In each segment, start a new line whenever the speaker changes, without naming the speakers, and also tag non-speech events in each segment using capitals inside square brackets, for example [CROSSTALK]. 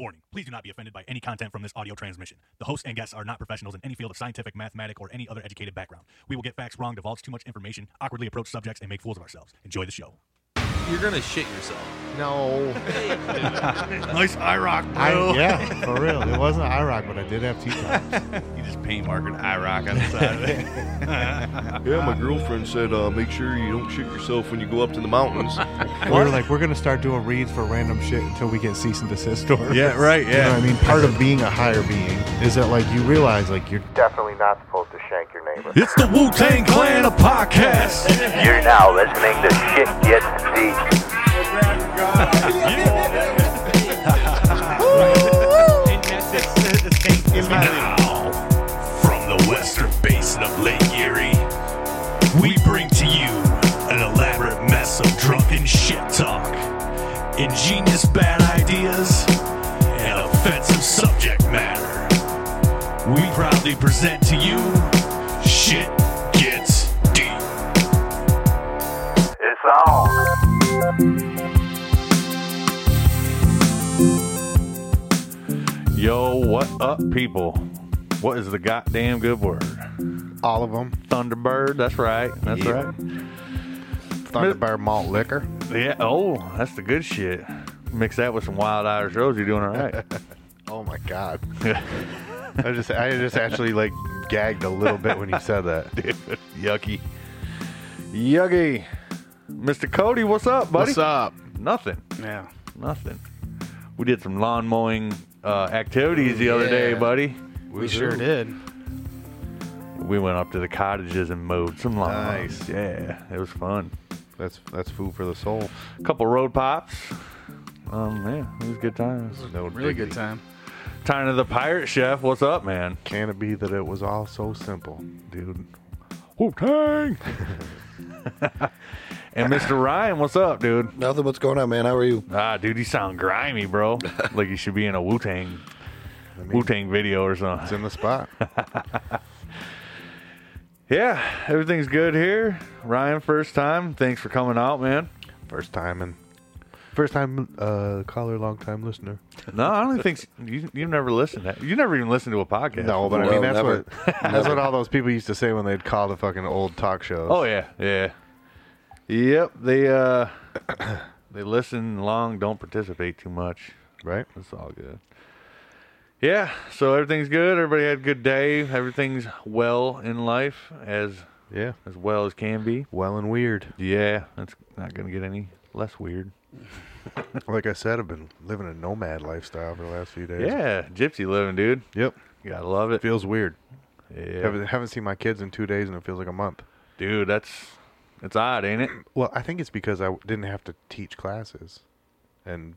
Warning, please do not be offended by any content from this audio transmission. The hosts and guests are not professionals in any field of scientific, mathematic, or any other educated background. We will get facts wrong, divulge too much information, awkwardly approach subjects, and make fools of ourselves. Enjoy the show.
You're gonna shit yourself.
No.
nice IROC,
I, yeah, for real. It wasn't IROC, but I did have
[LAUGHS]
tea time.
You just paint marking IROC on the side of it.
Yeah, my girlfriend said, uh, make sure you don't shit yourself when you go up to the mountains.
we were like, we're going to start doing reads for random shit until we get cease and desist [LAUGHS] orders.
Yeah, right,
You know
yeah.
what I mean? Part of being a higher being is that, like, you realize, like, you're
definitely not supposed to shank your
[LAUGHS]
neighbor.
[LAUGHS] It's the Wu Tang Clan of
[LAUGHS]
podcasts.
You're now listening to Shit Gets Deep.
Now, [LAUGHS] from the western basin of Lake Erie, we bring to you an elaborate mess of drunken shit talk, ingenious bad ideas, and offensive subject matter. We proudly present to you Shit Gets Deep.
It's on.
Yo, what up, people? What is the goddamn good word?
all of them.
Thunderbird. That's right. That's right.
Thunderbird malt liquor.
Yeah. Oh, that's the good shit. Mix that with some Wild Irish Rose. You're doing all right.
Oh, my God. [LAUGHS] I just, I just actually, like, gagged a little bit when you said that.
[LAUGHS] Yucky. Yucky. Mr. Cody, what's up,
[LAUGHS]
buddy?
What's up?
Nothing.
Yeah.
Nothing. We did some lawn mowing uh, activities the other day,
Yeah.
buddy.
We sure did.
We went up to the cottages and mowed some lawn.
Nice.
Yeah, it was fun.
That's that's food for the soul.
A couple road pops. Um, yeah, it was good times.
No
Really
diggity.
good time.
Time to the Pirate Chef. What's up, man?
Can it be that it was all so simple, dude?
Whoop tang. [LAUGHS] and Mr. Ryan, what's up, dude?
Nothing. What's going on, man? How are you?
Ah, dude, you sound grimy, bro. like you should be in a Wu Tang, Wu Tang video or
It's
something.
in the spot.
Yeah, everything's good here. Ryan, first time. Thanks for coming out, man.
First time and first time uh, caller, long time listener.
No, I don't think you, you've never listened. To, you never even listened to a podcast.
No, Oh, but I
Well,
mean that's
never.
what [LAUGHS] that's what all those people used to say when they'd call the fucking old talk shows.
Oh yeah, yeah. Yep, they uh, [COUGHS] they listen long, don't participate too much.
right.
It's all good. Yeah, so everything's good. Everybody had a good day. Everything's well in life as
Yeah,
as well as can be.
well and weird.
Yeah, that's not gonna get any less weird.
Like I said, I've been living a nomad lifestyle for the last few days.
Yeah, gypsy living, dude.
Yep.
You gotta love it.
Feels weird.
Yeah,
Haven't, haven't seen my kids in two days, and it feels like a month.
dude, that's it's odd, ain't it?
Well, I think it's because I w- didn't have to teach classes, and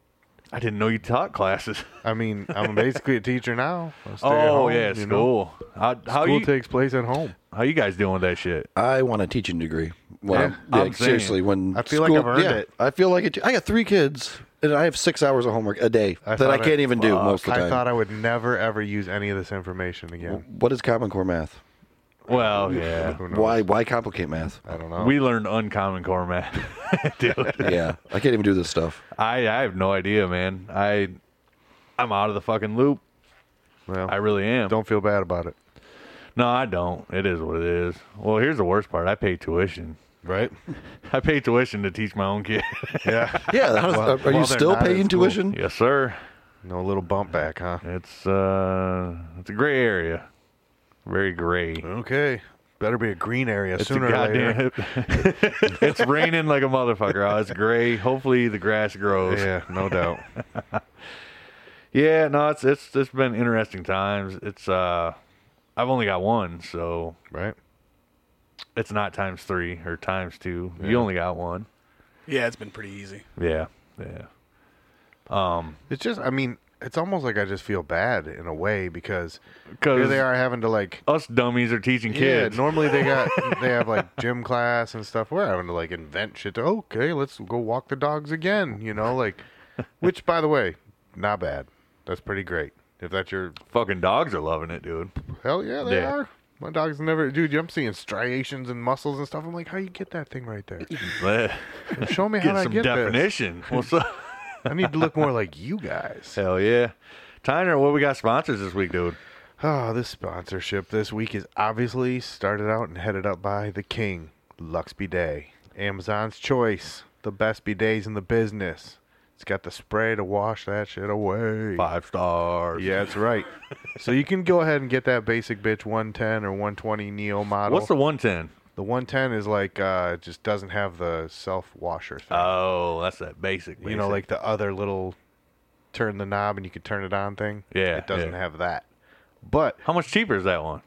I didn't know you taught classes.
I mean [LAUGHS] I'm basically a teacher now. I stay
[LAUGHS]
at
oh
home,
yeah,
you
school.
know?
How, how
School
you
takes place at home.
how you guys doing with that shit?
I want a teaching degree. Well,
Yeah,
yeah,
I'm saying.
seriously, when
I feel like I've earned it.
I feel like it. too. I got three kids, and I have six hours of homework a day
I
that I
thought I-
can't even do
Fuck,
most of the
I
time.
thought I would never ever use any of this information again.
what is Common Core math?
Well,
[LAUGHS]
yeah.
Who knows?
Why? Why complicate math?
I don't know.
We learned uncommon core math, [LAUGHS] dude.
yeah, I can't even do
[LAUGHS]
this stuff.
I I have no idea, man. I I'm out of the fucking loop.
well,
I really am.
don't feel bad about it.
No, I don't. It is what it is. Well, here's the worst part. I pay tuition. [LAUGHS]
Right?
I pay tuition to teach my own [LAUGHS] kid.
Yeah.
Yeah, how does-
Well-
are- are
well,
you
they're
still
not in
paying
school.
tuition?
yes, sir.
no little bump back, huh?
It's uh it's a gray area. Very gray.
Okay. Better be a green area
It's a
sooner or later.
goddamn- [LAUGHS] it's raining like a motherfucker. out. it's gray. Hopefully the grass grows.
Yeah, no [LAUGHS] doubt.
Yeah, no, it's it's it's been interesting times. It's uh I've only got one, so
Right?
it's not times three or times two. You only got one.
Yeah, it's been pretty easy.
Yeah, yeah.
It's just, I mean, it's almost like I just feel bad in a way because here
Because
they are having to like.
us dummies are teaching kids.
Yeah, normally they [LAUGHS] got they have like gym class and stuff. We're having to like invent shit. To, okay, let's go walk the dogs again. You know, like, which by the way, not bad. That's pretty great. If that's your
Fucking dogs are loving it, dude.
Hell yeah, they
Yeah.
are. My dog's never, dude. I'm seeing striations and muscles
[LAUGHS]
and stuff. I'm like, how you get that thing right there?
Get
Show me how I
some
get this. [LAUGHS]
definition. What's up?
I need to look more
[LAUGHS]
like you guys.
Hell yeah. Tyner, what we got sponsors this week, dude?
Oh, this sponsorship this week is obviously started out and headed up by the king, Lux Bidet. Amazon's choice, the best bidets in the business. It's got the spray to wash that shit away.
Five stars.
Yeah,
[LAUGHS]
that's right. so you can go ahead and get that basic bitch 110 or 120 Neo model.
What's the 110?
The 110 is like uh it just doesn't have the self washer thing.
Oh, that's that basic.
you know, like the other little turn the knob and you could turn it on thing.
Yeah,
It doesn't
yeah.
have that. But
How much cheaper is that one?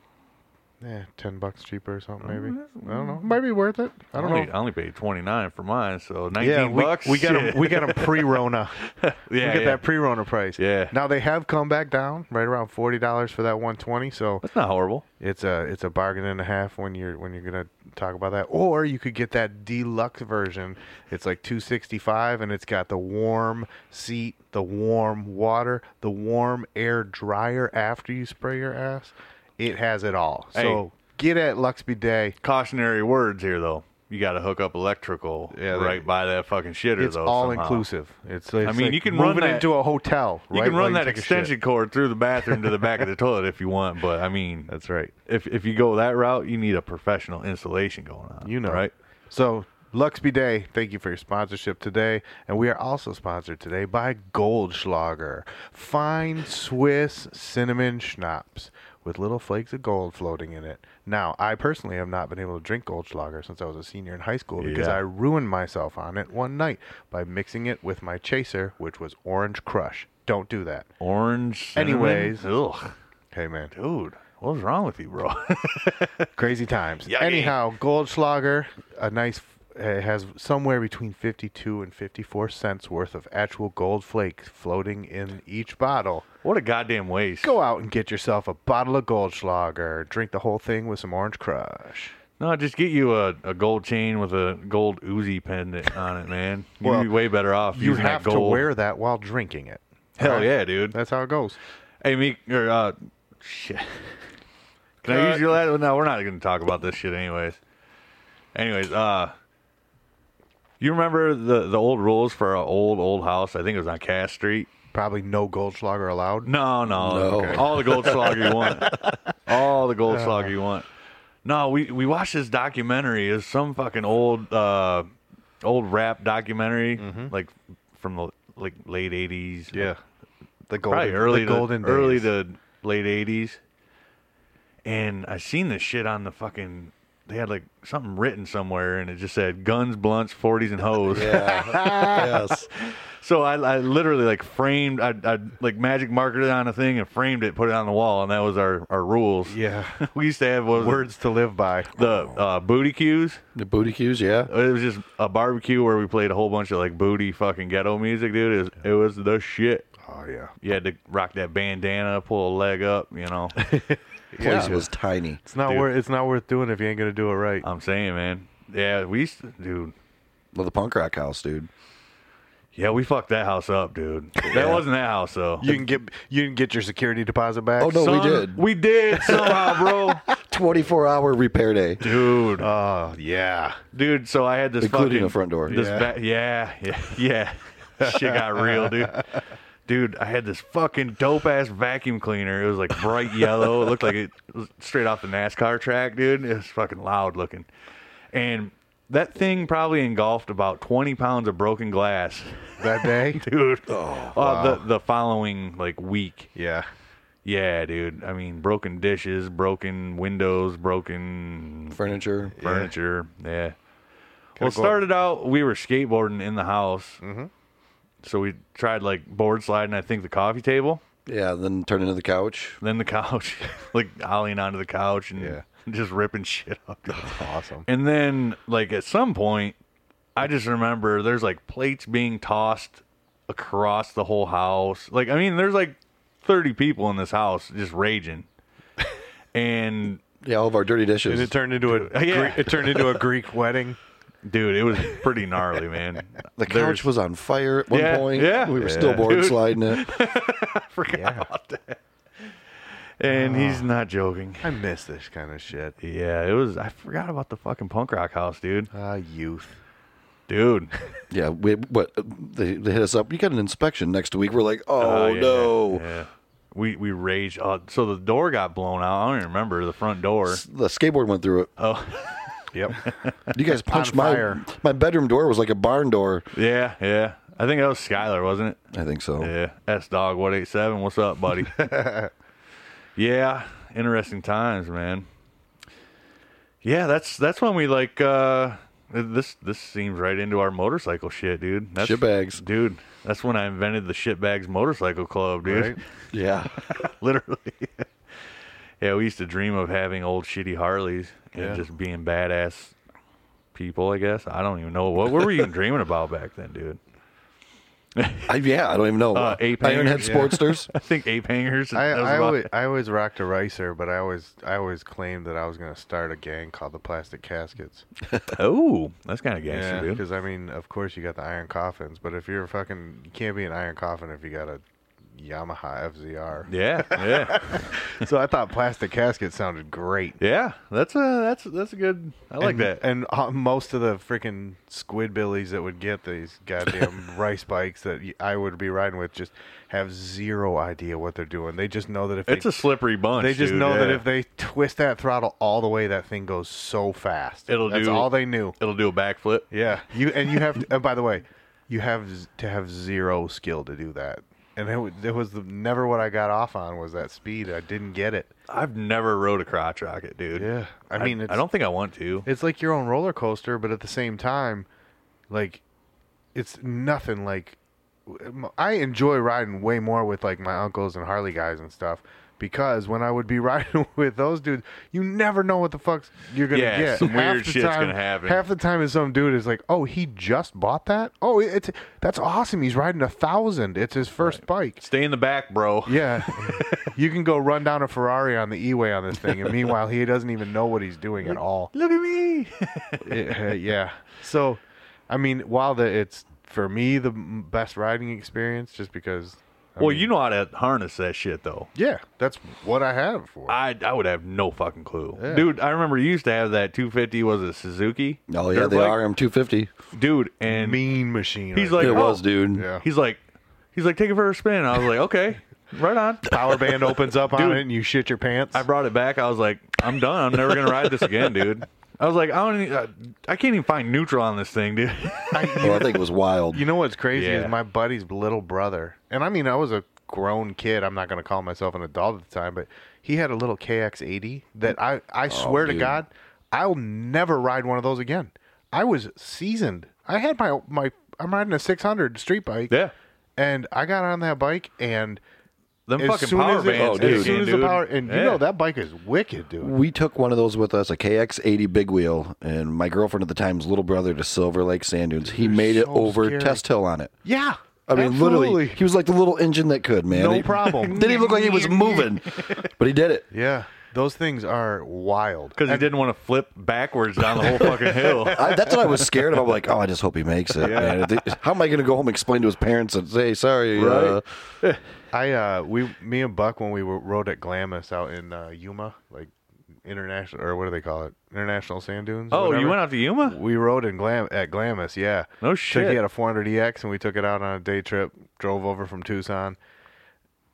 yeah, ten bucks cheaper or something maybe. I don't know. Might be worth it. I don't
Oh, only,
know.
I only paid 29 for mine, so 19
yeah, we,
bucks.
we got them. We
[LAUGHS]
got them pre-Rona.
yeah,
we get
yeah.
that pre-Rona price.
Yeah.
Now they have come back down, right around forty dollars for that one twenty. So
That's not horrible.
it's a it's a bargain and a half when you're when you're gonna talk about that. Or you could get that deluxe version. It's like two sixty five, and it's got the warm seat, the warm water, the warm air dryer after you spray your ass. It has it all. So get at Luxby Day.
Cautionary words here, though. You got to hook up electrical
Yeah, they-
right by that fucking shitter,
It's
though.
all
somehow.
inclusive. It's, it's
I mean,
like
you can run
move it
that-
into a hotel.
You
right,
can run that
while take a shit.
extension cord through the bathroom to the back of the toilet if you want, but I mean,
That's right.
if if you go that route, you need a professional installation going on.
You know,
right?
So, Luxby Day, thank you for your sponsorship today. And we are also sponsored today by Goldschlager, fine Swiss cinnamon schnapps with little flakes of gold floating in it. Now, I personally have not been able to drink Goldschlager since I was a senior in high school because
Yeah.
I ruined myself on it one night by mixing it with my chaser, which was Orange Crush. Don't do that.
Orange. cinnamon.
Anyways.
ugh,
Hey, man.
dude, what's wrong with you, bro? [LAUGHS]
Crazy times.
Yucky.
Anyhow, Goldschlager, a nice, uh, has somewhere between 52 and 54 cents worth of actual gold flakes floating in each bottle.
what a goddamn waste.
Go out and get yourself a bottle of Goldschlager. Drink the whole thing with some Orange Crush.
No, just get you a, a gold chain with a gold Uzi pendant on it, man. You'd
Well,
be way better off.
You
using that
have to
gold.
wear that while drinking it.
Hell yeah, dude.
That's how it goes.
Hey, me or uh, shit. [LAUGHS] Can I use your last? No, we're not going to talk about this shit, anyways. Anyways, uh, you remember the the old rules for our old old house? I think it was on Cass Street.
Probably no Goldschlager allowed.
No, no, all the Goldschlager you
[LAUGHS]
want, all the
Uh.
Goldschlager you want. No, we we watched this documentary. It's some fucking old uh, old rap documentary,
Mm-hmm.
like from the like late eighties.
The golden,
Probably early
the golden
to, early
days.
to late eighties. And I seen this shit on the fucking. They had like something written somewhere, and it just said guns, blunts, forties, and
[LAUGHS]
hoes.
[LAUGHS] yes.
So I, I literally like framed, I, I like magic markered it on a thing and framed it, put it on the wall, and that was our our rules. [LAUGHS]
Yeah. [LAUGHS]
we used to have what was it?
Words to live by.
the uh, booty cues.
The booty cues, yeah.
It was just a barbecue where we played a whole bunch of like booty fucking ghetto music, dude. It was, it was the shit.
Oh, yeah.
You had to rock that bandana, pull a leg up, you
[LAUGHS]
know.
Place was tiny.
It's not,
Dude. Um,
worth, it's not worth doing if you ain't going to do it right.
I'm saying, man. Yeah, we used to, dude.
Well, the punk rock house, dude.
Yeah, we fucked that house up, dude. That wasn't that house though.
You can get you can get your security deposit back.
Oh, no. we
Son,
did.
We did somehow,
[LAUGHS]
bro.
24 hour repair day.
Dude,
Oh yeah.
dude. So I had this
Including
fucking,
the front door.
This
Yeah.
yeah. yeah, yeah, yeah. [LAUGHS] Shit got real, dude. Dude, I had this fucking dope ass vacuum cleaner. It was like bright yellow. It looked like it was straight off the NASCAR track, dude. It was fucking loud looking, and that thing probably engulfed about twenty pounds of broken glass. [LAUGHS]
That day.
dude. Oh, the the following like week.
[LAUGHS] yeah.
Yeah, dude. I mean, broken dishes, broken windows, broken
Furniture.
furniture. Yeah. Well, it
go-
started out we were skateboarding in the house, mm-hmm. so we tried like board sliding. I think the coffee table,
Yeah, then turn into the couch.
then the [LAUGHS] couch, like ollieing onto the couch and
Yeah.
[LAUGHS] just ripping shit up.
Awesome.
And then, like, at some point, I just remember there's like plates being tossed across the whole house. Like, I mean, there's like 30 people in this house just raging. And
Yeah, all of our dirty dishes.
And it turned into a
Yeah.
Gre- it turned into a [LAUGHS] Greek wedding.
dude, it was pretty gnarly, man.
the couch
There's-
was on fire at one
Yeah,
point.
yeah.
We were still
Yeah.
board
Dude. [LAUGHS]
sliding it.
forgot [LAUGHS] about that. And he's not joking.
I miss this kind of shit.
Yeah, it was. I forgot about the fucking punk rock house, dude.
Ah, youth.
dude. [LAUGHS]
Yeah, we, what they, they hit us up. You got an inspection next week. We're like, oh,
yeah,
no,
yeah. We we raged. Uh, so the door got blown out. I don't even remember the front door.
the skateboard went through it.
Uh,
[LAUGHS] Yep.
You guys punched
On
my
fire.
my bedroom door was like a barn door.
Yeah, yeah. I think that was Skylar, wasn't it?
I think
Oh.
so.
Yeah. S Dog one eight seven. What's up, buddy?
[LAUGHS]
yeah. Interesting times, man. Yeah, that's that's when we like uh this this seems right into our motorcycle shit, dude. That's,
Shit bags.
Dude, that's when I invented the shitbags motorcycle club, dude.
Right.
Yeah.
[LAUGHS] Literally. [LAUGHS] yeah, we used to dream of having old shitty Harleys and just being badass people, I guess. I don't even know what what were you even dreaming about back then, dude? [LAUGHS]
I, yeah, I don't even know.
Uh, ape
Ironhead
hangers, yeah. [LAUGHS]
Sportsters.
I think ape hangers.
I,
that was
I,
about
always, I always rocked a ricer, but I always I always claimed that I was going to start a gang called the Plastic Caskets.
Oh, that's kind of gangster, dude.
because I mean, of course you got the iron coffins, but if you're a fucking, you can't be an iron coffin if you got a Yamaha FZR.
Yeah,
[LAUGHS]
yeah,
so I thought plastic casket sounded great.
yeah. That's a that's that's a good. I like
and,
that.
And uh, most of the freaking squidbillies that would get these
[LAUGHS]
goddamn rice bikes that y- I would be riding with just have zero idea what they're doing. They just know that if
it's
they,
a slippery bunch.
they just
dude,
know that
yeah.
if they twist that throttle all the way, that thing goes so fast.
It'll
That's
do-
all they knew.
it'll do a backflip.
Yeah, you and
[LAUGHS]
you have. To, and by the way, you have z- to have zero skill to do that. And it was, it was the, never what I got off on was that speed. I didn't get it.
I've never rode a crotch rocket, dude.
Yeah, I mean, it's,
I don't think I want to.
It's like your own roller coaster, but at the same time, like, it's nothing like. I enjoy riding way more with like my uncles and Harley guys and stuff because when I would be [LAUGHS] riding with those dudes, you never know what the fuck's you're gonna
Yeah,
get.
some weird
the
shit's
time-
gonna happen.
Half the time is some dude is like, "Oh, he just bought that. Oh, it's that's awesome. He's riding a thousand. It's his first bike."
Stay in the back, bro.
Yeah, you can go run down a Ferrari on the E-way on this thing, and meanwhile he doesn't even know what he's doing at all.
Look at me.
It- uh, yeah. So, I mean, while the it's for me the m- best riding experience, just because. I
well,
mean,
you know how to harness that shit, though.
Yeah, that's what I have for. it.
I I would have no fucking clue,
Yeah.
dude. I remember you used to have that 250. Was it Suzuki?
Oh yeah,
Dirt
the
bike?
RM250.
dude. And
mean machine.
he's
right
like,
It
oh.
was, dude.
Yeah.
He's like, he's like, take it for a spin. I was like, okay, right on.
there. power band opens up on
Dude.
it, and you shit your pants.
I brought it back. I was like, I'm done. I'm never gonna ride this again, dude. I was like, I don't. Even, uh, I can't even find neutral on this thing, dude. [LAUGHS]
Oh, I think it was wild.
You know what's crazy
Yeah.
is my buddy's little brother, and I mean I was a grown kid. I'm not going to call myself an adult at the time, but he had a little KX80 that I
Oh,
I swear to
dude.
God, I'll never ride one of those again. I was seasoned. I had my my I'm riding a 600 street bike.
Yeah.
and I got on that bike and.
Them
As
fucking
soon
power
as it, oh,
bands,
as
kick
soon
in,
as
dude.
the power, and
Yeah.
you know that bike is wicked, dude.
we took one of those with us, a KX80 big wheel, and my girlfriend at the time's little brother to Silver Lake Sand Dunes. He made it
so
over
scary.
Test Hill on it.
Yeah,
I mean, literally,
absolutely.
he was like the little engine that could, man.
No
He-
problem.
[LAUGHS] Didn't even look like
[LAUGHS]
he was moving, but he did it.
Yeah, those things are wild.
because he didn't want to flip backwards down the whole fucking
[LAUGHS]
hill. [LAUGHS]
I, that's what I was scared of. I'm like, oh, I just hope he makes it. man. If they- How am I going to go home and explain to his parents and say, sorry? Uh,
I uh we me and Buck when we were, rode at Glamis out in uh, Yuma, like international or what do they call it? International sand dunes. or
oh, you
whatever.
went out to Yuma?
We rode in Glam at Glamis, yeah.
No
Took,
shit.
he had a 400EX and we took it out on a day trip. Drove over from Tucson.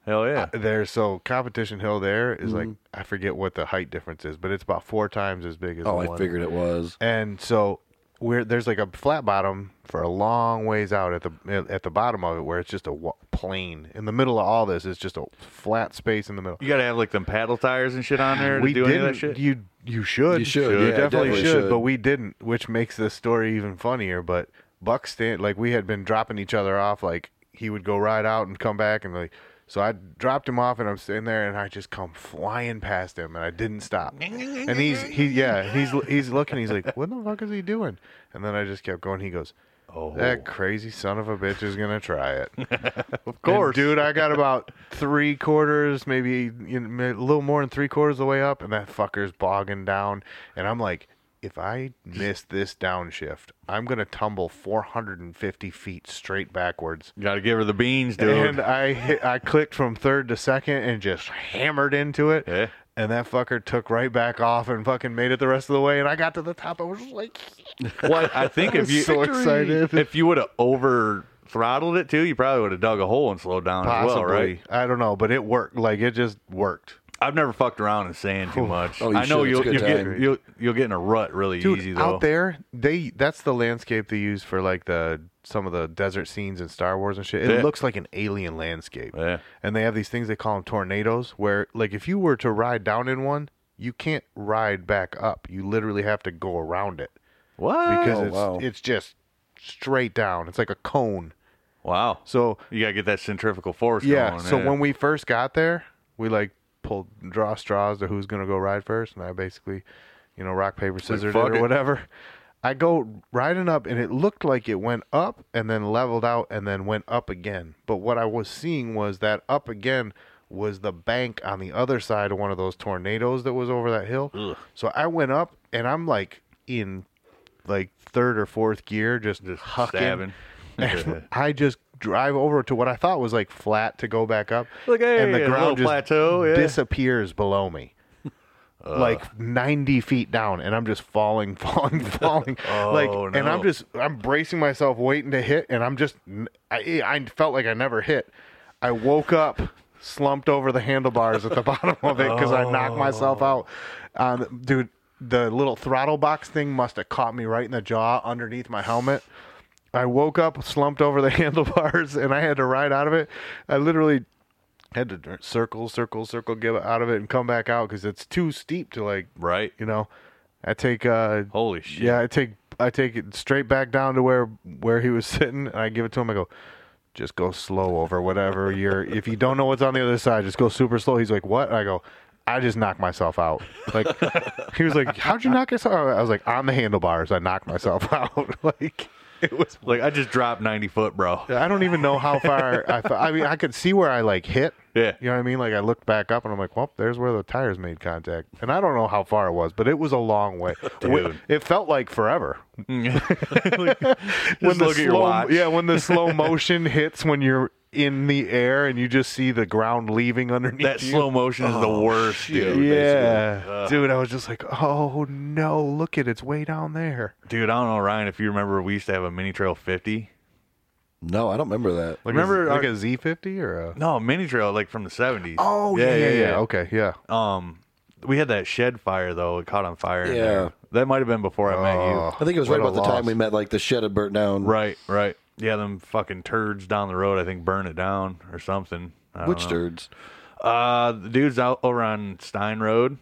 Uh,
Hell yeah.
There, so Competition Hill there is
Mm-hmm.
like I forget what the height difference is, but it's about four times as big as.
oh,
the
I
one.
figured it was.
And so we're there's like a flat bottom for a long ways out at the at the bottom of it where it's just a wa- plain. In the middle of all this, it's just a flat space in the middle.
You gotta have like them paddle tires and shit on there to do any of that shit.
You you should.
You should, yeah,
definitely,
definitely
should,
should.
But we didn't, which makes this story even funnier. But Buck stand like we had been dropping each other off. Like he would go ride out and come back, and like so I dropped him off, and I'm sitting there, and I just come flying past him, and I didn't stop. and he's he yeah he's he's looking. He's like, what the fuck is he doing? And then I just kept going. He goes. Oh. That crazy son of a bitch is gonna try it.
of course,
And, dude, I got about three quarters, maybe you know, ma- a little more than three quarters of the way up, and that fucker's bogging down. And I'm like, if I miss this downshift, I'm going to tumble 450 feet straight backwards.
Gotta give her the beans, dude. [LAUGHS]
And I hit, I clicked from third to second and just hammered into it.
Yeah.
And that fucker took right back off and fucking made it the rest of the way. And I got to the top. I was just like,
Well, I
[LAUGHS]
think if
was
you
so
[LAUGHS]
excited.
if you would have over throttled it too, you probably would have dug a hole and slowed down
possibly.
as well, right?
I don't know, but it worked. Like it just worked.
I've never fucked around in sand too much.
Oh, you
I know
should.
you'll
It's a good
you'll get,
time.
you'll you'll get in a rut really
Dude,
easy though.
out there, they that's the landscape they use for like the some of the desert scenes in Star Wars and shit. It
Yeah.
looks like an alien landscape.
Yeah.
And they have these things they call them tornadoes, where like if you were to ride down in one, you can't ride back up. You literally have to go around it
What?
because
Oh,
it's
wow.
it's just straight down. It's like a cone.
wow.
So
You gotta get that centrifugal force
yeah.
going.
so when we first got there, we like pulled draw straws to who's gonna go ride first, and I basically, you know, rock paper scissors it
fuck
or
it.
whatever. I go riding up, and it looked like it went up and then leveled out and then went up again. But what I was seeing was that up again was the bank on the other side of one of those tornadoes that was over that hill. So I went up, and I'm like in like third or fourth gear, just,
Just
hucking.
stabbing.
And I just drive over to what I thought was like flat to go back up.
Like,
and the
hey, a little
ground just
plateau, yeah.
disappears below me. like 90 feet down and i'm just falling [LAUGHS] falling falling like and i'm
no.
just i'm bracing myself waiting to hit and i'm just I, I felt like i never hit i woke up slumped over the handlebars at the [LAUGHS] bottom of it because i knocked myself out um, dude the little throttle box thing must have caught me right in the jaw underneath my helmet I woke up, slumped over the [LAUGHS] handlebars, and I had to ride out of it. I literally had to dr- circle, circle, circle, get out of it, and come back out because it's too steep to like.
right.
You know, I take. uh
Holy shit.
Yeah, I take. I take it straight back down to where where he was [LAUGHS] sitting, and I give it to him. I go, just go slow over whatever you're. If you don't know what's on the other side, just go super slow. He's like, what? And I go. I just knocked myself out. Like [LAUGHS] he was like, "How'd you knock yourself?" out? I was like, "On the handlebars, I knocked myself [LAUGHS] out." like it was
Like I just dropped ninety foot, bro.
I don't even know how far I. fe- I mean, I could see where I like hit.
Yeah.
You know what I mean? Like I looked back up and I'm like, well, there's where the tires made contact, and I don't know how far it was, but it was a
[LAUGHS]
long way. Wi-
Dude.
It felt like forever.
[LAUGHS] [LAUGHS] Just look at your
slow,
watch.
Yeah, when the
[LAUGHS]
slow motion hits when you're in the air and you just see the ground leaving underneath
That
you. Oh,
slow motion is the worst, dude.
yeah, dude, I was just like, oh no, look at it's way down there.
Dude, I don't know, Ryan, if you remember we used to have a mini trail fifty.
No, I don't remember that.
Like
Remember
a, like
our-
a Z50 or a?
No, mini trail like from the seventies.
Oh yeah, yeah, yeah. Okay, yeah.
Um, we had that shed fire though. It caught on fire. in
Yeah.
there. that might have been before I met
Oh,
you.
I think it was
what
right
a
about the
loss.
time we met. Like the shed had burnt down.
Right, right. Yeah, them fucking turds down the road. I think burn it down or something. I don't
Which
know.
turds?
Uh, the dude's out over on Stein Road.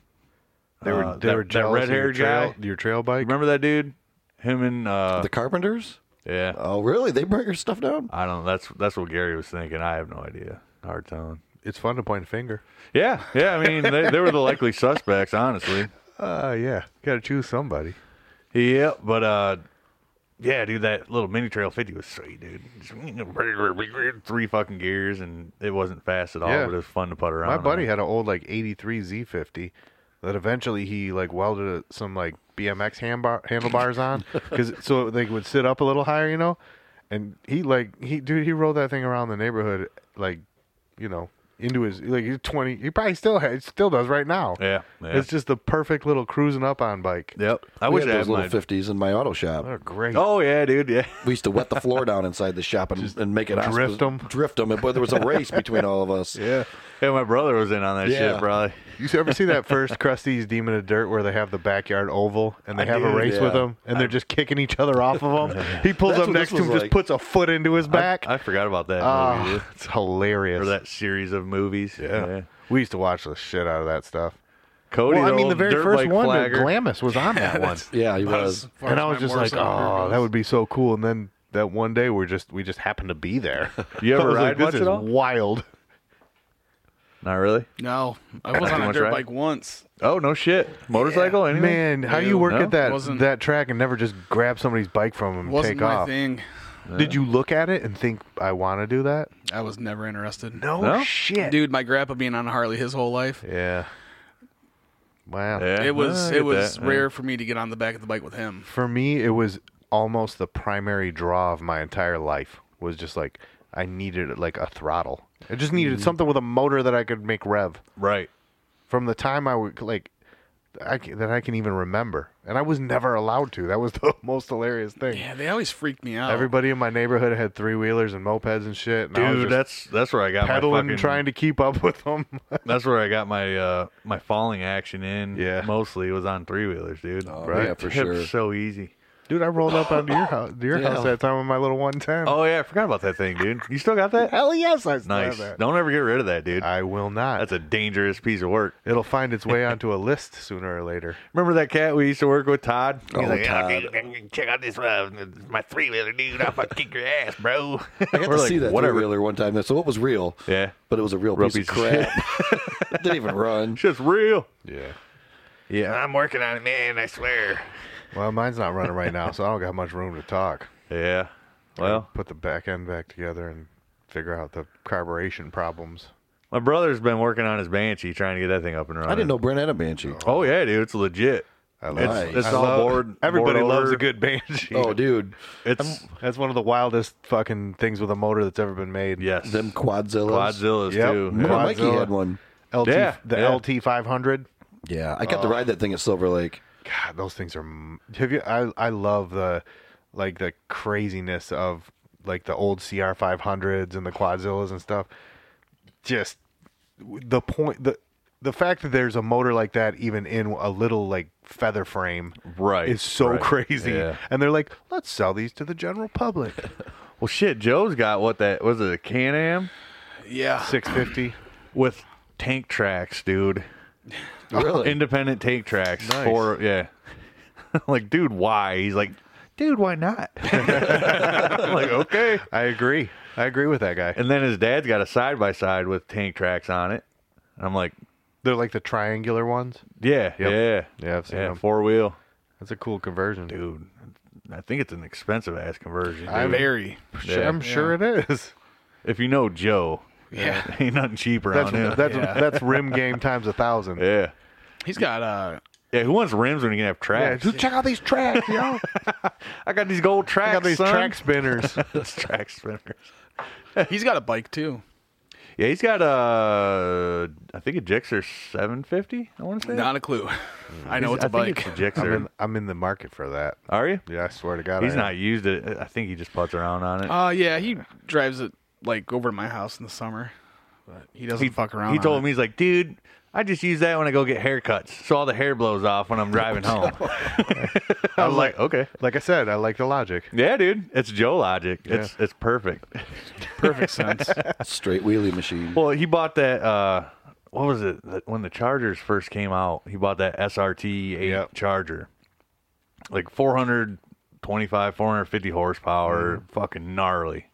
They were
Uh,
they
that-
were
that
jealous of your
red-haired
trail,
guy?
your trail bike.
Remember that dude? Him and uh,
The carpenters?
yeah.
Oh, really? They burnt your stuff down?
I don't. know. That's that's what Gary was thinking. I have no idea. Hard telling.
It's fun to point a finger.
Yeah, yeah. I mean, they, they were the likely suspects, honestly.
Uh yeah, got to choose somebody.
Yeah, but uh, yeah, dude, that little mini trail fifty was sweet, dude. Three fucking gears, and it wasn't fast at all,
Yeah.
but it was fun to put around.
My buddy
on.
had an old like '83 Z50 that eventually he like welded a, some like BMX handbar,
[LAUGHS]
handlebars on because so they would sit up a little higher, you know. And he like he dude he rolled that thing around the neighborhood like you know into his like he's 20. He probably still has, still does right now.
Yeah, yeah.
it's just the perfect little cruising up on bike.
Yep, I
we
wish
had
I
those
had
little
my.
fifties in my auto
They're
shop.
great.
Oh yeah, dude. Yeah, [LAUGHS]
We used to wet the floor down inside the
[LAUGHS]
shop and, and make it
drift 'em.
drift them. But there was a race between all of us.
yeah.
yeah. My brother was in on that
Yeah.
shit, bro.
You ever see that first Krusty's Demon of Dirt where they have the backyard oval and they
I
have a
did,
race with
yeah.
them and they're just kicking each other off of them? He pulls
That's
up
what
next to
this
him,
was
just
like.
puts a foot into his back.
I forgot about that
Uh,
Ah,
movie, dude.
it's hilarious.
or that series of movies.
Yeah. We used to watch the shit out of that stuff.
Cody,
well, I
the
mean, the
old
very
dirt
first
bike
one,
flagger.
Glamis, was on [LAUGHS] that one,
Yeah, he was.
and I was just like, oh, that would be so cool. And then that one day, we're just we just happened to be there.
You ever
I was
ride
like, this
much
is
at all?
wild.
Not really.
No, I was on a
much
dirt
ride?
bike once.
Oh no, shit. Motorcycle, anything?
Man, how you work
No?
at that
Wasn't-
that track and never just grab somebody's bike from them and
Wasn't
take
my
off?
thing.
Did you look at it and think I want to do that?
I was never interested.
No?
Oh, shit,
Dude, my grandpa being on a Harley his whole life.
Yeah. Wow.
Yeah.
It
I
was
get
it was
that, yeah.
rare for me to get on the back of the bike with him.
For me, it was almost the primary draw of my entire life. Was just like Mm. I needed like a throttle. I just needed something with a motor that I could make rev.
Right.
from the time I would like I can, that I can even remember, and I was never allowed to. That was [LAUGHS] the most hilarious thing.
Yeah, they always freaked me out.
Everybody in my neighborhood had three wheelers and mopeds and shit. And I was
Dude,
just
that's that's where I got
pedaling,
my fucking,
trying to keep up with [LAUGHS] them.
That's where I got my uh my falling action in.
Yeah.
mostly was on three wheelers, dude.
Oh,
Right.
yeah, for
Tips
sure.
so easy.
Dude, I rolled up onto your house, your
Yeah.
house that time with my little one ten.
Oh yeah, I forgot about that thing, dude. You still got that?
hell yes, I [LAUGHS] still
nice.
have that.
Don't ever get rid of that, dude.
I will not.
That's a dangerous piece of work.
It'll find its way onto a list sooner or later.
Remember that cat we used to work with, Todd? He's
Oh,
like,
Todd.
"Okay, check out this uh, my three wheeler, dude. I'll fucking kick your ass, bro. [LAUGHS]
I got
We're
to
like,
see that
whatever.
wheeler one time. So it was real,
Yeah,
but it was a real
Real
piece, of
piece of
crap. [LAUGHS] it didn't even run.
shit's real.
Yeah.
Yeah, I'm working on it, man. I swear.
Well, mine's not running right now, so I don't got much room to talk.
Yeah. Well,
Put the back end back together and figure out the carburation problems.
my brother's been working on his banshee, trying to get that thing up and running.
I didn't know Brent had a banshee.
Oh yeah, dude, it's legit.
I love
It's,
Nice.
it's
I
all
love-
board.
Everybody
board
loves
over.
a good banshee.
Oh, dude,
It's
That's one of the wildest fucking things with a motor that's ever been made.
yes,
them quadzillas.
Quadzillas
Yep.
too.
Remember
Yeah.
Mikey
Quadzilla.
had one.
LT,
Yeah,
the
yeah.
LT 500.
Yeah, I got
Oh.
to ride that thing at
[LAUGHS]
Silver Lake.
God, those things are. m- Have you? I I love the, like the craziness of like the old CR 500s and the Quadzillas and stuff. Just the point the. The fact that there's a motor like that, even in a little like feather frame,
Right,
is so
right.
crazy.
Yeah.
And they're like, let's sell these to the
[LAUGHS]
general public.
Well, shit, Joe's got what that was it a Can Am
yeah.
Six fifty.
with tank tracks, dude. Oh,
Really?
Independent tank tracks
Nice.
for yeah. [LAUGHS] like, dude, why? He's like, dude, why not? [LAUGHS] I'm like, okay.
I agree. I agree with that guy.
And then his dad's got a side by side with tank tracks on it. And I'm like,
They're like the triangular ones.
yeah, yeah,
Yeah, I've seen them.
four wheel.
That's a cool conversion,
dude. I think it's an expensive ass conversion.
I-
dude.
Very.
Yeah.
I'm sure it is.
if you know Joe,
Yeah.
[LAUGHS] ain't nothing cheaper
That's
on him.
that's that's rim game times a thousand.
yeah,
He's got uh
yeah. Who wants rims when you can have
Yeah,
tracks?
dude, check out these
[LAUGHS]
tracks, yo.
I got these gold
I
tracks.
got these
son. [LAUGHS]
track spinners.
Those track spinners.
he's got a bike too.
Yeah, he's got uh, I think a Gixxer 750. I want to say.
Not a clue. I know it's
a
a bike.
Think it's a
I'm
Gixxer.
in, I'm in the market for that.
Are you?
Yeah, I swear to God,
He's
I am.
not used it. I think he just putts around on it.
Uh yeah, he drives it like over to my house in the summer. But he doesn't fuck around.
He
on
told
it.
me he's like, dude, I just use that when I go get haircuts, so all the hair blows off when I'm driving [LAUGHS] home. I was like, okay.
Like I said, I like the logic.
Yeah, dude, it's Joe logic. It's it's perfect.
perfect sense.
Straight wheelie machine.
Well, he bought that. Uh, what was it that- when the Chargers first came out? He bought that SRT eight
Yep.
Charger, like 425, 450 horsepower, fucking gnarly.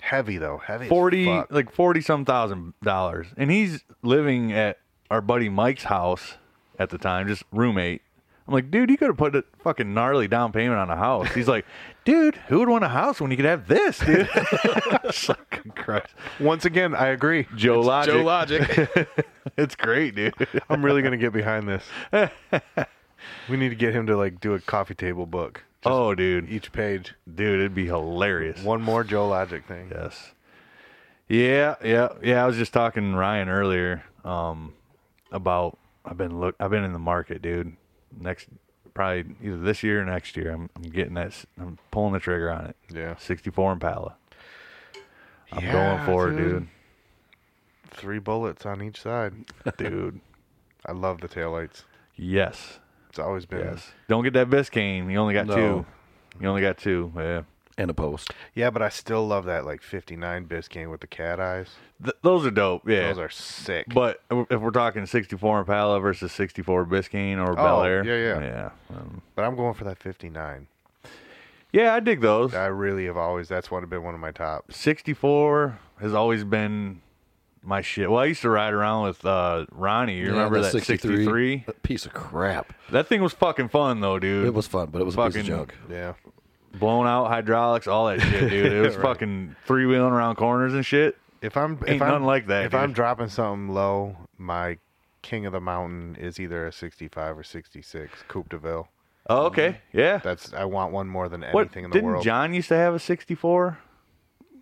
Heavy though, heavy. as
Forty,
fuck.
like forty some thousand dollars, and he's living at our buddy Mike's house at the time, just roommate. I'm like, dude, you could have put a fucking gnarly down payment on a house. He's like, dude, who would want a house when you could have this, dude? [LAUGHS] Fucking Christ.
Once again,
[LAUGHS]
I agree.
Joe Logic.
Joe Logic.
It's great, dude.
I'm really gonna get behind
[LAUGHS]
this. we need to get him to like do a coffee table book. Just
oh, dude.
each page,
Dude, it'd be hilarious.
one more Joe Logic thing.
Yes. Yeah, yeah, yeah. I was just talking to Ryan earlier um, about I've been look I've been in the market, dude. Next, probably either this year or next year. I'm I'm getting that. s- I'm pulling the trigger on it.
Yeah.
64 Impala. I'm
Yeah,
going for
dude.
it,
Three bullets on each side.
dude. [LAUGHS] Dude.
I love the taillights.
yes.
It's always been
Yes. Don't get that Biscayne. You only got
No.
two. You only got two. Yeah.
and a post.
Yeah, but I still love that like 59 Biscayne with the cat eyes.
Th- those are dope. Yeah.
Those are sick.
But if we're talking 64 Impala versus 64 Biscayne or Bel Air,
Oh, yeah,
yeah, um,
But I'm going for that 59.
yeah, I dig those.
I really have always. That's what have been one of my tops.
64 has always been my shit. Well, I used to ride around with uh, Ronnie. You
Yeah,
remember
the
that 63?
A piece of crap.
That thing was fucking fun though, dude.
It was fun, but it was a piece
Fucking-
of junk.
Yeah.
blown out hydraulics, all that shit, dude.
[LAUGHS]
It was fucking three wheeling around corners and shit.
If I'm if
Ain't
I'm
nothing like that,
If I'm
dude.
dropping something low, my king of the mountain is either a 65 or 66 Coupe de Ville.
Oh, okay, yeah.
That's I want one more than
what
anything in the
didn't
world.
John used to have a 64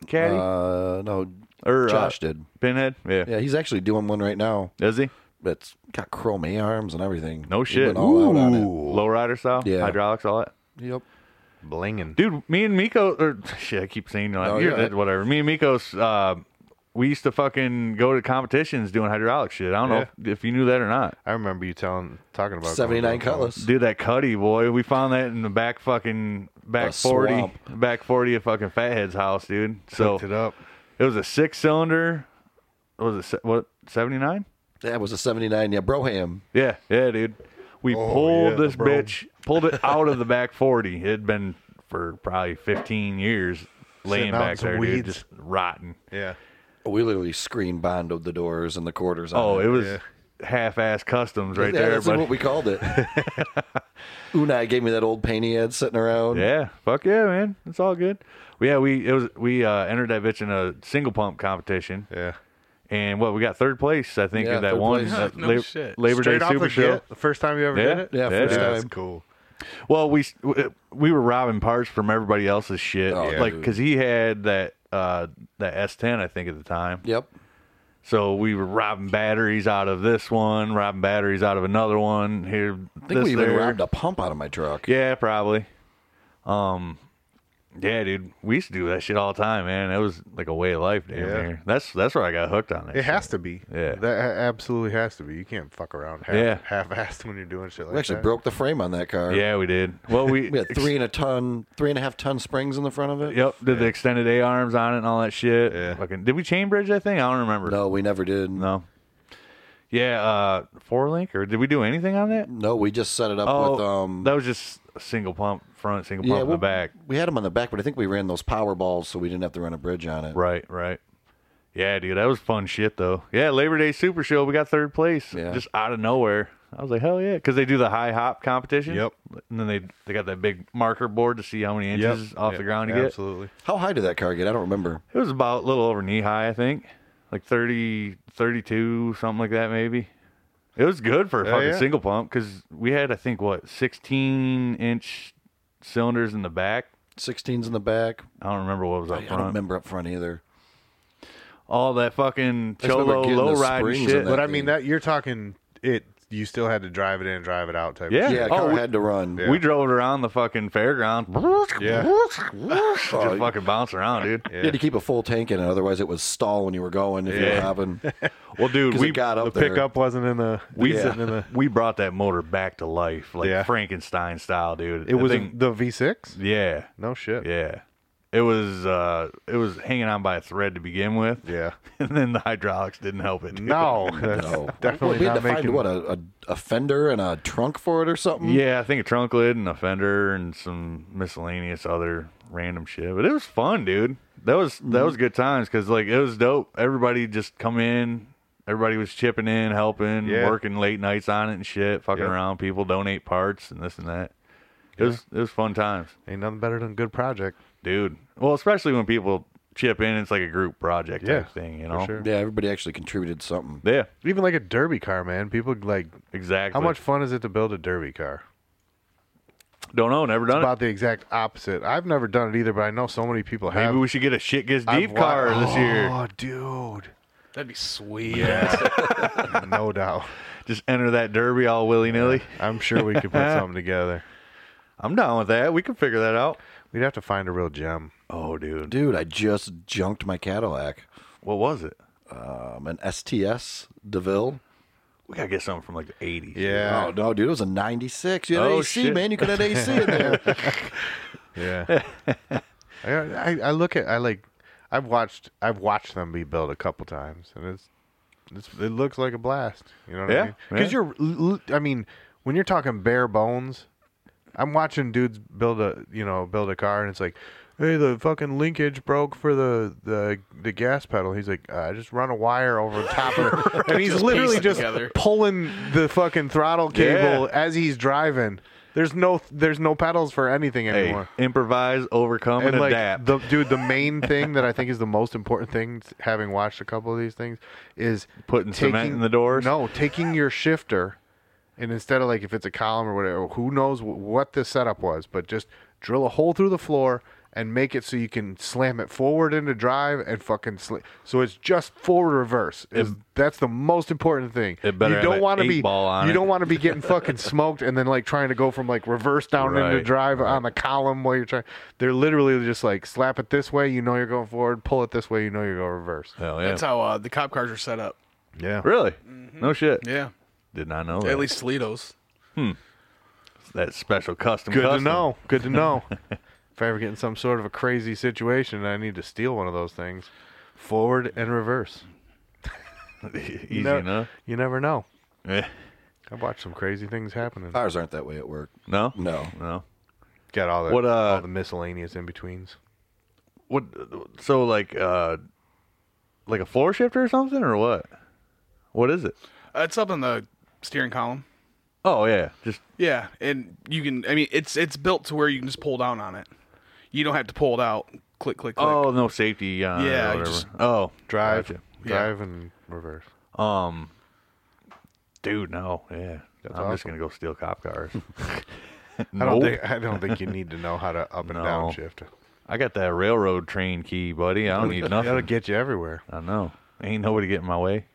caddy
Uh, no,
or uh,
Josh did.
Pinhead? Yeah.
Yeah, he's actually doing one right now.
does he?
that's got chrome A arms and everything.
No
He
shit.
went all out on it.
Low rider style,
Yeah.
hydraulics, all that.
Yep.
Blinging.
dude me and miko or [LAUGHS] shit i keep saying like,
No,
you're
you're
dead,
right.
whatever me and miko's uh we used to fucking go to competitions doing hydraulic shit i don't know if, if you knew that or not
I remember you telling talking about
Seventy nine
colors.
Cutlass.
dude that cutty boy we found that in the back fucking back
A
40
swamp.
back 40 of fucking fathead's house dude so
Hooked it up.
it was a six cylinder was it se- what 79
That was a seventy nine. Yeah, Broham.
yeah yeah dude we
Oh,
pulled
yeah,
this
bro.
bitch pulled it out of the back 40 it had been for probably 15 years laying
Sitting out in
back
some
there dude,
weeds.
just rotten
Yeah.
We literally screen bondoed the doors and the quarters. On
Oh,
it.
it was half-ass customs right
yeah,
there,
That's
buddy.
what we
[LAUGHS]
called it. Unai gave me that old painty ad sitting around.
yeah, fuck yeah, man. It's all good. Well, yeah, we it was we uh, entered that bitch in a single pump competition,
Yeah.
and what we got third place, I think,
Yeah,
in that
third
one
place.
that
[LAUGHS]
No
Lab-
shit.
Labor
Straight
Day
off
Super
the
Show.
get, the first time you ever
Yeah.
did it.
Yeah,
Yeah,
first
dude.
That's
time.
cool.
Well, we we were robbing parts from everybody else's shit,
Oh,
Like 'cause
yeah.
like because he had that uh, that S10, I think, at the time.
Yep.
So we were robbing batteries out of this one, robbing batteries out of another one. Here,
I think
this
we even
there.
robbed a pump out of my truck.
Yeah, probably. Um, yeah, dude, we used to do that shit all the time, man. That was like a way of life, damn
Yeah.
near. That's that's where I got hooked on that.
It
shit.
has to be.
Yeah.
That a- absolutely has to be. You can't fuck around half,
Yeah.
half-assed when you're doing shit like
We actually
that.
broke the frame on that car.
Yeah, we did. Well, we,
[LAUGHS] We had three and a ton, three and a half ton springs in the front of it.
Yep, did the extended A arms on it and all that shit.
Yeah.
Fucking, did we chain bridge that thing? I don't remember.
No, we never did.
No. Yeah, uh, four link or did we do anything on that?
No, we just set it up
Oh,
with um.
that was just a single pump front, single
yeah,
pump in
well,
the back.
We had them on the back, but I think we ran those power balls, so we didn't have to run a bridge on it.
Right, right. Yeah, dude, that was fun shit though. Yeah, Labor Day Super Show, we got third place
Yeah.
just out of nowhere. I was like, hell yeah, because they do the high hop competition.
Yep.
And then they they got that big marker board to see how many
Yep.
inches off
Yeah,
the ground you
Absolutely.
How high did that car get? I don't remember.
get. It was about a little over knee high, I think, like 30, 32, something like that, maybe. It was good for a
Oh,
fucking
yeah.
single pump because we had, I think, what sixteen inch cylinders in the back.
16s in the back.
I don't remember what was up
Oh, I
front.
don't remember up front either.
All that fucking
just remember
cholo
getting the
low ride
springs in
shit.
that
But I
thing.
mean that you're talking it. You still had to drive it in, drive it out type.
Yeah.
Of shit.
Yeah,
Oh,
car
we-
had to run.
We drove it around the fucking fairground.
Yeah.
Just fucking bounce around, dude.
Uh, You had to keep a full tank in it, otherwise it would stall when you were going. If you
Yeah. [LAUGHS]
were hopping,
Well, dude,
'Cause
we
it got up
the
there.
Pickup wasn't in the.
We,
sitting in the.
we brought that motor back to life, like
Yeah.
Frankenstein style, dude.
It
The
was
thing-
the V6.
yeah,
No shit.
yeah. It was uh, it was hanging on by a thread to begin with. [LAUGHS]
Yeah.
and then the hydraulics didn't help it. dude.
No, that's
no,
[LAUGHS] definitely
we
not
had to
making.
find what a, a, a fender and a trunk for it or something.
Yeah, I think a trunk lid and a fender and some miscellaneous other random shit. But it was fun, dude. That was that
Mm-hmm.
was good times because like it was dope. Everybody just come in. Everybody was chipping in, helping,
Yeah.
working late nights on it and shit, fucking
Yeah.
around. People donate parts and this and that. It was it was fun times,
Ain't nothing better than a good project.
dude. Well, especially when people chip in, it's like a group project type
Yeah,
thing, you
for
know?
sure.
yeah. Everybody actually contributed something.
Yeah,
Even like a derby car, man. People like.
exactly.
How much fun is it to build a derby car?
Don't know. Never done
About the exact opposite. I've never done it either, but I know so many people
it.
have.
Maybe we should get a shit gets
I've
deep
wa-
car this year.
[LAUGHS] Oh, dude.
That'd be sweet.
[LAUGHS] No doubt.
Just enter that derby all willy nilly.
I'm sure we could put something together.
I'm down with that. We can figure that out.
We'd have to find a real gem.
Oh, dude.
Dude, I just junked my Cadillac,
What was it?
um, an STS Deville.
We gotta get something from like the 80s.
Oh no, dude, it was a '96. You had
Oh,
AC,
shit.
man. You could have AC in there.
[LAUGHS]
Yeah. I, I I look at I like I've watched I've watched them be built a couple times and it's it's it looks like a blast. You know what
Yeah,
I mean? Because
yeah.
you're l- l- I mean when you're talking bare bones, I'm watching dudes build a you know build a car and it's like. Hey, the fucking linkage broke for the the, the gas pedal. He's like, I just run a wire over the top of
[LAUGHS]
it, and he's
Just
literally
piece it
just
together.
pulling the fucking throttle cable as he's driving. There's no there's no pedals for anything
Hey,
anymore
improvise, overcome, and,
and like
adapt.
the dude, the main thing that I think is the most important thing, s- having watched a couple of these things, is
Putting cement in the doors?
No, taking your shifter, and instead of like if it's a column or whatever, who knows wh- what the setup was, but just drill a hole through the floor and make it so you can slam it forward into drive and fucking sl- so it's just forward reverse. Is that's the most important thing.
It better
you
have
don't
an
wanna
eight
be
ball on
you
it.
don't want to be getting fucking smoked and then like trying to go from like reverse down into
Right,
drive on the column while you're trying. They're literally just like slap it this way, you know you're going forward. Pull it this way, you know you're going reverse.
Hell yeah.
That's how uh, the cop cars are set up.
Yeah,
really?
Mm-hmm.
No shit.
Yeah.
Did not know that.
At least Toledo's.
that special custom.
good
custom.
to know. Good to know. if I ever get in some sort of a crazy situation, I need to steal one of those things, forward and reverse.
[LAUGHS] Easy
No-
enough.
You never know.
Eh.
I've watched some crazy things happening.
Ours aren't that way at work.
No.
No.
No.
Got all the
What, uh,
all the miscellaneous in betweens.
What? So like, uh, like a floor shifter or something, or what? What is it?
Uh, it's up in the steering column.
Oh yeah, just
Yeah, and you can. I mean, it's it's built to where you can just pull down on it. You don't have to pull it out. Click, click, click.
oh no safety. Uh,
Yeah,
or whatever.
just-
oh
Drive,
gotcha.
drive, and reverse.
Um, dude, no, yeah. I'm just
awesome.
gonna go steal cop cars.
I don't
Nope.
think I don't think you need to know how to up and
No.
down shift.
I got that railroad train key, buddy. I don't
[LAUGHS]
need
That'll
nothing.
get you everywhere.
I know. Ain't nobody getting in my way.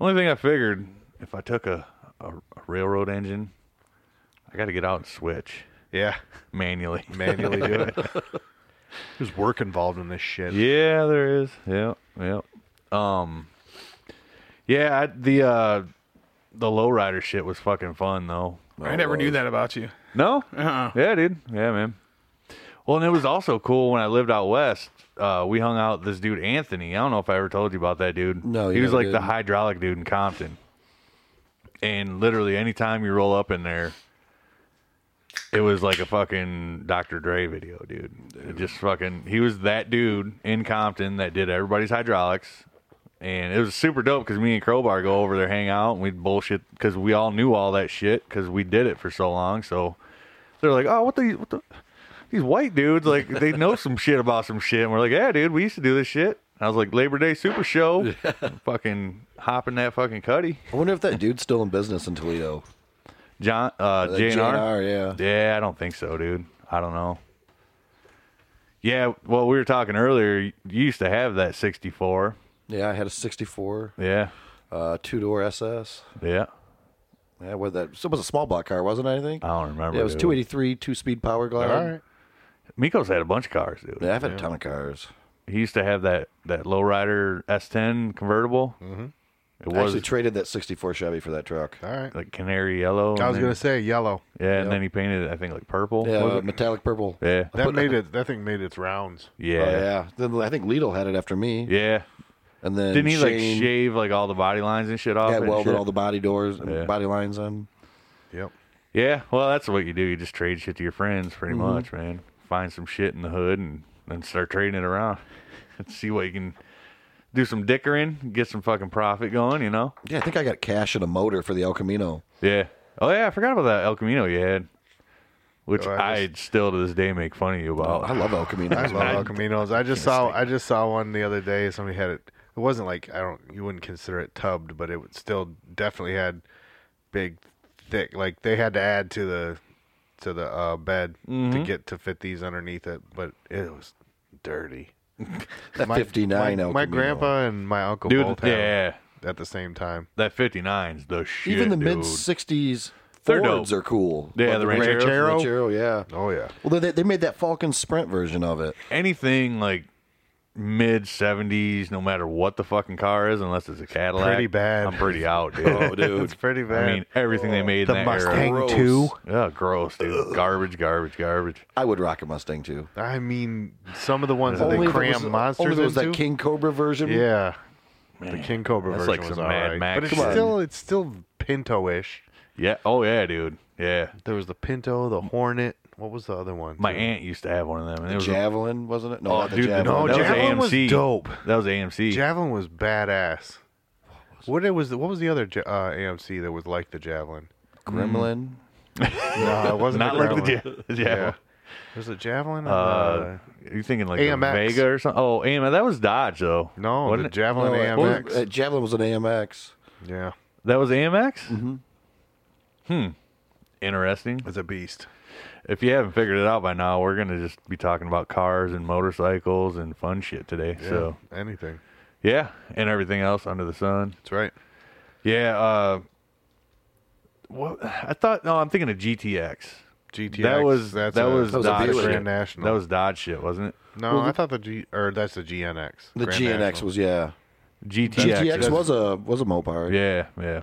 Only thing I figured, if I took a, a, a railroad engine, I got to get out and switch
Yeah, [LAUGHS]
manually. [LAUGHS]
manually do it. [LAUGHS] There's work involved in this shit.
Yeah, there is. Yeah, yeah. Um, yeah. I, the uh, the lowrider shit was fucking fun though.
I
Oh,
never knew that about you.
No?
Uh-uh.
Yeah, dude. Yeah, man. Well, and it was also cool when I lived out west. Uh, we hung out with this dude Anthony. I don't know if I ever told you about that dude.
No, you
he was
never
like the
did.
hydraulic dude in Compton. And literally, anytime you roll up in there, it was like a fucking Dr. Dre video, dude. It just fucking. He was that dude in Compton that did everybody's hydraulics, and it was super dope because me and Crowbar go over there, hang out, and we'd bullshit because we all knew all that shit because we did it for so long. So they're like, "Oh, what the, what the? These white dudes like they know some shit about some shit." And we're like, "Yeah, dude, we used to do this shit." I was like, "Labor Day Super Show, fucking hopping that fucking cuddy,
I wonder if that dude's still in business in Toledo.
John, uh,
That
J and R."
J&R, yeah.
Yeah, I don't think so, dude. I don't know. Yeah, well, we were talking earlier. You used to have that 64.
Yeah, I had a 64,
Yeah,
uh, two door SS.
yeah.
Yeah, what that? So it was a small block car, wasn't it? I think.
I don't remember.
yeah, it was
dude.
283, two speed power glide.
All right.
Miko's had a bunch of cars, dude.
Yeah, I've had a ton of cars.
He used to have that that lowrider S10 convertible. Mm-hmm. It
I
was
actually traded that 64 Chevy for that truck.
All right.
like canary yellow.
I
and
was
then-
gonna say yellow.
Yeah, and then he painted it, I think, like purple.
Yeah, uh,
was it?
metallic purple.
Yeah.
That [LAUGHS] made it. That thing made its rounds.
Oh,
Yeah. yeah.
yeah. Then I think Lidl had it after me. And then
Didn't he like
Shane
shave like all the body lines and shit off?
had
and
welded
shit?
all the body doors, and
Yeah.
body lines on.
Yep.
Yeah, well, that's what you do. You just trade shit to your friends, pretty
Mm-hmm.
much, man. Find some shit in the hood and then start trading it around. [LAUGHS] and see what you can do some dickering, get some fucking profit going, you know?
Yeah, I think I got cash and a motor for the El Camino.
Yeah. Oh yeah, I forgot about that El Camino you had, which
Oh, I
I still to this day make fun of you about.
Oh, I love El Camino.
[LAUGHS] I love El Caminos. I just saw. I just saw one the other day. Somebody had it. It wasn't like I don't. You wouldn't consider it tubbed, but it would still definitely had big, thick. Like they had to add to the to the uh, bed
Mm-hmm.
to get to fit these underneath it, but it was dirty.
that
My-
59
My,
El
my
Camino.
grandpa and my uncle
dude,
both had it
yeah,
at the same time.
that 59's the shit,
Even the
dude.
mid 60s
They're
Fords
dope.
are cool.
Yeah,
Like
the Ranchero.
Ranchero. yeah.
Oh yeah.
Well, they, they made that Falcon Sprint version of it.
anything like mid 70s, no matter what the fucking car is, unless it's a Cadillac.
pretty bad.
I'm pretty
[LAUGHS]
out, dude. oh,
It's pretty bad.
I mean, everything they made
the
in that era.
Mustang too.
Oh, gross, dude. Garbage, garbage, garbage.
I would rock a Mustang too.
I mean, some of the ones that
Only
they
if it
cram
was-
monsters
only if it was
into.
that King Cobra version.
Yeah. The King Cobra
that's
version
like
was
some
all
Mad
right.
Max
But it's
shit.
still it's still Pinto-ish.
Yeah. Oh, yeah, dude. Yeah.
There was the Pinto, the Hornet. What was the other one?
My aunt used to have one of them. And it
The
was
Javelin, wasn't it? No,
oh,
not the
dude,
Javelin.
no,
that
Javelin
was
was
AMC.
dope.
That was AMC.
Javelin was badass. What it was? What was the other Ja- uh, AMC that was like
[LAUGHS]
the Javelin?
Gremlin.
No, it wasn't.
Not
the
like the
Javelin.
Javelin. [LAUGHS]
Yeah,
Javelin.
there's a Javelin. and,
Uh,
Uh,
you thinking like a
AMX.
Vega or something? Oh, AMX. That was Dodge, though.
no,
wasn't
the
it?
Javelin
No, it was-
AMX.
uh, Javelin was an AMX.
yeah,
That was AMX? Mm-hmm. Hmm. Interesting.
it's a beast.
if you haven't figured it out by now, we're gonna just be talking about cars and motorcycles and fun shit today. So
anything.
yeah, and everything else under the sun.
That's right.
Yeah. Uh, what I thought? No, I'm thinking of GTX.
GTX.
that was
that's
that
a-
was
That was a
Dodge
Buick.
shit.
Grand National.
That was Dodge shit, wasn't it?
no. I thought the G or that's the GNX.
The
Grand
GNX
National.
was yeah.
GTX.
GTX
that's-
was a was a Mopar.
Yeah, yeah.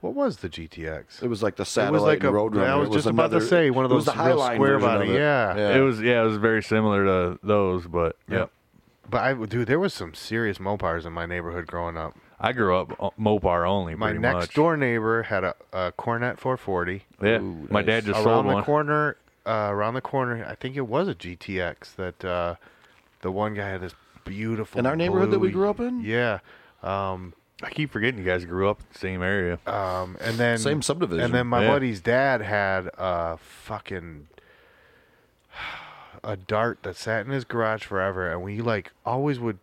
What was the GTX?
It was like the
It
satellite
was like a.
and road runner.
I was,
It
just about to
another-
say one of
it
those
was the
real
Highline
square
version of
body.
it.
Yeah.
It was yeah, it was very similar to those, but yeah.
Yep. But I dude, there was some serious Mopars in my neighborhood growing up.
I grew up o- Mopar only.
My
pretty
next
much.
door neighbor had a, a Cornet 440.
Yeah,
Ooh,
my
nice.
dad just
around
sold
the
one.
corner, uh, around the corner, I think it was a GTX that uh, the one guy had this beautiful
In our neighborhood that we
blue-
grew up in?
Yeah, um,
I keep forgetting you guys grew up in the same area.
um, and then
Same subdivision.
And then my
Yeah.
buddy's dad had a fucking [SIGHS] a dart that sat in his garage forever, and we like always would.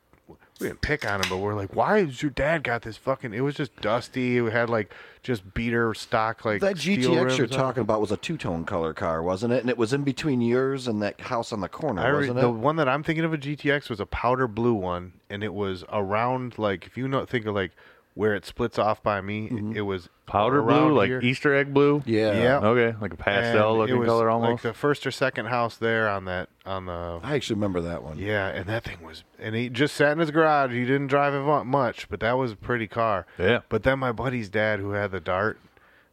We didn't pick on him, but we're like, "Why is your dad got this fucking?" It was just dusty. It had like just beater stock, like
That
steel
GTX you're
rims on it.
talking about was a two tone color car, wasn't it? And it was in between yours and that house on the corner,
I re-
wasn't
the
it?
one that I'm thinking of a GTX was a powder blue one, and it was around like if you know think of like where it splits off by me, it was
Powder blue,
around
like E-
here.
Easter egg blue.
Mm-hmm. Yeah.
Yeah.
Okay, like a
And
pastel
it
looking
was,
color
like
almost.
the first or second house there on that on the
I actually remember that one.
yeah, and that thing was and he just sat in his garage. He didn't drive it mu- much, but that was a pretty car.
Yeah.
But then my buddy's dad, who had the Dart,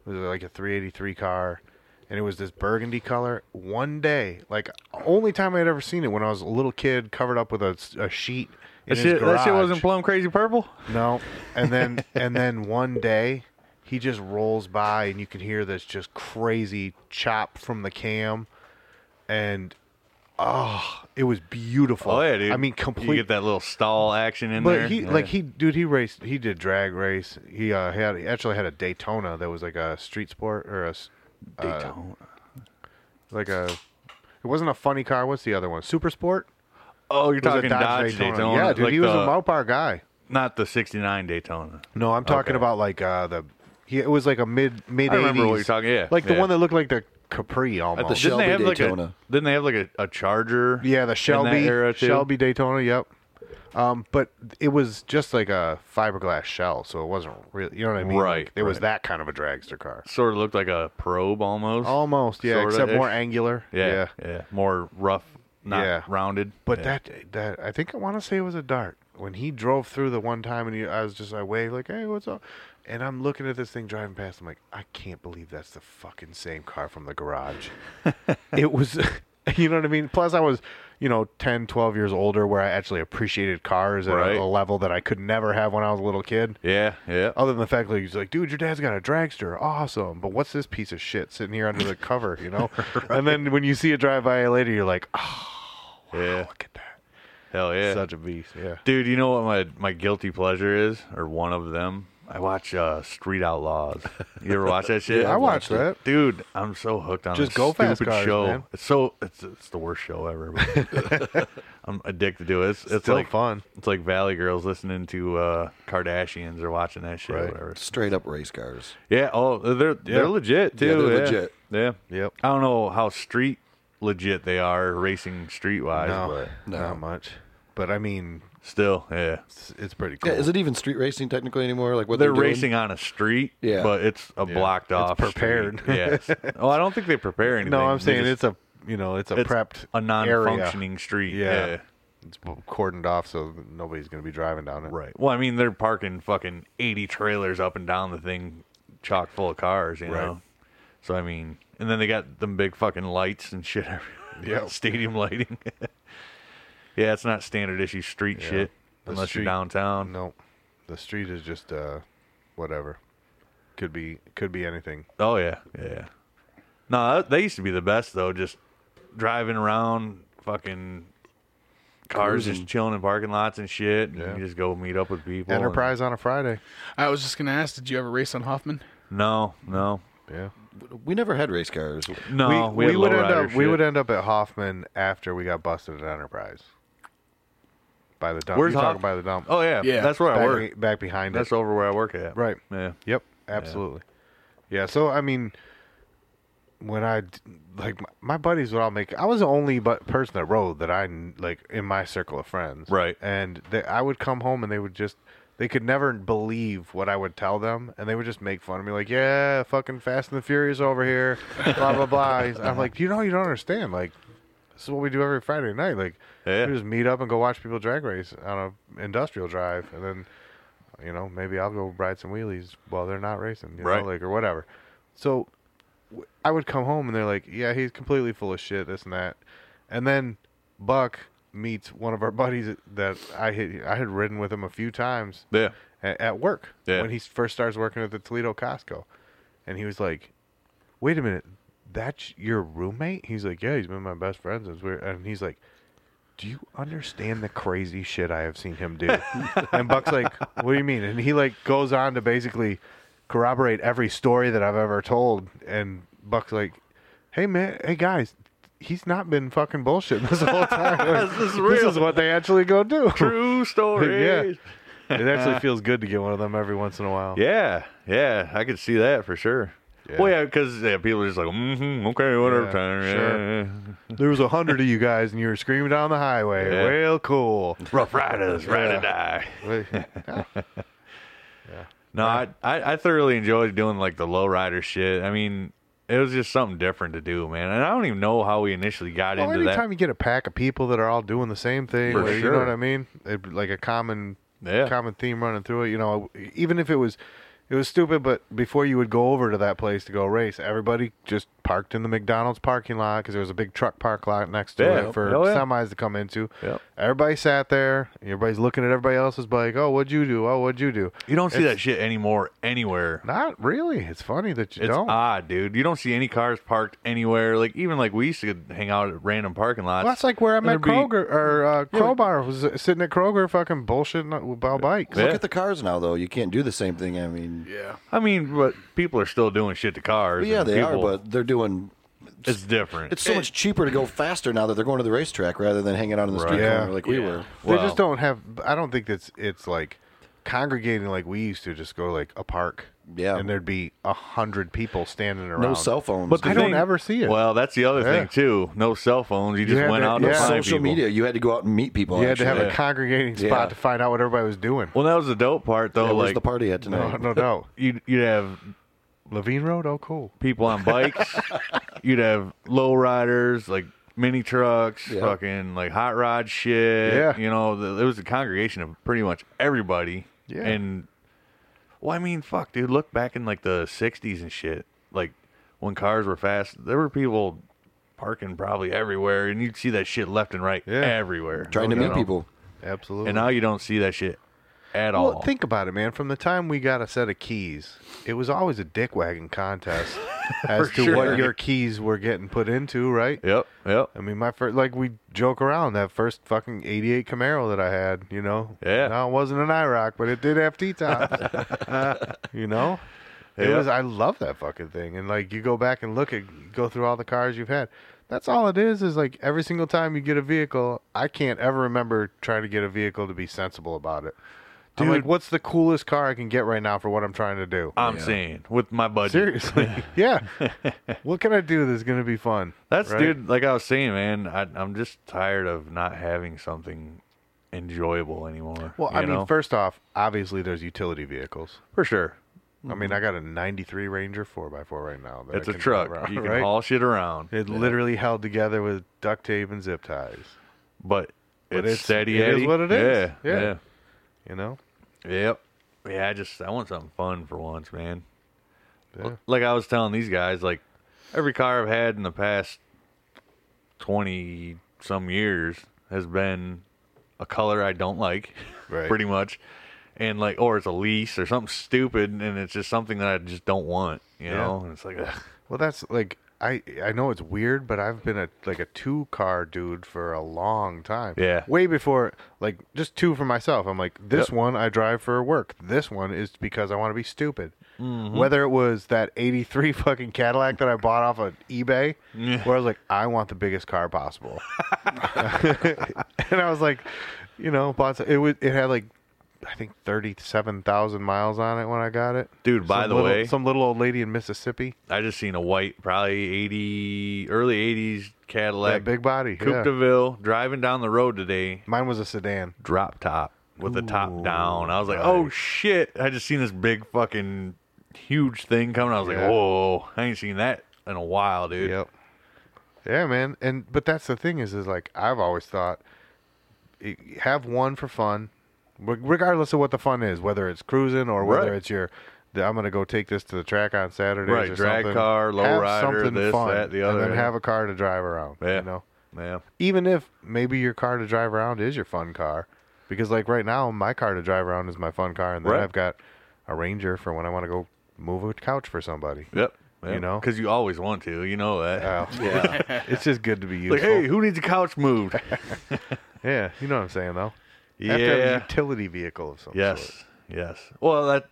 it was like a 383 car, and it was this burgundy color. One day, like only time I had ever seen it when I was a little kid, covered up with a, a sheet.
that,
In his
shit, that shit
garage.
wasn't plum crazy purple.
No,
[LAUGHS]
and then and then one day he just rolls by, and you can hear this just crazy chop from the cam, and oh, it was beautiful.
Oh yeah, dude.
I mean,
You
complete.
get that little stall action in
but
there.
he
Yeah.
like he dude he raced he did drag race he uh had he actually had a Daytona that was like a street sport or a s- uh,
Daytona.
like a it wasn't a funny car what's the other one super sport
oh, you're
It was a
talking Dodge, Daytona.
yeah dude
like
he was
the-
a Mopar guy
not the '69 Daytona.
No, I'm talking
Okay.
about like uh, the. He, it was like a mid mid
I remember what
80s.
you're talking- yeah,
like
yeah.
the one that looked like the Capri almost.
the
Didn't they
Shelby
have like a
Daytona.
Didn't they have like a, a Charger?
yeah, the Shelby
in that era too?
Shelby Daytona. Yep. Um, but it was just like a fiberglass shell, so it wasn't really. You know what I mean?
Right,
Like, it was
right.
that kind of a dragster car.
Sort of looked like a probe almost.
Almost, yeah,
Sorta
except more
ish.
angular.
Yeah, yeah, more rough, not
Yeah.
rounded.
But
Yeah.
that that I think I want to say it was a dart. When he drove through the one time, and he, I was just I waved like, "Hey, what's up?" And I'm looking at this thing driving past. I'm like, I can't believe that's the fucking same car from
[LAUGHS]
the garage. it was, [LAUGHS] you know what I mean. Plus, I was, you know, 10, 12 years older, where I actually appreciated cars at a-
Right.
a, level that I could never have when I was a little kid.
yeah, yeah.
Other than the fact that he's like, dude, your dad's got a dragster, awesome. But what's this piece of shit sitting here under the cover,
[LAUGHS]
you know? And then when you see it drive by later, you're like, oh,
yeah.
look at that.
Hell yeah.
Such a beast. Yeah.
Dude, you know what my my guilty pleasure is, or one of them? I watch uh, Street Outlaws. You ever watch
[LAUGHS]
that shit?
I watched that.
Dude, I'm so hooked on
Just
this
go fast
stupid
cars,
show.
man.
It's so it's, it's the worst show ever. but [LAUGHS] I'm addicted to it. It's, it's
Still
like
fun.
It's like Valley Girls listening to uh, Kardashians or watching that shit. Or
Right.
whatever.
Straight up race cars.
Yeah. Oh, they're they're legit too.
Yeah, they're legit.
Yeah.
Yep.
I don't know how street legit they are racing street wise,
No,
but
No.
not much. But I mean,
still, yeah.
it's, it's pretty cool.
Yeah, is it even street racing technically anymore? Like what
They're
doing?
racing on a street,
Yeah.
but it's a blocked off. [LAUGHS]
prepared. [LAUGHS]
Street. Yes. Oh, I don't think they prepare anything.
no, I'm
They
saying
just-
it's a you know it's a
it's
prepped
a
area.
non-functioning street.
Yeah.
Yeah.
It's cordoned off so that nobody's going to be driving down it.
Right. Well, I mean, they're parking fucking eighty trailers up and down the thing, chock full of cars. You
Right.
know. So I mean, and then they got them big fucking lights and shit. [LAUGHS] everywhere.
Yep.
Stadium lighting. [LAUGHS] yeah, it's not standard issue street shit
The
unless
street-
you're downtown.
No, the street is just uh, whatever. Could be could be anything.
Oh yeah, yeah. No, that- they used to be the best though. Just driving around, fucking cars,
Cruising.
just chilling in parking lots and shit. And You just go meet up with people. and-
Enterprise on a Friday.
I was just gonna ask, did you ever race on Hoffman?
no, no,
Yeah.
We never had race cars.
no. Oh, We, had
would end
lowrider
up we
shit.
would end up at Hoffman after we got busted at Enterprise. By the dump.
Where's
You're
Hoff-
talking by the dump.
Oh yeah,
Yeah.
That's where I
back,
work.
back behind
That's
it.
over where I work at.
Right.
Yeah.
Yep, absolutely. Yeah. so I mean, when I d- like my, my buddies would all make. I was the only but person that rode that I kn- like in my circle of friends.
Right.
and they, I would come home and they would just they could never believe what I would tell them, and they would just make fun of me like, "Yeah, fucking Fast and the Furious over here, blah
[LAUGHS]
blah blah." I'm like, you know, you don't understand. Like, this is what we do every Friday night. Like,
Yeah.
we just meet up and go watch people drag race on a industrial drive, and then you know, maybe I'll go ride some wheelies while they're not racing, you
Right.
know, like or whatever. So w- I would come home and they're like, "Yeah, he's completely full of shit, this and that." And then Buck meets one of our [LAUGHS] buddies that I had I had ridden with him a few times
Yeah.
at, at work
Yeah.
when he first starts working at the Toledo Costco, and he was like, "Wait a minute, that's your roommate?" He's like, "Yeah, he's been my best friend since we're," and he's like. Do you understand the crazy shit I have seen him
[LAUGHS]
do? and Buck's like, "What do you mean?" And he like goes on to basically corroborate every story that I've ever told. And Buck's like, "Hey man, hey guys, he's not been fucking bullshit this
[LAUGHS]
whole time. Like,
This is
This
real.
is what they actually go do."
True story.
[LAUGHS] yeah. It [LAUGHS] actually feels good to get one of them every once in a while.
Yeah, yeah, I could see that for sure. Well, yeah, because yeah, people are just like, mm-hmm, okay, whatever,
Yeah,
Tanner, yeah,
sure.
yeah.
There was a hundred of you guys, and you were screaming down the highway.
Yeah.
Well, [LAUGHS] cool.
Rough Riders, ride or die. No, I, I, I thoroughly enjoyed doing like the low rider shit. I mean, it was just something different to do, man. And I don't even know how we initially got
Well,
into
anytime you get a pack of people that are all doing the same thing,
For
or, you
sure.
know what I mean? It, like a common,
Yeah.
common theme running through it. You know, even if it was, it was stupid. But before you would go over to that place to go race, everybody just parked in the McDonald's parking lot because there was a big truck park lot next to
Yeah.
it for
Oh, yeah.
semis to come into.
Yep.
Everybody sat there. Everybody's looking at everybody else's bike. Oh, what'd you do? Oh, what'd you do?
that. You don't see that shit anymore anywhere.
Not really. It's funny that you
It's
don't.
odd, dude. You don't see any cars parked anywhere. Like even like we used to hang out at random parking lots.
Well, that's like where I
And there'd
met
be-
Kroger or uh, Crowbar was sitting at Kroger, fucking bullshitting about bikes.
Yeah.
Look at the cars now, though. You can't do the same thing. I mean,
Yeah.
I mean, but people are still doing shit to cars.
but yeah,
and
they are,
people-
but they're doing.
it's different.
It's so much cheaper to go faster now that they're going to the racetrack rather than hanging out in the street
Right.
corner
Yeah.
like we were.
They just
Wow.
don't have. I don't think that's it's like congregating like we used to. Just go like a park,
Yeah.
and there'd be a hundred people standing around.
No cell phones.
I don't ever see it.
Well, that's the other
Yeah.
thing too. No cell phones. You just
had
went
to-
out
yeah.
to find
social
people.
media. You had to go out and meet people.
you had to have
actually.
a congregating spot
Yeah.
to find out what everybody was doing.
Well, that was the dope part though.
Yeah, where's
like
the party at
No,
tonight?
no doubt.
you'd you'd have
Levine Road. Oh, cool.
people on bikes. you'd have low riders like mini trucks,
Yeah.
fucking like hot rod shit.
Yeah.
you know, the, it was a congregation of pretty much everybody.
Yeah.
and well, I mean, fuck, dude, look back in like the '60s and shit. Like when cars were fast, there were people parking probably everywhere, and you'd see that shit left and right
Yeah.
everywhere.
Trying to
You
meet
know?
people.
Absolutely.
And now you don't see that shit at
well,
all.
think about it, man. From the time we got a set of keys, it was always a dick wagon
[LAUGHS]
contest as
For
to
sure.
what your keys were getting put into, right?
yep, yep.
I mean, my first, like, we joke around that first fucking 88 Camaro that I had, you know?
Yeah.
Now, it wasn't an IROC, but it did have T tops,
[LAUGHS]
you know? It
Yeah.
was, I love that fucking thing. And, like, you go back and look at, go through all the cars you've had. That's all it is, is like every single time you get a vehicle, I can't ever remember trying to get a vehicle to be sensible about it. I'm like,
Dude.
what's the coolest car I can get right now for what I'm trying to do?
I'm saying with my budget. [LAUGHS]
Seriously. yeah. what can I do that's going to be fun?
That's
right?
dude. Like I was saying, man, I, I'm just tired of not having something enjoyable anymore.
Well, I
you
mean,
know?
first off, obviously there's utility vehicles.
for sure,
I mean, I got a '93 Ranger 4x4 right now. That
Mm-hmm. it's
I
a
can
truck.
drive around, [LAUGHS]
you can
right?
haul shit around,
It literally held together with duct tape and zip ties.
but it's,
it's-
steady.
it is
Eddie.
what it is.
Yeah,
Yeah. You know,
yeah, yep. Yeah, I just I want something fun for once, man.
Yeah.
Like I was telling these guys, like every car I've had in the past twenty some years has been a color I don't like, [LAUGHS]
Right.
pretty much, and like or it's a lease or something stupid, and it's just something that I just don't want, you know. And it's like, ugh.
well, that's like I I know it's weird, but I've been a like a two car dude for a long time.
Yeah.
way before like just two for myself. I'm like this
Yep.
one I drive for work. This one is because I want to be stupid.
Mm-hmm.
Whether it was that '83 [LAUGHS] fucking Cadillac that I bought off of eBay, where I was like, I want the biggest
[LAUGHS]
car [LAUGHS] possible. and I was like, you know, bought it was it had like I think thirty-seven thousand miles on it when I got it.
Dude, by
Some
the
little-
way-
some little old lady in Mississippi,
I just seen a white, probably eighty, early eighties Cadillac,
that big body,
Coupe
yeah.
de Ville, driving down the road today,
Mine was a sedan.
drop top with the top down. I was like,
right.
oh shit! I just seen this big fucking huge thing coming. I was
Yeah.
like, whoa! I ain't seen that in a while, dude.
Yep. Yeah, man. And but that's the thing is, is like I've always thought, i- have one for fun, reg- regardless of what the fun is, whether it's cruising or whether
Right.
it's your. the- I'm gonna go take this to the track on Saturdays.
Right,
or
drag
something.
car, low
have
rider,
something
this,
fun,
that, the other.
and then have a car to drive around.
Yeah.
You know,
Yeah.
even if maybe your car to drive around is your fun car, because like right now my car to drive around is my fun car, and then
Right.
I've got a Ranger for when I want to go move a couch for somebody.
Yep.
You know?
because you always want to. You know that.
Oh,
[LAUGHS]
[LAUGHS] it's just good to be useful.
like, hey, who needs a couch
[LAUGHS]
moved?
Yeah, you know what I'm saying though. You have to have a
yeah.
utility vehicle of some sort.
Yes. Yes. Well, that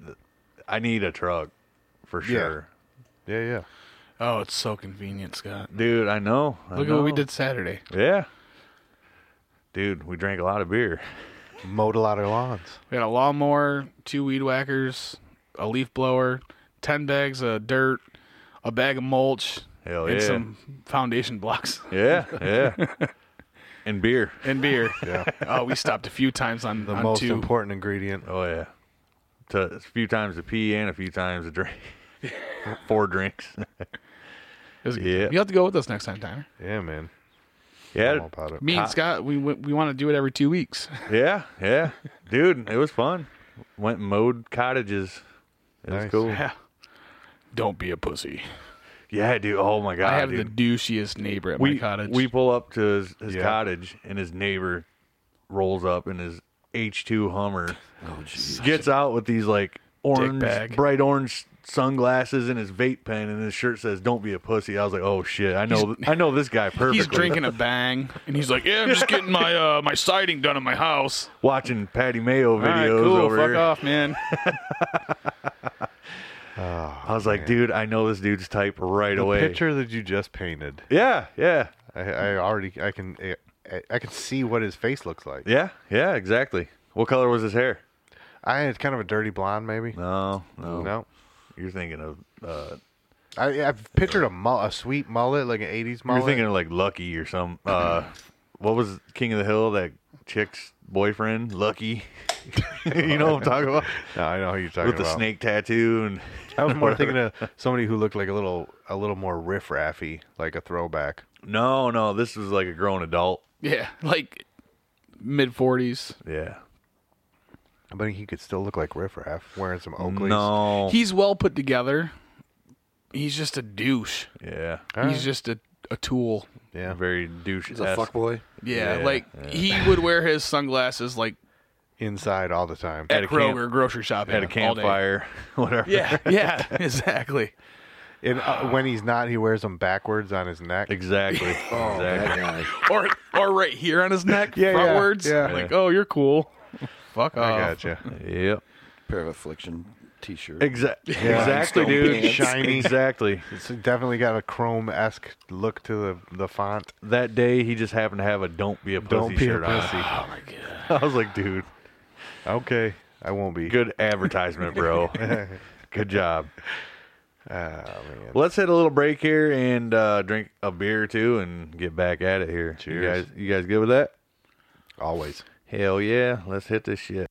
I need a truck for sure,
Yeah, yeah.
Oh, it's so convenient, Scott.
dude. I know. I
Look at what we
know.
did Saturday.
Yeah. Dude, we drank a lot of beer.
Mowed a lot of lawns.
We had a lawnmower, two weed whackers, a leaf blower, ten bags of dirt, a bag of mulch,
Hell
and
yeah.
some foundation blocks
Yeah,
[LAUGHS]
yeah. and beer.
and beer.
Yeah.
[LAUGHS] Oh, we stopped a few times on
The
on
most
two.
important ingredient.
Oh yeah. To a few times a pee and a few times a drink. [LAUGHS] Four
[LAUGHS]
drinks.
It was a good
Yeah.
time. You have to go with us next time, Tyler.
Yeah, man. I'm all
Yeah,
about it.
Me and Scott, we we, we want to do it every two weeks.
yeah, yeah. Dude, it was fun. Went and mowed cottages. It was
Nice.
cool.
Yeah. Don't be a pussy.
Yeah, dude. Oh my god.
I have
dude.
the douchiest neighbor at
we,
my cottage.
We pull up to his, his
Yeah.
cottage, and his neighbor rolls up in his H2 Hummer. Gets out with these like orange,
Oh, Dickbag.
bright orange sunglasses and his vape pen, and his shirt says "Don't be a pussy." I was like, "Oh shit, I know, I know this guy
[LAUGHS]
perfectly."
he's drinking a bang, and he's like, "Yeah, I'm just getting my uh, my siding done in my house."
watching Patty Mayo
All right,
[LAUGHS] videos
cool.
over
Fuck
here.
off, man. [LAUGHS]
I was like, "Dude, I know this dude's type right
The
away."
picture that you just painted.
Yeah, yeah,
I, I already I can I, I can see what his face looks like.
yeah, yeah. Exactly. What color was his hair?
I it's kind of a dirty blonde maybe.
No, no.
No.
You're thinking of uh,
I I've pictured a mull, a sweet mullet like an 80s mullet.
You're thinking of like Lucky or some. Uh, what was King of the Hill? That chick's boyfriend, Lucky. [LAUGHS] you know what I'm talking about?
no, I know who you're talking
With the
about.
snake tattoo and
I
[LAUGHS]
was more thinking of somebody who looked like a little a little more riffraffy, like a throwback.
no, no, this was like a grown adult.
Yeah, like mid forties.
Yeah.
But he could still look like riffraff wearing some Oakleys.
No.
He's well put together. He's just a douche.
yeah.
He's just a, a tool.
Yeah.
Very douche.
He's a fuckboy.
Yeah,
Yeah,
like he would wear his sunglasses like
Inside all the time.
at
a camp-
Kroger grocery shopping
Had a
all day.
campfire, [LAUGHS] whatever.
Yeah, yeah, [LAUGHS] exactly.
And uh, when he's not, he wears them backwards on his neck. [LAUGHS]
Exactly.
Oh,
exactly.
That guy.
Or or right here on his neck,
Yeah, yeah,
frontwards.
yeah.
Like, oh, you're cool. Fuck off.
uh,
I gotcha.
Yep.
Pair of affliction t-shirt.
Exactly. Exactly, dude.
pants.
Shiny.
Exactly.
It's definitely got a chrome esque look to the, the font.
That day, he just happened to have a "Don't be a pussy"
Don't be a
shirt [LAUGHS]
pussy.
on. I was like, dude.
Okay, I won't be.
Good advertisement,
[LAUGHS]
bro. Good job.
Oh,
Let's hit a little break here and uh, drink a beer or two and get back at it here.
Cheers.
You guys, you guys good with that?
Always.
Hell yeah. Let's hit this shit.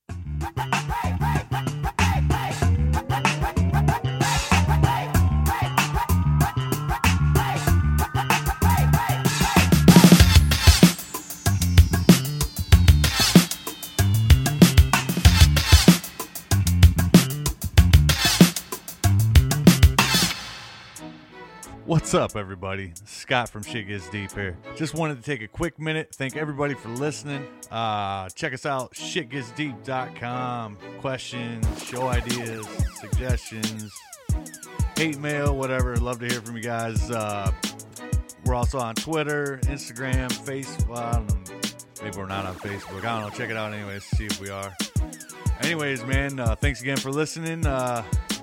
What's up, everybody? Scott from Shit Gets Deep here. Just wanted to take a quick minute, thank everybody for listening. Uh, check us out, shitgetsdeep.com. Questions, show ideas, suggestions, hate mail, whatever. Love to hear from you guys. Uh, we're also on Twitter, Instagram, Facebook. I don't know. Maybe we're not on Facebook. I don't know. Check it out, anyways, see if we are. Anyways, man, uh, thanks again for listening. Uh,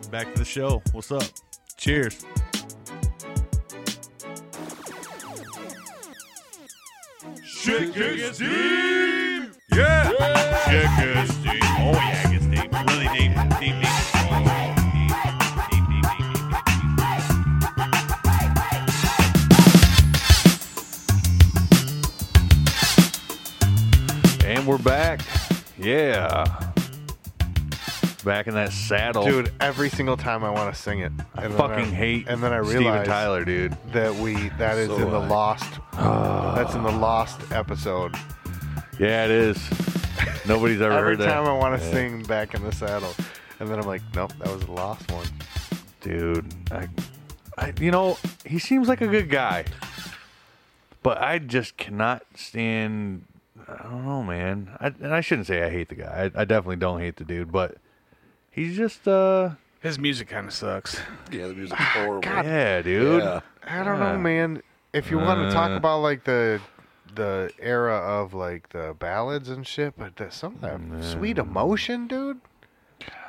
back to the show. What's up? Cheers. Shit gets deep. Yeah. Shit gets deep. Oh yeah.
really deep, deep, deep. Deep, deep, deep, deep, deep, deep.
And we're back. Yeah. Back in that saddle.
Dude, every single time I want to sing it.
I
And then
fucking hate
And then I
Steven
realize
Tyler, dude.
that we that is
So
in the
I-
lost. that's in the lost episode.
Yeah, it is. Nobody's ever
Every
heard that.
time I want to sing "Back in the Saddle," and then I'm like, nope, that was the lost one.
dude. I, I, you know, he seems like a good guy, but I just cannot stand. I don't know, man. I, and I shouldn't say I hate the guy. I, I definitely don't hate the dude, but he's just uh,
His music kind of sucks.
[LAUGHS] Yeah, the
Ah,
music's horrible.
yeah, dude.
Yeah.
I don't
Yeah.
know, man. If you want to talk
Uh.
about like the the era of like the ballads and shit, but there's some of that sweet emotion, dude.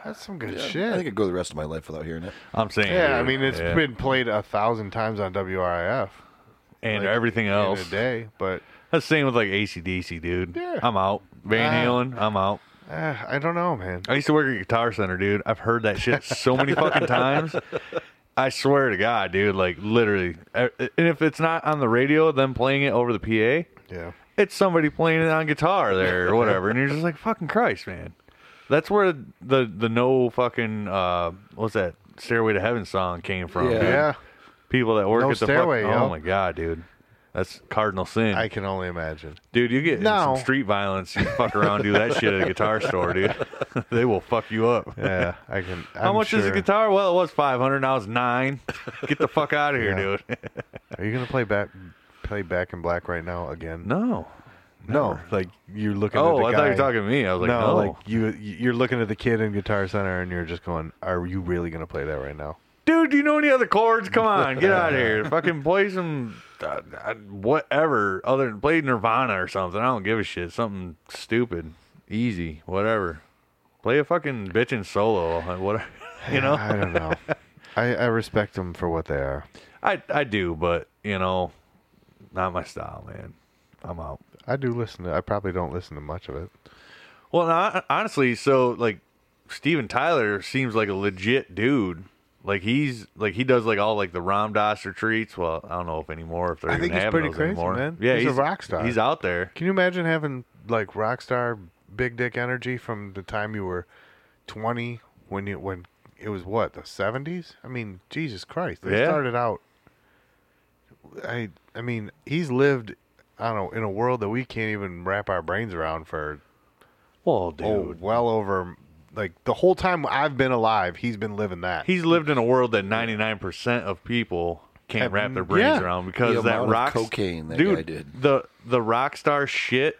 That's some good
Yeah,
shit.
I think I'd go the rest of my life without hearing it.
I'm saying.
yeah, I
dude.
mean it's
Yeah.
been played a thousand times on WRIF
and
like,
everything
in
else.
a day, but
That's the same with like ACDC, dude.
Yeah.
I'm out. Van
Ah.
Halen, I'm out.
uh, I don't know, man.
I used to work at Guitar Center, dude. I've heard that shit so many fucking times. I swear to God, dude. Like literally, e, and if it's not on the radio, them playing it over the PA,
Yeah,
it's somebody playing it on guitar there or whatever, and you're just like, fucking Christ, man. That's where the the no fucking uh, what's that Stairway to Heaven song came from.
Yeah.
dude.
yeah.
People that work
No
at the
stairway,
fuck-
yo.
Oh my God, dude. That's cardinal sin.
I can only imagine.
Dude, you get in
No.
some street violence, you fuck around, do that shit at a guitar store, dude. [LAUGHS] they will fuck you up.
Yeah, [LAUGHS] I can.
How
I'm
much is a
sure.
guitar? Well, it was five hundred. Now it's nine. Get the fuck out of here,
[LAUGHS] Yeah.
dude.
Are you gonna play back, play Back in Black right now again?
No.
no. Like you're looking.
[LAUGHS]
at
Oh,
the
I
guy.
thought you were talking to me. I was like,
no,
no,
like you, you're looking at the kid in Guitar Center, and you're just going, "Are you really gonna play that right now?"
dude, do you know any other chords? Come on, get
[LAUGHS]
out of here. Fucking play some uh, uh, whatever other play Nirvana or something. I don't give a shit. Something stupid, easy, whatever. Play a fucking bitchin' solo, uh, whatever. [LAUGHS] You know,
I
[LAUGHS]
don't know. I, I respect them for what they are.
I I do, but you know, not my style, man. I'm out.
I do listen to. I probably don't listen to much of it.
Well, no, honestly, so like Steven Tyler seems like a legit dude. Like he's like he does like all like the Ram Dass retreats. Well, I don't know if anymore if they're
I
even
think he's
having
pretty
those
crazy,
anymore.
man.
Yeah,
He's a rock star.
He's out there.
Can you imagine having like rock star big dick energy from the time you were 20 when you when it was what the 70s? I mean, Jesus Christ, they
Yeah.
started out. I I mean, he's lived. I don't know in a world that we can't even wrap our brains around for
Well, dude,
oh, well over like the whole time I've been alive, he's been living that.
he's lived in a world that ninety nine percent of people can't
Have-
wrap their brains
yeah.
around
The
because that
amount of
rock
cocaine that
dude,
guy did.
the the rock star shit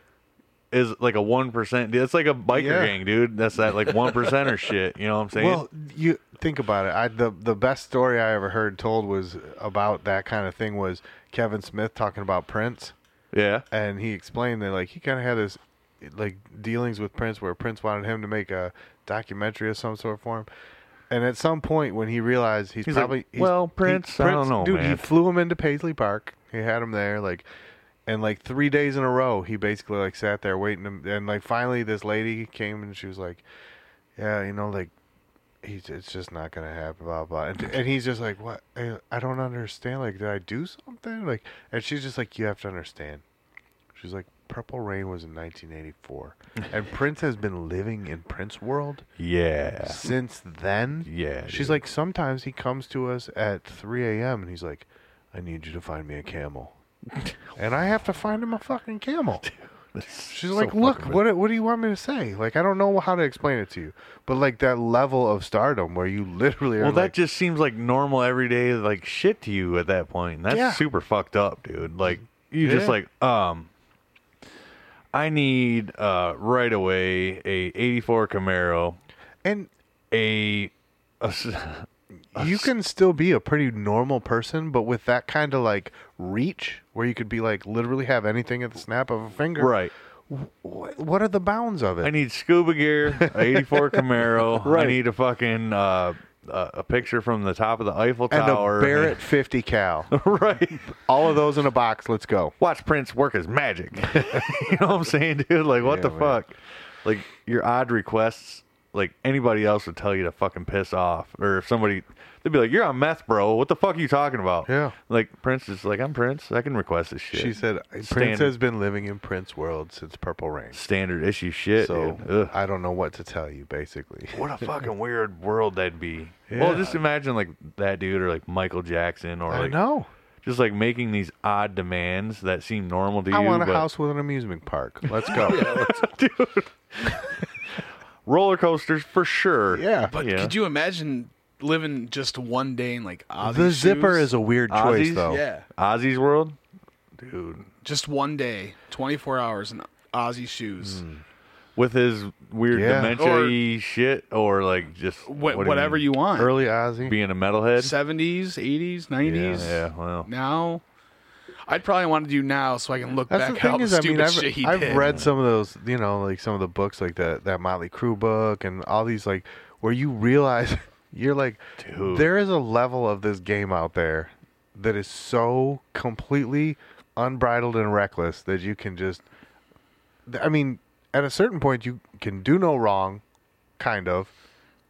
is like a one percent. It's like a biker
Yeah.
gang, dude. That's that like one percenter shit. You know what I'm saying?
Well, you think about it. I the the best story I ever heard told was about that kind of thing was Kevin Smith talking about Prince,
yeah.
and he explained that like he kind of had this like dealings with Prince where Prince wanted him to make a documentary of some sort for him. And at some point, when he realized he's,
He's like,
probably he's-
"Well, Prince, I don't know,
dude, he
man."
flew him into Paisley Park. He had him there, like, and like three days in a row, he basically like sat there waiting. To, and like finally, this lady came and she was like, "Yeah, you know, like, he's it's just not gonna happen." Blah blah. And, and he's just like, "What? I, I don't understand. Like, did I do something?" Like, and she's just like, "You have to understand." She's like, "Purple Rain was in 1984, and Prince has been living in Prince world."
Yeah.
since then.
Yeah,
She's
dude.
like, sometimes he comes to us at 3 a.m. and he's like, I need you to find me a camel.
[LAUGHS]
and I have to find him a fucking camel. She's like, look, what, what do you want me to say? Like, I don't know how to explain it to you. But, like, that level of stardom where you literally are
Well, that
like,
just seems like normal everyday like shit to you at that point. That's
Yeah.
super fucked up, dude. Like you
Yeah.
just like um I need uh right away a 84 Camaro,
and
a, a s- [LAUGHS]
you can still be a pretty normal person, but with that kind of, like, reach where you could be, like, literally have anything at the snap of a finger.
right.
Wh- What are the bounds of it?
I need scuba gear, a
[LAUGHS]
84 Camaro. I
Right.
need a fucking uh a a picture from the top of the Eiffel
and
Tower.
a Barrett 50 cal.
[LAUGHS] right.
All of those in a box. Let's go.
watch Prince work his [LAUGHS] magic. you know what I'm saying, dude? Like, what
Yeah,
the
man.
fuck? Like, your odd requests like anybody else would tell you to fucking piss off, or if somebody they'd be like, "You're on meth, bro. What the fuck are you talking about?"
Yeah.
Like Prince is like, "I'm Prince. I can request this shit."
She said Prince
Standard-
has been living in Prince world since Purple Rain.
"Standard issue shit."
So
dude. Ugh.
I don't know what to tell you. Basically,
what a fucking weird world that'd be. Well,
Yeah.
just imagine like that dude or like Michael Jackson or
I
like
know.
just like making these odd demands that seem normal to
I
you.
want a
but
house with an amusement park. Let's
[LAUGHS]
go. yeah,
Roller coasters for sure.
But
Yeah.
could you imagine living just one day in like Ozzy
the zipper
shoes?
is a weird choice,
Ozzy's?
though.
yeah,
Ozzy's world.
just one day, twenty four hours in Ozzy shoes,
Hmm.
with his weird
Yeah.
dementia shit or like just
Wh-
what do you
whatever
mean?
you want.
Early Ozzy.
being a metalhead.
seventies, eighties,
Yeah,
nineties.
yeah, well,
Now, I'd probably want to do now so I can look
That's
back
the
at all
thing
the
is, I
stupid
mean, I've,
shit he
I've
did.
read some of those, you know, like some of the books, like that that Motley Crue book, and all these, like, where you realize [LAUGHS] you're like,
Dude.
there is a level of this game out there that is so completely unbridled and reckless that you can just, I mean, at a certain point, you can do no wrong, kind of.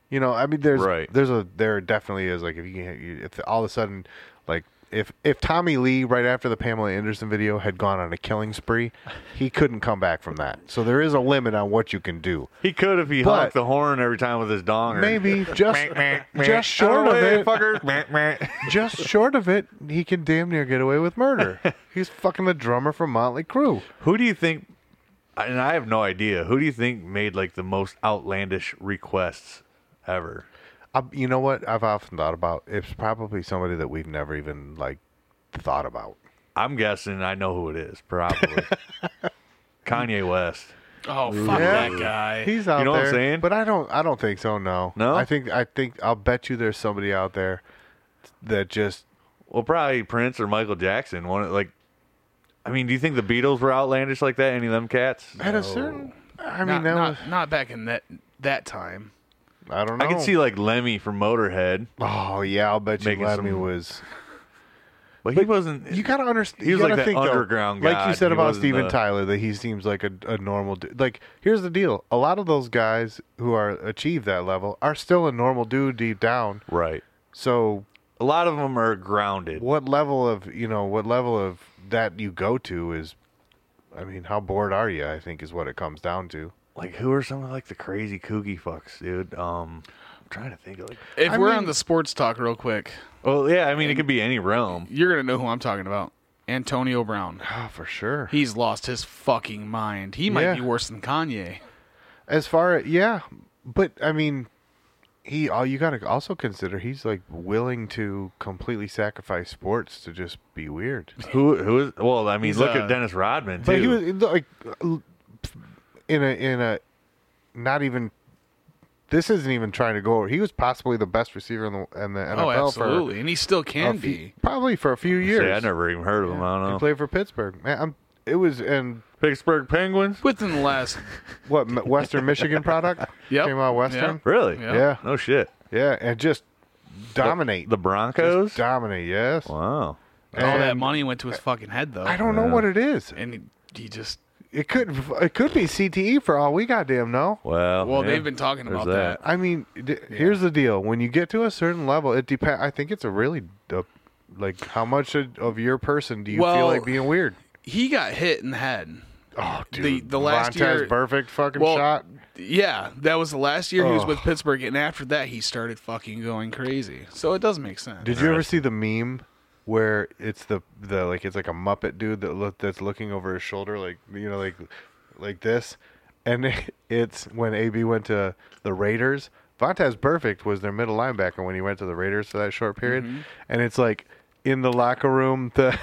You know, I mean, there's
Right.
there's a there definitely is like if you can you- if all of a sudden like if if Tommy Lee right after the Pamela Anderson video had gone on a killing spree, he couldn't come back from that. So there is a limit on what you can do.
he could if he
But-
honked the horn every time with his dong. Or,
Maybe just just short of
Away,
it,
fucker. Meh, meh.
[LAUGHS] just short of it, he can damn near get away with murder. He's fucking the drummer from Motley Crue.
Who do you think? And I have no idea. Who do you think made like the most outlandish requests ever?
I, Um, you know what? I've often thought about it's probably somebody that we've never even like thought about.
I'm guessing I know who it is.
[LAUGHS]
Probably Kanye West.
Oh fuck
Yeah.
that guy!
He's out
know what
there,
I'm saying?
but I don't. I don't think so. No,
No?
I think. I think. I'll bet you there's somebody out there that just.
Well, probably Prince or Michael Jackson. One of, like, I mean, do you think the Beatles were outlandish like that? Any of them cats?
At a certain. I mean,
Not,
that
not,
was.
not back in that that time.
I don't know.
I can see like Lemmy from Motorhead,
Oh yeah, I'll bet you
Making
Lemmy
some-
was.
but he wasn't.
You gotta understand.
He was
you
like
gotta
that
think, though,
underground
Like
god.
you said
He
about
wasn't
Steven
the-
Tyler, that he seems like a, a normal dude. Like here's the deal: a lot of those guys who are achieve that level are still a normal dude deep down.
right.
So
A lot of them are grounded.
what level of you know what level of that you go to is i mean how bored are you i think is what it comes down to [SIGHS]
Like who are some of like the crazy kooky fucks, dude? Um, I'm trying to think of like.
If
I
we're
mean-
on the sports talk real quick,
Well, yeah, I mean it could be any realm.
you're gonna know who I'm talking about. Antonio Brown.
oh for sure
He's lost his fucking mind. He might
Yeah.
be worse than Kanye.
as far as yeah but i mean he all you gotta also consider he's like willing to completely sacrifice sports to just be weird
Who who is? Well, I mean,
He's,
look
uh,
at Dennis Rodman too.
but he was like in a in a not even this isn't even trying to go over. He was possibly the best receiver in the, in the NFL
oh,
for
absolutely, and he still
a
can
few-
be.
probably for a few
Shit,
years.
I never even heard of him. I
He
don't know.
played for Pittsburgh. Man, I'm, it was in
Pittsburgh Penguins.
Within the last,
what M- Western Michigan product
[LAUGHS] Yep.
came out Western.
Really?
Yeah.
Yeah.
No shit.
Yeah, and just dominate
The Broncos.
dominate. Yes,
wow.
all that
And
money went to his fucking head, though.
I don't know what it is.
And he, he just
It could it could be CTE for all we goddamn know.
Well.
well,
yeah,
they've been talking
there's
about that.
I mean, d- here's the deal: when you get to a certain level, it depends. I think it's a really uh, like how much of of your person do you feel
Well-
like being weird?
He got hit in the head.
Oh, dude,
The- the last
Montez
year-
perfect fucking
Well,
shot.
Yeah, that was the last year he was
Ugh.
with Pittsburgh, and after that, he started fucking going crazy. So it does make sense.
Did you ever see the meme where it's the the like it's like a Muppet dude that look that's looking over his shoulder like you know like like this, and [LAUGHS] it's when AB went to the Raiders. Vontez Perfect was their middle linebacker when he went to the Raiders for that short period, and it's like in the locker room [LAUGHS] the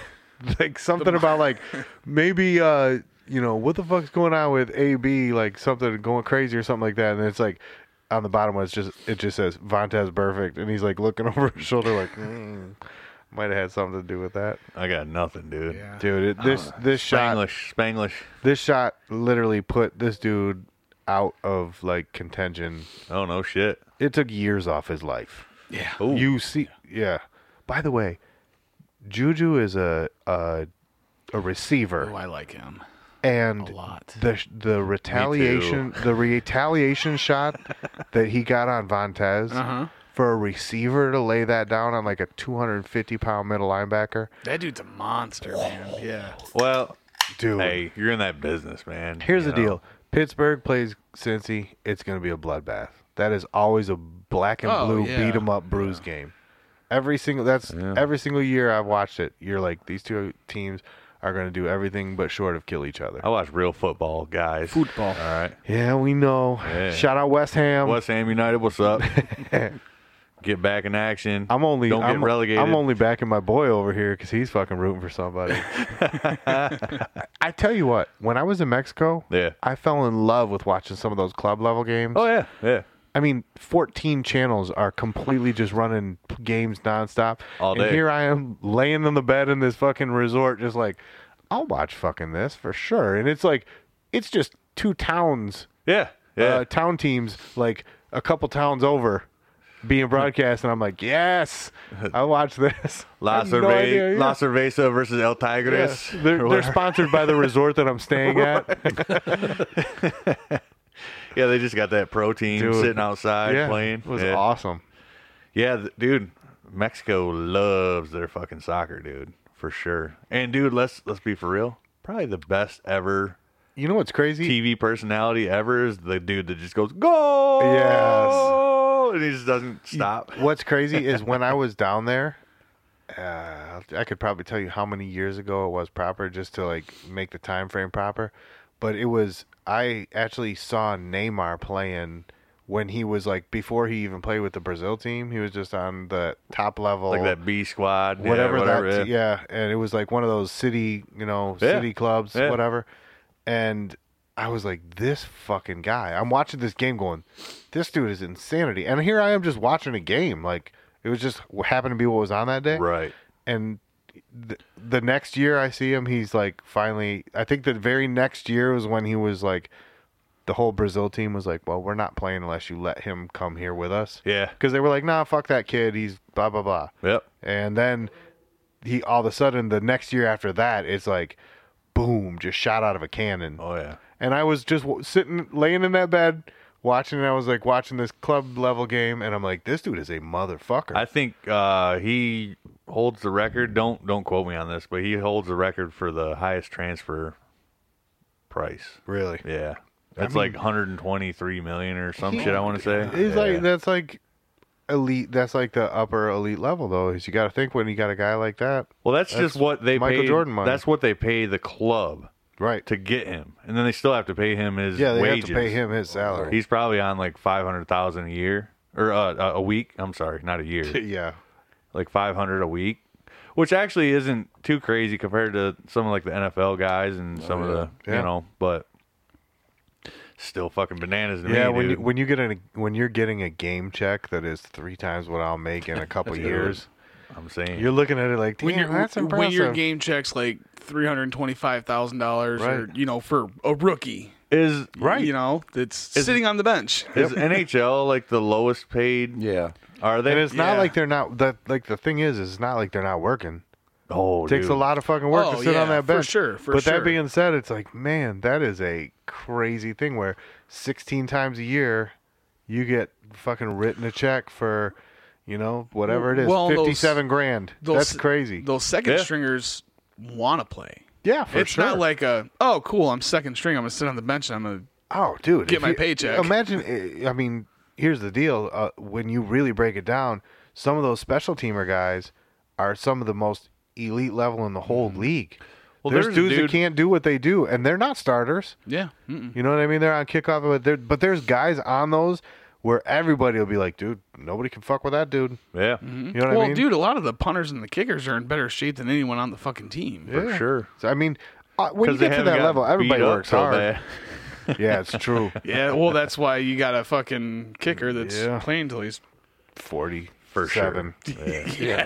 like something about like maybe uh you know what the fuck's going on with AB like something going crazy or something like that, and it's like. On the bottom one, it's just it just says Vontez perfect, and he's like looking [LAUGHS] over his shoulder, like mm, might have had something to do with that,
I got nothing, dude.
Yeah.
dude. It, this this shot
Spanglish, Spanglish.
this shot literally put this dude out of like contention.
Oh no, shit.
It took years off his life.
Yeah.
You see, yeah. By the way, Juju is a a, a receiver.
Oh, I like him.
and
lot.
the sh- the retaliation the retaliation shot that he got on Vontez for a receiver to lay that down on like a 250 pound middle linebacker,
That dude's a monster, man. Yeah.
Well,
dude.
hey, you're in that business, man.
Here's
you
the
know?
deal: Pittsburgh plays Cincy. It's going to be a bloodbath. That is always a black and
Oh,
blue
yeah.
beat 'em up bruise game. Every single that's every single year I've watched it. You're like these two teams are going to do everything but short of kill each other.
I watch real football, guys. Football. All right.
Yeah, we know. Shout out West Ham.
West Ham United, what's
[LAUGHS]
up? get back in action.
I'm only
don't
I'm,
get relegated.
I'm only backing my boy over here because he's fucking rooting
[LAUGHS]
for somebody. I tell you what, when I was in Mexico,
Yeah.
I fell in love with watching some of those club level games.
Oh yeah, yeah.
I mean, 14 channels are completely just running p- games nonstop.
All
And
day.
here I am laying on the bed in this fucking resort, just like, I'll watch fucking this for sure. And it's like, it's just two towns,
Yeah. Yeah.
uh, town teams, like a couple towns over being
Hmm.
broadcast. and I'm
[LAUGHS]
like, yes, I watch this. [LAUGHS] I
La,
have no
Cerve-
idea, yeah.
La Cerveza versus El
Yeah.
Tigres.
They're,
or [LAUGHS]
they're
whatever.
sponsored by the resort that I'm
[LAUGHS]
staying at.
yeah, they just got that pro team
Dude.
sitting outside
yeah,
playing.
It was
yeah.
awesome.
Yeah, th- dude, Mexico loves their fucking soccer, dude, for sure. And dude, let's let's be for real. Probably the best ever
You know what's crazy?
TV personality ever is the dude that just goes goal.
Yes.
and he just doesn't stop.
What's crazy is when I was down there, uh, I could probably tell you how many years ago it was proper, just to like make the time frame proper. But it was I actually saw Neymar playing when he was like before he even played with the Brazil team. He was just on the top level,
Like that B squad, yeah,
whatever,
whatever.
that.
yeah.
Yeah. and it was like one of those city, you know,
Yeah.
city clubs,
Yeah.
whatever. And I was like, this fucking guy. I'm watching this game, going, this dude is insanity. And here I am just watching a game. Like it was just what happened to be what was on that day.
Right.
And th- the next year I see him, he's like finally. I think the very next year was when he was like. The whole Brazil team was like, "Well, we're not playing unless you let him come here with us."
Yeah.
because they were like, "Nah, fuck that kid. He's blah blah blah."
Yep.
And then he all of a sudden the next year after that, it's like boom, just shot out of a cannon.
Oh yeah.
And I was just w- sitting laying in that bed watching and I was like watching this club level game and I'm like this dude is a motherfucker.
I think uh, he holds the record. Don't don't quote me on this, but he holds the record for the highest transfer price.
really.
Yeah, that's like 123 million or some
He-
shit. I want to say.
It's
Yeah.
like that's like elite that's like the upper elite level though. Is you got to think when you got a guy like that.
well, that's,
that's
just what they
Michael
paid.
Jordan money.
That's what they pay the club
Right.
to get him, and then they still have to pay him his
yeah, they
wages.
have to pay him his salary.
He's probably on like 500 thousand a year or uh, a- a week. I'm sorry, not a year.
yeah.
like 500 a week, which actually isn't too crazy compared to some of like the NFL guys and some of the
Oh, Yeah.
you know, but still fucking bananas to
Yeah,
me,
when
dude.
you, when you get a when you're getting a game check that is three times what I'll make [LAUGHS] in a couple
Dude,
years,
I'm saying
you're looking at it like, damn,
When your
that's impressive.
when your game checks like three hundred twenty five thousand dollars, or
Right.
you know, for a rookie,
is
You know, that's sitting on the bench.
is NHL like the lowest paid?
Yeah.
Are they?
and it's not
Yeah.
like they're not that like the thing is, is it's not like they're not working.
oh,
It takes a
dude.
lot of fucking work to
Oh,
sit on
yeah,
that
for
bench.
sure, for
but
sure.
that being said, it's like, man, that is a crazy thing where 16 times a year you get fucking written a check for, you know, whatever it is,
Well, those-
57 grand.
Those-
That's crazy.
Those second
Yeah.
stringers want to play.
yeah, for
it's
sure.
not like a oh cool, I'm second string, I'm gonna sit on the bench, and I'm gonna
Oh, dude,
Get
if
my
you-
paycheck.
Imagine, eh, I mean, here's the deal: uh, when you really break it down, some of those special teamer guys are some of the most elite level in the whole
Mm-hmm.
league.
Well,
there's,
there's a
dudes
dude-
that can't do what they do, and they're not starters.
yeah. Mm-mm.
You know what I mean? They're on kickoff, but there, but there's guys on those where everybody will be like, dude, nobody can fuck with that dude.
yeah,
You know what
well,
I mean?
dude, a lot of the punters and the kickers are in better shape than anyone on the fucking team.
for sure.
So, I mean, uh, when you
'Cause they
get to
haven't
that
got
level,
beat
everybody
up
works
so
hard.
bad.
[LAUGHS] yeah, it's
[LAUGHS]
true.
Yeah, well, that's why you got a fucking kicker that's
Yeah.
playing till he's
Forty
For sure.
seven.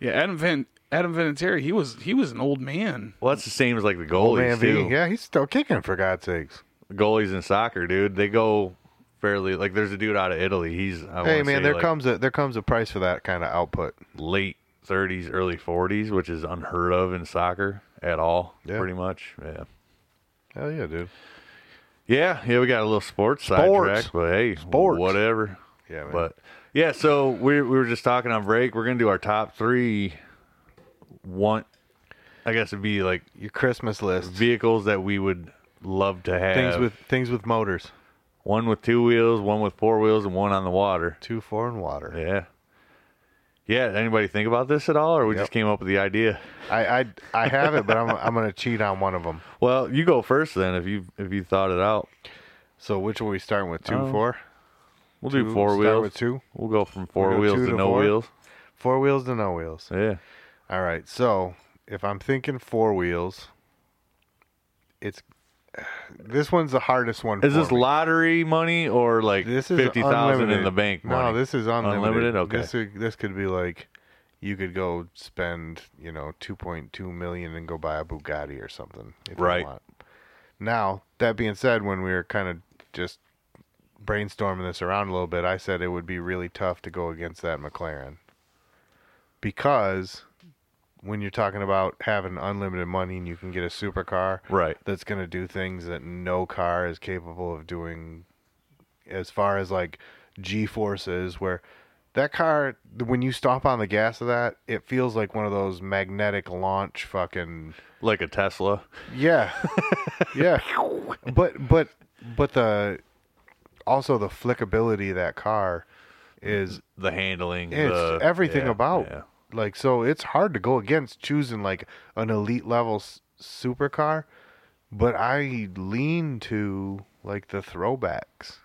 yeah. Adam Van Adam Vinatieri, he was he was an old man.
Well, that's the same as like the
Old Oh, man
goalies
V.
too.
Yeah, he's still kicking for God's sakes.
Goalies in soccer, dude, they go fairly like. There's a dude out of Italy. He's I
Hey
wanna
man,
say,
there
like,
comes a there comes a price for that kind of output.
late 30s, early 40s, which is unheard of in soccer at all,
Yeah.
pretty much. Yeah.
Hell yeah, dude.
Yeah, yeah, we got a little sports
Sports.
sidetrack, but hey,
Sports.
whatever.
Yeah, man.
but yeah, so we we were just talking on break. We're gonna do our top three. One, I guess it'd be like
Your Christmas list.
vehicles that we would love to have.
things with things with motors.
one with two wheels, one with four wheels, and one on the water.
Two foreign water.
Yeah, yeah. Anybody think about this at all, or we
Yep.
just came up with the idea?
I, I I have it, but I'm I'm gonna cheat on one of them.
Well, you go first then. If you if you thought it out,
So which one are we starting with? Two,
Um,
four,
we'll
Two,
do four
start
wheels.
with two?
We'll go from 4
We'll go
wheels
two
to,
to
no
four?
wheels.
four wheels to no wheels.
Yeah.
All right. So if I'm thinking four wheels, it's this one's the hardest one.
Is
for
this
me.
lottery money or like
This is
fifty thousand in
unlimited.
the bank?
No,
money?
this is unlimited.
Unlimited? Okay.
This is- this could be like you could go spend you know two point two million and go buy a Bugatti or something. If
Right.
You want. Now that being said, when we were kind of just brainstorming this around a little bit, I said it would be really tough to go against that McLaren because when you're talking about having unlimited money and you can get a supercar
Right.
that's going to do things that no car is capable of doing as far as like g forces where that car when you stomp on the gas of that it feels like one of those magnetic launch fucking
like a Tesla.
yeah [LAUGHS] yeah but but but the also the flickability of that car is
The handling,
it's
the-
everything
yeah,
about
yeah.
like so it's hard to go against choosing like an elite level s- supercar but i lean to like the throwbacks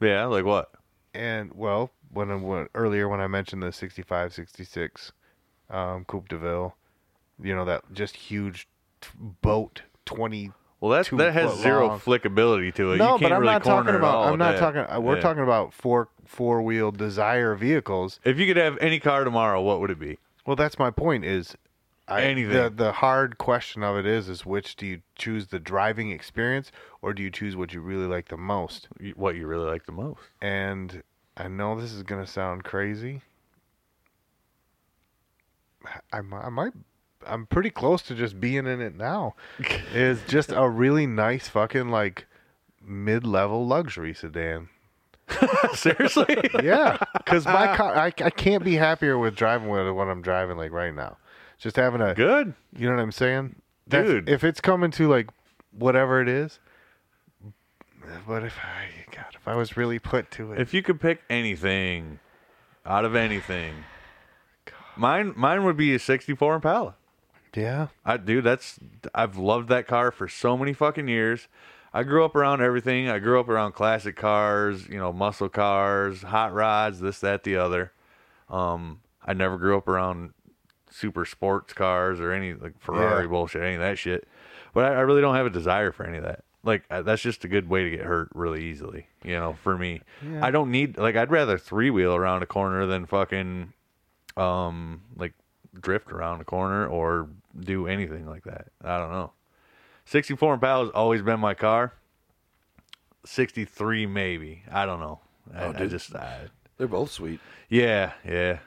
Yeah, like what?
and well when, I, when earlier when i mentioned the 65 66 um coupe de ville you know that just huge t- boat 20
Well, that
Two
that has
foot
zero
long.
flickability to it. you
no,
can't
but I'm
really
not
corner
talking
it
about.
all.
I'm not
Yeah.
talking. uh, We're
Yeah.
talking about four four wheel desire vehicles.
If you could have any car tomorrow, what would it be?
Well, that's my point. Is I,
Anything.
The, the hard question of it is: is which do you choose the driving experience, or do you choose what you really like the most?
You- What you really like the most? [LAUGHS]
And I know this is gonna sound crazy. I, mi- I might. I'm pretty close to just being in it now. is just a really nice fucking like mid-level luxury sedan.
Seriously?
[LAUGHS] Yeah, because my car, I, I can't be happier with driving with what I'm driving like right now. Just having a,
Good.
you know what I'm saying, That's-
Dude.
If it's coming to like whatever it is, but if I, God, if I was really put to it,
If you could pick anything out of anything, mine mine would be a '64 Impala.
yeah,
I dude, that's I've loved that car for so many fucking years. I grew up around everything. I grew up around classic cars, you know, muscle cars, hot rods, this, that, the other. Um, I never grew up around super sports cars or any like Ferrari
Yeah.
bullshit, any of that shit. But I, I really don't have a desire for any of that. Like I, that's just a good way to get hurt really easily, you know. For me, I don't need like I'd rather three wheel around a corner than fucking um like drift around a corner or do anything like that. I don't know. 64 Impala has always been my car. 63 maybe. I don't know. I, I just I,
They're both sweet.
yeah, yeah.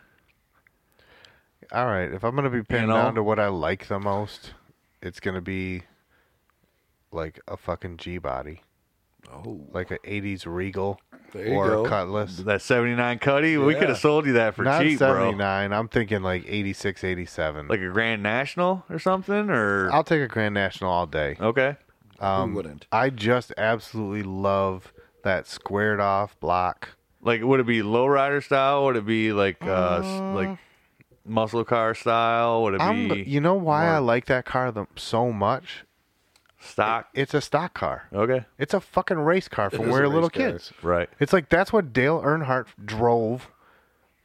all right. If I'm gonna be pinned
know?
down to what I like the most, it's gonna be like a fucking G body,
Oh,
like an '80s Regal
There you
or
go.
a Cutlass.
That 79 Cuddy, we
Yeah.
could have sold you that for
Not
cheap, bro.
79. I'm thinking like 86, 87.
Like a Grand National or something or
I'll take a Grand National all day.
Okay.
who wouldn't?
I just absolutely love that squared off block.
Like would it be lowrider style? Would it be like uh s like muscle car style? Would it
I'm,
be
you know why
more-
I like that car the, so much?
stock?
It's a stock car.
okay.
It's a fucking race car from
is
we
a
were
race
little
car.
kids.
Right.
It's like that's what Dale Earnhardt drove,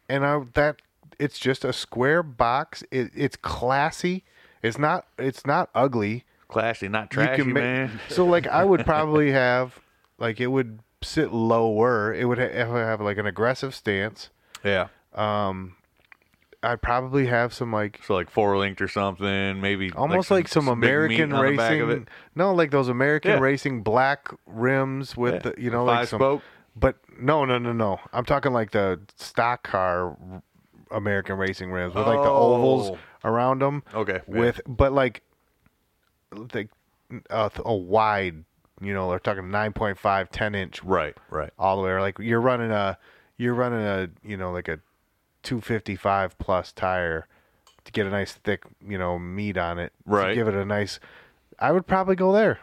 and I that it's just a square box. It, it's classy. It's not. It's not ugly.
Classy, not
you
trashy,
can make-
man.
So like I would probably have like it would sit lower. It would ha- it would have like an aggressive stance.
Yeah.
I'd probably have some like
So like four linked or something, maybe
almost
some-
like some,
big meat
American
on the back of
racing. No, like those American
Yeah.
racing black rims with
Yeah.
the, you know
Five
like some.
spoke.
But no, no, no, no. I'm talking like the stock car r- American racing rims with like the ovals
Oh.
around them.
Okay, yeah.
With but like like a, th- a wide, you know, they're talking 9.5, 10 inch
Right, right.
all the way. Or like you're running a, you're running a, you know, like a 255 plus tire to get a nice thick, you know, meat on it. to
Right.
give it a nice. I would probably go there.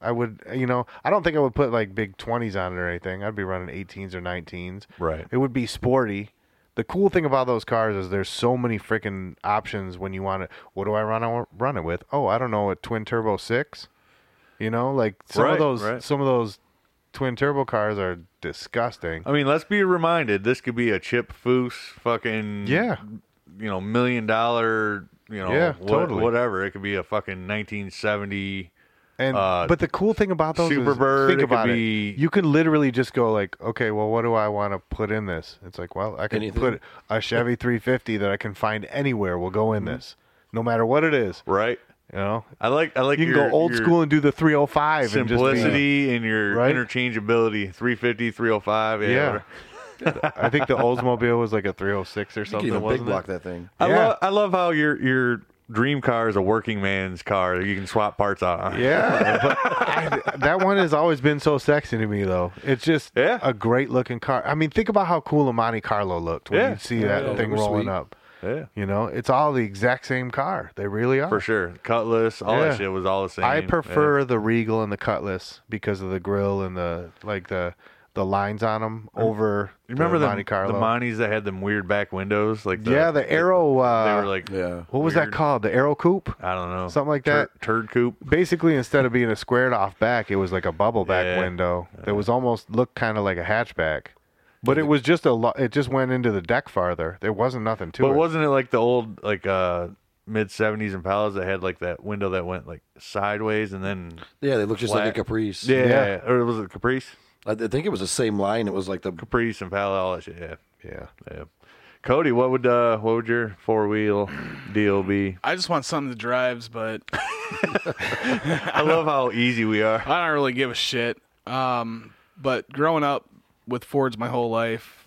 I would, you know, I don't think I would put like big 20s on it or anything. I'd be running 18s or 19s.
Right.
It would be sporty. The cool thing about those cars is there's so many freaking options when you want to. What do I run on, run it with? Oh, I don't know, a twin turbo six. You know, like some
Right,
of those
right.
some of those twin turbo cars are disgusting.
I mean, let's be reminded this could be a Chip Foose fucking
Yeah.
you know, million dollar, you know,
Yeah,
what-
totally.
whatever. It could be a fucking 1970
And
Uh,
but the cool thing about those
Superbird,
is, think
it could
about
be-
it. You could literally just go like, okay, well, what do I want to put in this? It's like, well, I can
Anything.
put a Chevy 350 that I can find anywhere will go in
Mm-hmm.
this, no matter what it is.
right?
You know,
I like I like
you can
your-
go old
your
school and do the 305 and just be,
simplicity and your
Right?
interchangeability 350 305 yeah,
Yeah.
whatever.
[LAUGHS] I think the Oldsmobile was like a 306 or
You can
something.
even
wasn't
big
it?
block that thing.
I
Yeah.
love I love how your your dream car is a working man's car that you can swap parts on.
Yeah, but I, that one has always been so sexy to me, though. It's just
Yeah.
a great looking car. I mean, think about how cool a Monte Carlo looked when
Yeah.
you see that
Yeah, they
thing
were
rolling
sweet.
up.
Yeah.
You know, it's all the exact same car. They really are.
For sure. Cutlass, all
Yeah.
that shit was all the same.
I prefer the Regal and the Cutlass because of the grill and the like the the lines on them over
You remember
the
the,
Monte Carlo.
the Montes that had them weird back windows? Like the,
yeah, the Arrow.
they
Uh,
were like
Yeah.
what was
weird-
that called? The Arrow Coupe.
I don't know.
Something like
Tur-
that.
Turd coupe.
basically instead of being a squared off back, it was like a bubble back
Yeah.
window that was almost looked kind of like a hatchback. But it was just a lo- it just went into the deck farther. There wasn't nothing to
But
it.
wasn't it like the old like uh mid seventies Impalas that had like that window that went like sideways and then
Yeah, they look just like a
Flat.
Caprice.
yeah,
Yeah.
or was it Caprice?
I th- think it was the same line. It was like the
Caprice Impala, all that shit. Yeah,
yeah.
yeah. Cody, what would uh what would your four wheel deal be?
I just want something that drives, but
I love how easy we are.
I don't really give a shit. Um, but growing up with Fords my whole life,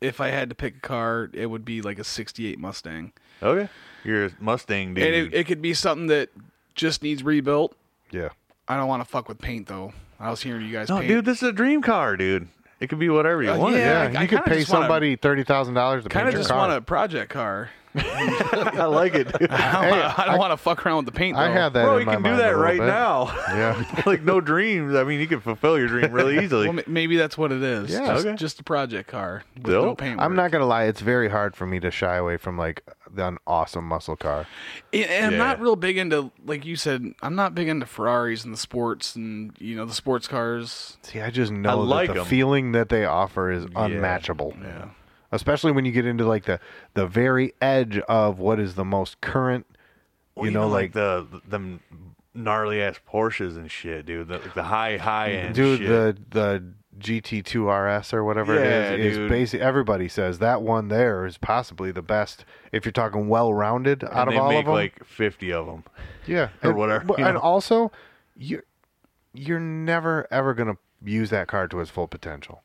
if I had to pick a car, it would be like a '68 Mustang,
Okay, you're a Mustang dude.
and it, it could be something that just needs rebuilt.
Yeah.
I don't want to fuck with paint though. I was hearing you guys.
no,
paint.
dude, this is a dream car, dude. It could be whatever you
Uh,
want.
yeah.
Yeah,
I- I
you could
kinda
pay
just wanna-
somebody thirty thousand dollars to
Kind
paint
of
your
just
car.
want a project car.
[LAUGHS]
[LAUGHS]
I like it. Dude.
I don't want to fuck around with the paint. Though.
I have that.
Bro,
in
you
my
can do
mind a
that
little
right
bit.
now.
Yeah, [LAUGHS]
like no dreams. I mean, you can fulfill your
[LAUGHS]
dream really easily.
Well, ma- maybe that's what it is.
Yeah,
just,
okay.
just a project car with no
Dope.
paint.
I'm not gonna lie. It's very hard for me to shy away from like an awesome muscle car.
And- And I'm
Yeah.
not real big into, like you said, I'm not big into Ferraris and the sports and you know the sports cars.
See, I just know that
like
the
'em.
feeling that they offer is unmatchable.
Yeah.
Especially when you get into like the the very edge of what is the most current, you
Well,
know,
even,
like,
the them gnarly ass Porsches and shit, dude. The, the high high end
dude,
shit.
the the GT2 RS or whatever
Yeah,
it is is
dude.
basic. Everybody says that one there is possibly the best if you're talking well rounded
and
out
they
of all
make
of them.
like fifty of them.
yeah,
or
and,
whatever,
but-
you know?
And also, you you're never ever gonna use that car to its full potential.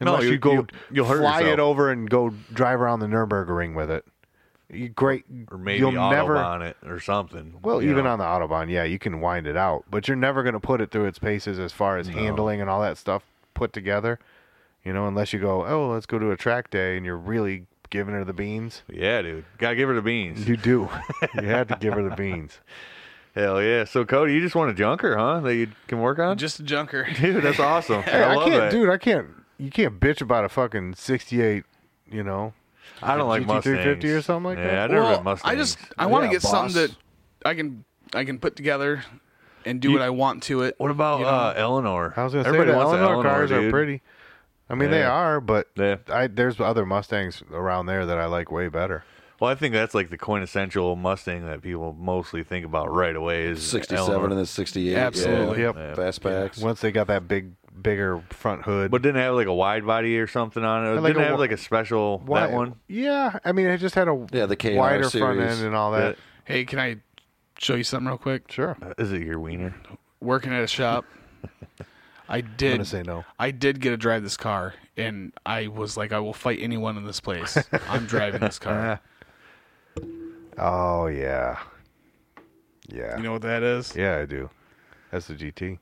No,
Unless
you-
you, go
you- you'll hurt
fly it
yourself.
over and go drive around the Nürburgring with it. You- Great,
Or maybe
you'll
Autobahn
never
it or something.
Well,
you
even
know.
on the autobahn, yeah, you can wind it out, but you're never going to put it through its paces as far as handling and all that stuff put together. You know, unless you go, oh, let's go to a track day, and you're really giving her the beans.
Yeah, dude. Gotta give her the beans.
You do. [LAUGHS] you had to give her the beans.
Hell yeah. So Cody, you just want a junker, huh? That you can work on?
Just a junker.
[LAUGHS] dude, that's awesome.
[LAUGHS] Hey,
I
I,
love
can't,
that.
dude. I can't. You can't bitch about a fucking '68. You know,
I don't like Mustangs.
GT350 or something like
yeah,
that?
I never
Well,
been Mustangs.
I just I want to
Yeah,
get something
boss.
that I can I can put together and do what I want to it.
What about
you know?
uh, Eleanor?
I was going to say that
Everybody wants
Eleanor,
an
cars are
dude.
pretty. I mean, they
Yeah.
are, but
Yeah.
I, there's other Mustangs around there that I like way better.
Well, I think that's like the quintessential Mustang that people mostly think about right away is
67
Eleanor.
and the 68.
Absolutely.
Yeah.
Yep.
Fastbacks.
Once they got that big, bigger front hood,
But didn't it have like a wide body or something on it.
Like
didn't
a
it have
wi-
like a special
Why-
that one.
Yeah, I mean, it just had a
Yeah, the K&R
wider front
series.
end and all that.
Hey, can I show you something real quick?
Sure, I'm
Uh, Is it your wiener?
Working at a shop, I did.
gonna say no.
I did get to drive this car, and I was like, I will fight anyone in this place. I'm driving this car.
Oh yeah, Yeah.
You know what that is?
yeah, I do. That's the GT.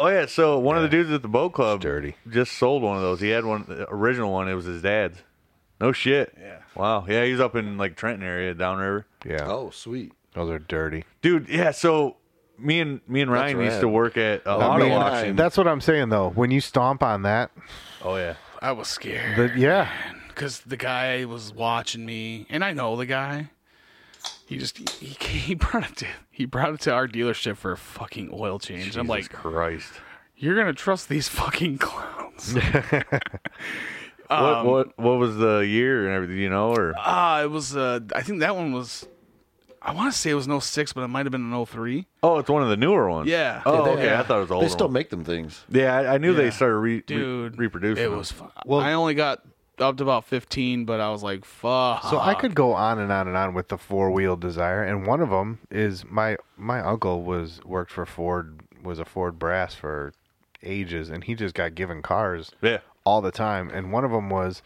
Oh yeah, so one of the dudes at the boat club
It's dirty.
just sold one of those. He had one the original one. It was his dad's. No shit.
Yeah.
Wow. Yeah, he's up in like Trenton area, downriver.
Yeah.
Oh, sweet.
Those are dirty.
Dude. Yeah. So me and me and Ryan used
rad.
to work at uh,
I
auto
mean,
auction.
That's what I'm saying though. When you stomp on that,
oh yeah.
I was scared.
the, yeah,
because the guy was watching me, and I know the guy. He just he, [LAUGHS] he, he brought it to he brought it to our dealership for a fucking oil change. I'm like,
Christ.
you're gonna trust these fucking
[LAUGHS]
clowns?
what what what was the year and everything? You know or
Ah, it was. Uh, I think that one was. I want to say it was no six, but it might have been an 03.
oh, it's one of the newer ones.
Yeah.
Oh
They-
okay. I thought it was the older.
They still
one.
make them things.
Yeah, I, I knew
Yeah.
they started re- re-
Dude,
reproducing.
It
them.
was. Fu- I only got up to about 15, but I was like, fuck.
So I could go on and on and on with the four wheel desire, and one of them is my my uncle was worked for Ford was a Ford brass for ages, and he just got given cars
Yeah.
all the time, and one of them was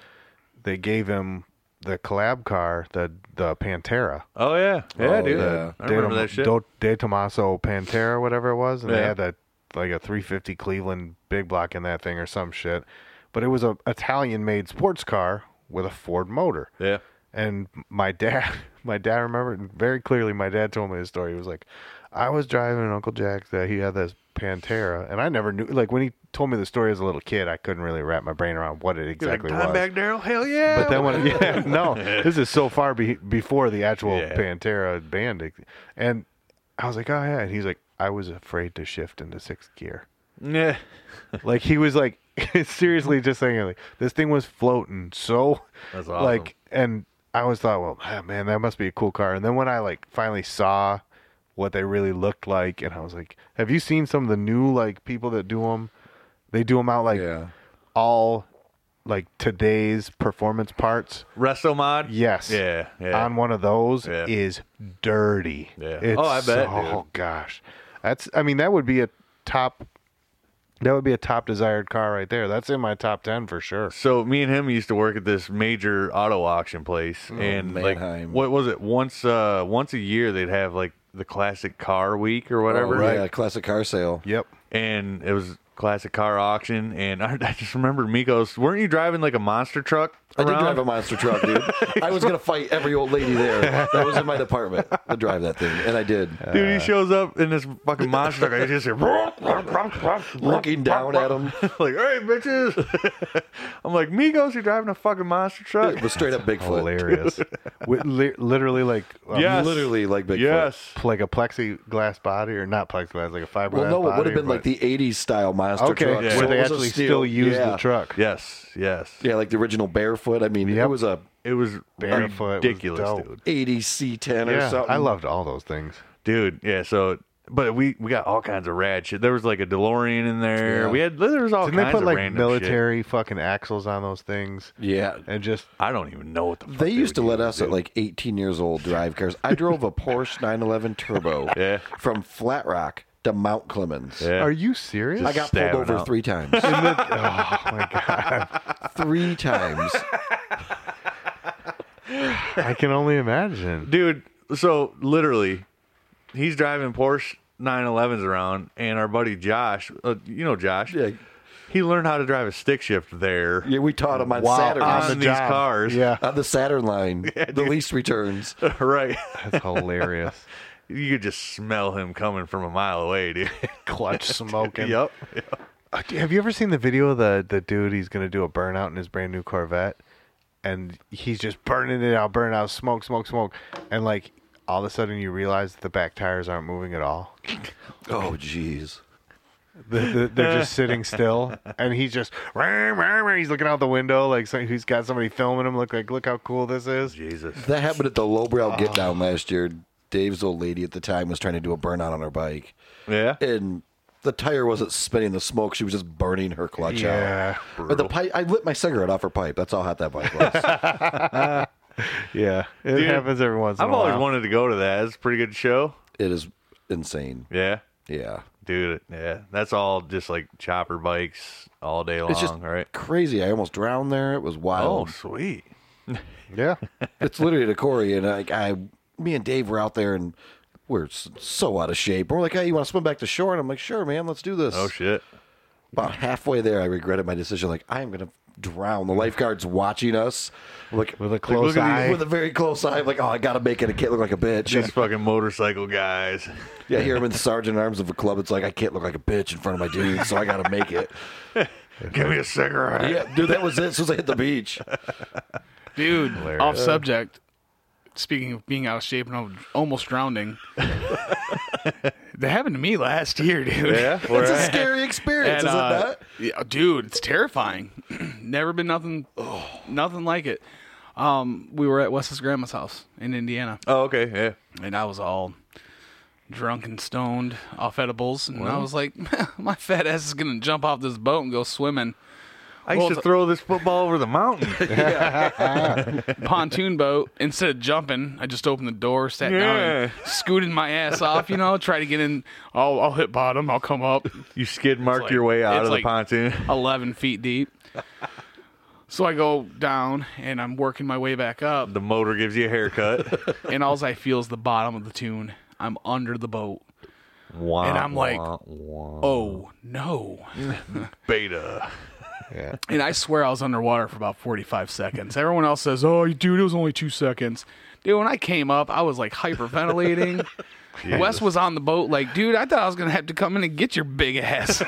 they gave him the collab car the the Pantera.
Oh yeah. Yeah,
Oh,
dude.
yeah.
I remember
De,
that shit.
Do- De Tomaso Pantera, whatever it was, and they
Yeah.
had that like a 350 Cleveland big block in that thing or some shit, but it was a Italian made sports car with a Ford motor.
yeah.
And my dad, [LAUGHS] my dad remembered very clearly. My dad told me the story. He was like, I was driving Uncle Jack that he had this Pantera, and I never knew. Like when he told me the story as a little kid, I couldn't really wrap my brain around what it exactly was.
Daryl. Hell yeah.
But then when, yeah, no, this is so far be- before the actual
Yeah.
Pantera band, ex- and I was like, oh yeah, and he's like, I was afraid to shift into sixth gear.
Yeah.
Like he was like [LAUGHS] seriously just saying like this thing was floating so
That's awesome.
like and I always thought, well, ah, man, that must be a cool car. And then when I like finally saw what they really looked like, and I was like, have you seen some of the new like people that do them? They do them out like
Yeah.
all like today's performance parts.
WrestleMod.
Yes.
Yeah. Yeah.
On one of those
Yeah.
is dirty.
Yeah.
It's,
Oh, I bet,
Oh
dude.
gosh, that's. I mean, that would be a top. That would be a top desired car right there. That's in my top ten for sure.
so me and him used to work at this major auto auction place,
Oh,
and like
Mannheim.
what was it? Once uh once a year they'd have like the classic car week or whatever.
Oh, Yeah, classic car sale.
[LAUGHS] Yep.
and it was classic car auction. And [LAUGHS] I, I just remember Migos. Weren't you driving like a monster truck?
I did
around?
drive a monster truck, dude. I was gonna fight every old lady there that was in my department to drive that thing, and I did.
Dude, he shows up in this fucking monster truck. I just hear
[LAUGHS] Looking down at him,
[LAUGHS] like, "Hey, bitches!" [LAUGHS] I'm like, "Migos, you're driving a fucking monster truck."
it was straight up
[LAUGHS]
Bigfoot.
Hilarious. With li- literally like um,
Yes.
Literally like Bigfoot.
Yes.
like a plexiglass body or not plexiglass, like a fiberglass.
Well, no, it would
body,
have been like
but-
the '80s style monster
okay
truck. so
where they
it was a
actually
steel-
still use
yeah.
the truck.
Yes, yes.
Yeah, like the original Barefoot. I mean,
Yep.
it was a
It was
Barefoot was
ridiculous, dude.
dope.
'80s C10 or
Yeah,
something.
I loved all those things.
Dude, yeah. So, but we we got all kinds of rad shit. There was like a DeLorean in there.
Yeah.
We had there was all
Didn't
kinds
they put
of
like
random shit.
military fucking axles on those things?
Yeah.
And just
I don't even know what the fuck
They used to
would
let
use,
us at
dude.
like 18 years old drive cars. I drove a Porsche 911
[LAUGHS]
Turbo
Yeah.
from Flat Rock to Mount Clemens.
Yeah.
Are you serious?
I got pulled
Stabbing
over
out.
[LAUGHS]
three times.
oh my god!
three times.
I can only imagine.
dude. So literally, he's driving Porsche 911s around, and our buddy Josh, uh, you know Josh,
Yeah.
he learned how to drive a stick shift there.
Yeah, we taught them on
Wow,
Saturdays.
on these cars.
Yeah,
On the
[LAUGHS]
Saturn line, the lease returns.
[LAUGHS] right.
that's hilarious.
[LAUGHS] you could just smell him coming from a mile away, dude. [LAUGHS]
Clutch smoking.
yep.
Uh, d- Have you ever seen the video of the the dude? He's gonna do a burnout in his brand new Corvette, and he's just burning it out, burning out, smoke, smoke, smoke, and like all of a sudden you realize that the back tires aren't moving at all.
Oh, jeez.
The- the- They're
[LAUGHS]
just sitting still, and he's just "Rah, rah, rah," he's looking out the window like so he's got somebody filming him. Look like look how cool this is.
Jesus.
That happened at the lowbrow
Oh.
get down last year. Dave's old lady at the time was trying to do a burnout on her bike,
Yeah.
and the tire wasn't spinning the smoke. She was just burning her clutch
Yeah,
out. But the pipe, I lit my cigarette off her pipe. That's how hot that bike
[LAUGHS]
was.
yeah, it
Dude,
happens every once in
I've
a while.
always wanted to go to that. It's a pretty good show.
it is insane.
Yeah.
Yeah.
Dude, yeah. That's all just like chopper bikes all day long,
It's just
right?
crazy. I almost drowned there. It was
Oh,
wild.
sweet.
Yeah,
It's literally at a quarry, and I, I me and Dave were out there and we're s- so out of shape. And we're like, hey, you want to swim back to shore? And I'm like, sure, man, let's do this.
Oh shit.
About halfway there, I regretted my decision. Like, I am going to drown. The lifeguard's watching us. Like, with a
close eye.
With a very close eye. I'm like, oh, I got to make it. I can't look like a bitch.
These fucking motorcycle
[LAUGHS]
guys.
Yeah, here I'm in the sergeant at arms of a club. It's like I can't look like a bitch in front of my dude, so I got to make it.
Give me a cigarette.
Yeah, dude, that was it. As soon as I hit the beach,
Dude, off subject. Speaking of being out of shape and al- almost
[LAUGHS]
drowning, that happened to me last year, dude.
Yeah. All
it's a
right.
scary experience,
And,
is
uh,
it not?
yeah, dude, it's terrifying. [CLEARS THROAT] Never been nothing, nothing like it. Um, we were at Wes's grandma's house in Indiana,
Oh, okay. Yeah.
and I was all drunk and stoned off edibles, and I was like, [LAUGHS] my fat ass is gonna jump off this boat and go swimming.
I used
Well,
to throw this football over the mountain.
pontoon boat. Instead of jumping, I just opened the door, sat down, and scooted my ass off. You know, try to get in. I'll, I'll hit bottom. I'll come up
You skid marked
like-
your way out
it's
of the
like-
pontoon.
eleven feet deep. So I go down and I'm working my way back up,
The motor gives you a haircut. [LAUGHS]
and all I feel is the bottom of the tune. I'm under the boat, and I'm like, oh no.
beta.
And I swear I was underwater for about 45 seconds. Everyone else says, oh, dude, it was only two seconds. Dude, when I came up, I was like
[LAUGHS]
hyperventilating. Wes was on the boat, like, dude, I thought I was going to have to come in and get your big ass.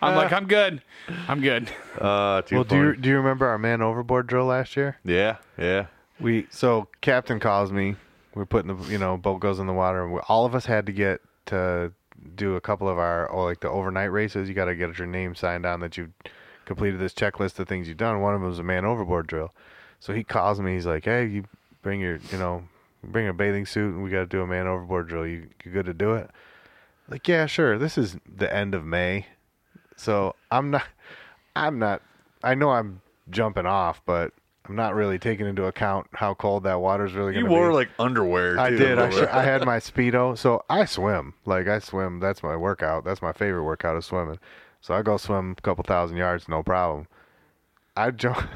I'm like, I'm good. I'm good.
Uh, too
Well, do you
funny.
do you remember our man overboard drill last year?
yeah, yeah.
We so captain calls me. We're putting the you know boat goes in the water, and we, all of us had to get to do a couple of our oh, like the overnight races. You got to get your name signed on that you have completed this checklist of things you've done. One of them was a man overboard drill. So he calls me. He's like, "Hey, you bring your you know bring a bathing suit, and we got to do a man overboard drill. You you good to do it?" Like, yeah, sure. This is the end of May, so I'm not. I'm not. I know I'm jumping off, but I'm not really taking into account how cold that water's really going
You
to be.
wore like underwear.
I
too,
did. I,
over
sh-
there.
I had my speedo, so I swim. Like I swim. That's my workout. That's my favorite workout is swimming. So I go swim a couple thousand yards, no problem. I jump. [LAUGHS]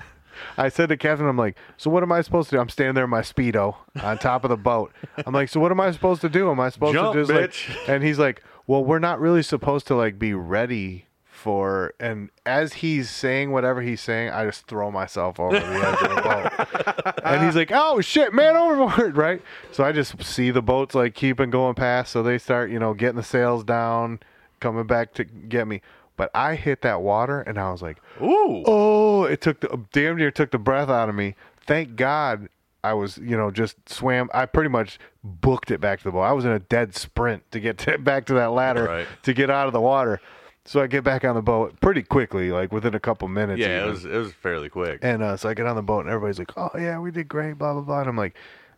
I said to Kevin, I'm like, so what am I supposed to do? I'm standing there in my speedo on top of the boat. I'm like, so what am I supposed to do? Am I supposed
Jump,
to just
bitch.
like? [LAUGHS] And he's like, well, we're not really supposed to like be ready for. And as he's saying whatever he's saying, I just throw myself over the edge of the
[LAUGHS]
boat. And he's like, oh shit, man overboard, [LAUGHS] right? So I just see the boats like keeping going past. So they start, you know, getting the sails down, coming back to get me. But I hit that water and I was like,
Ooh.
oh it took the damn near took the breath out of me thank god i was you know just swam i pretty much booked it back to the ball i was in a dead sprint to get [LAUGHS] to, back to that ladder
Right.
to get out of the water so i get back on the boat pretty quickly like within a couple minutes
yeah, it
even.
was it was fairly quick.
and uh, so i get on the boat and everybody's like oh yeah we did great blah blah blah and i'm like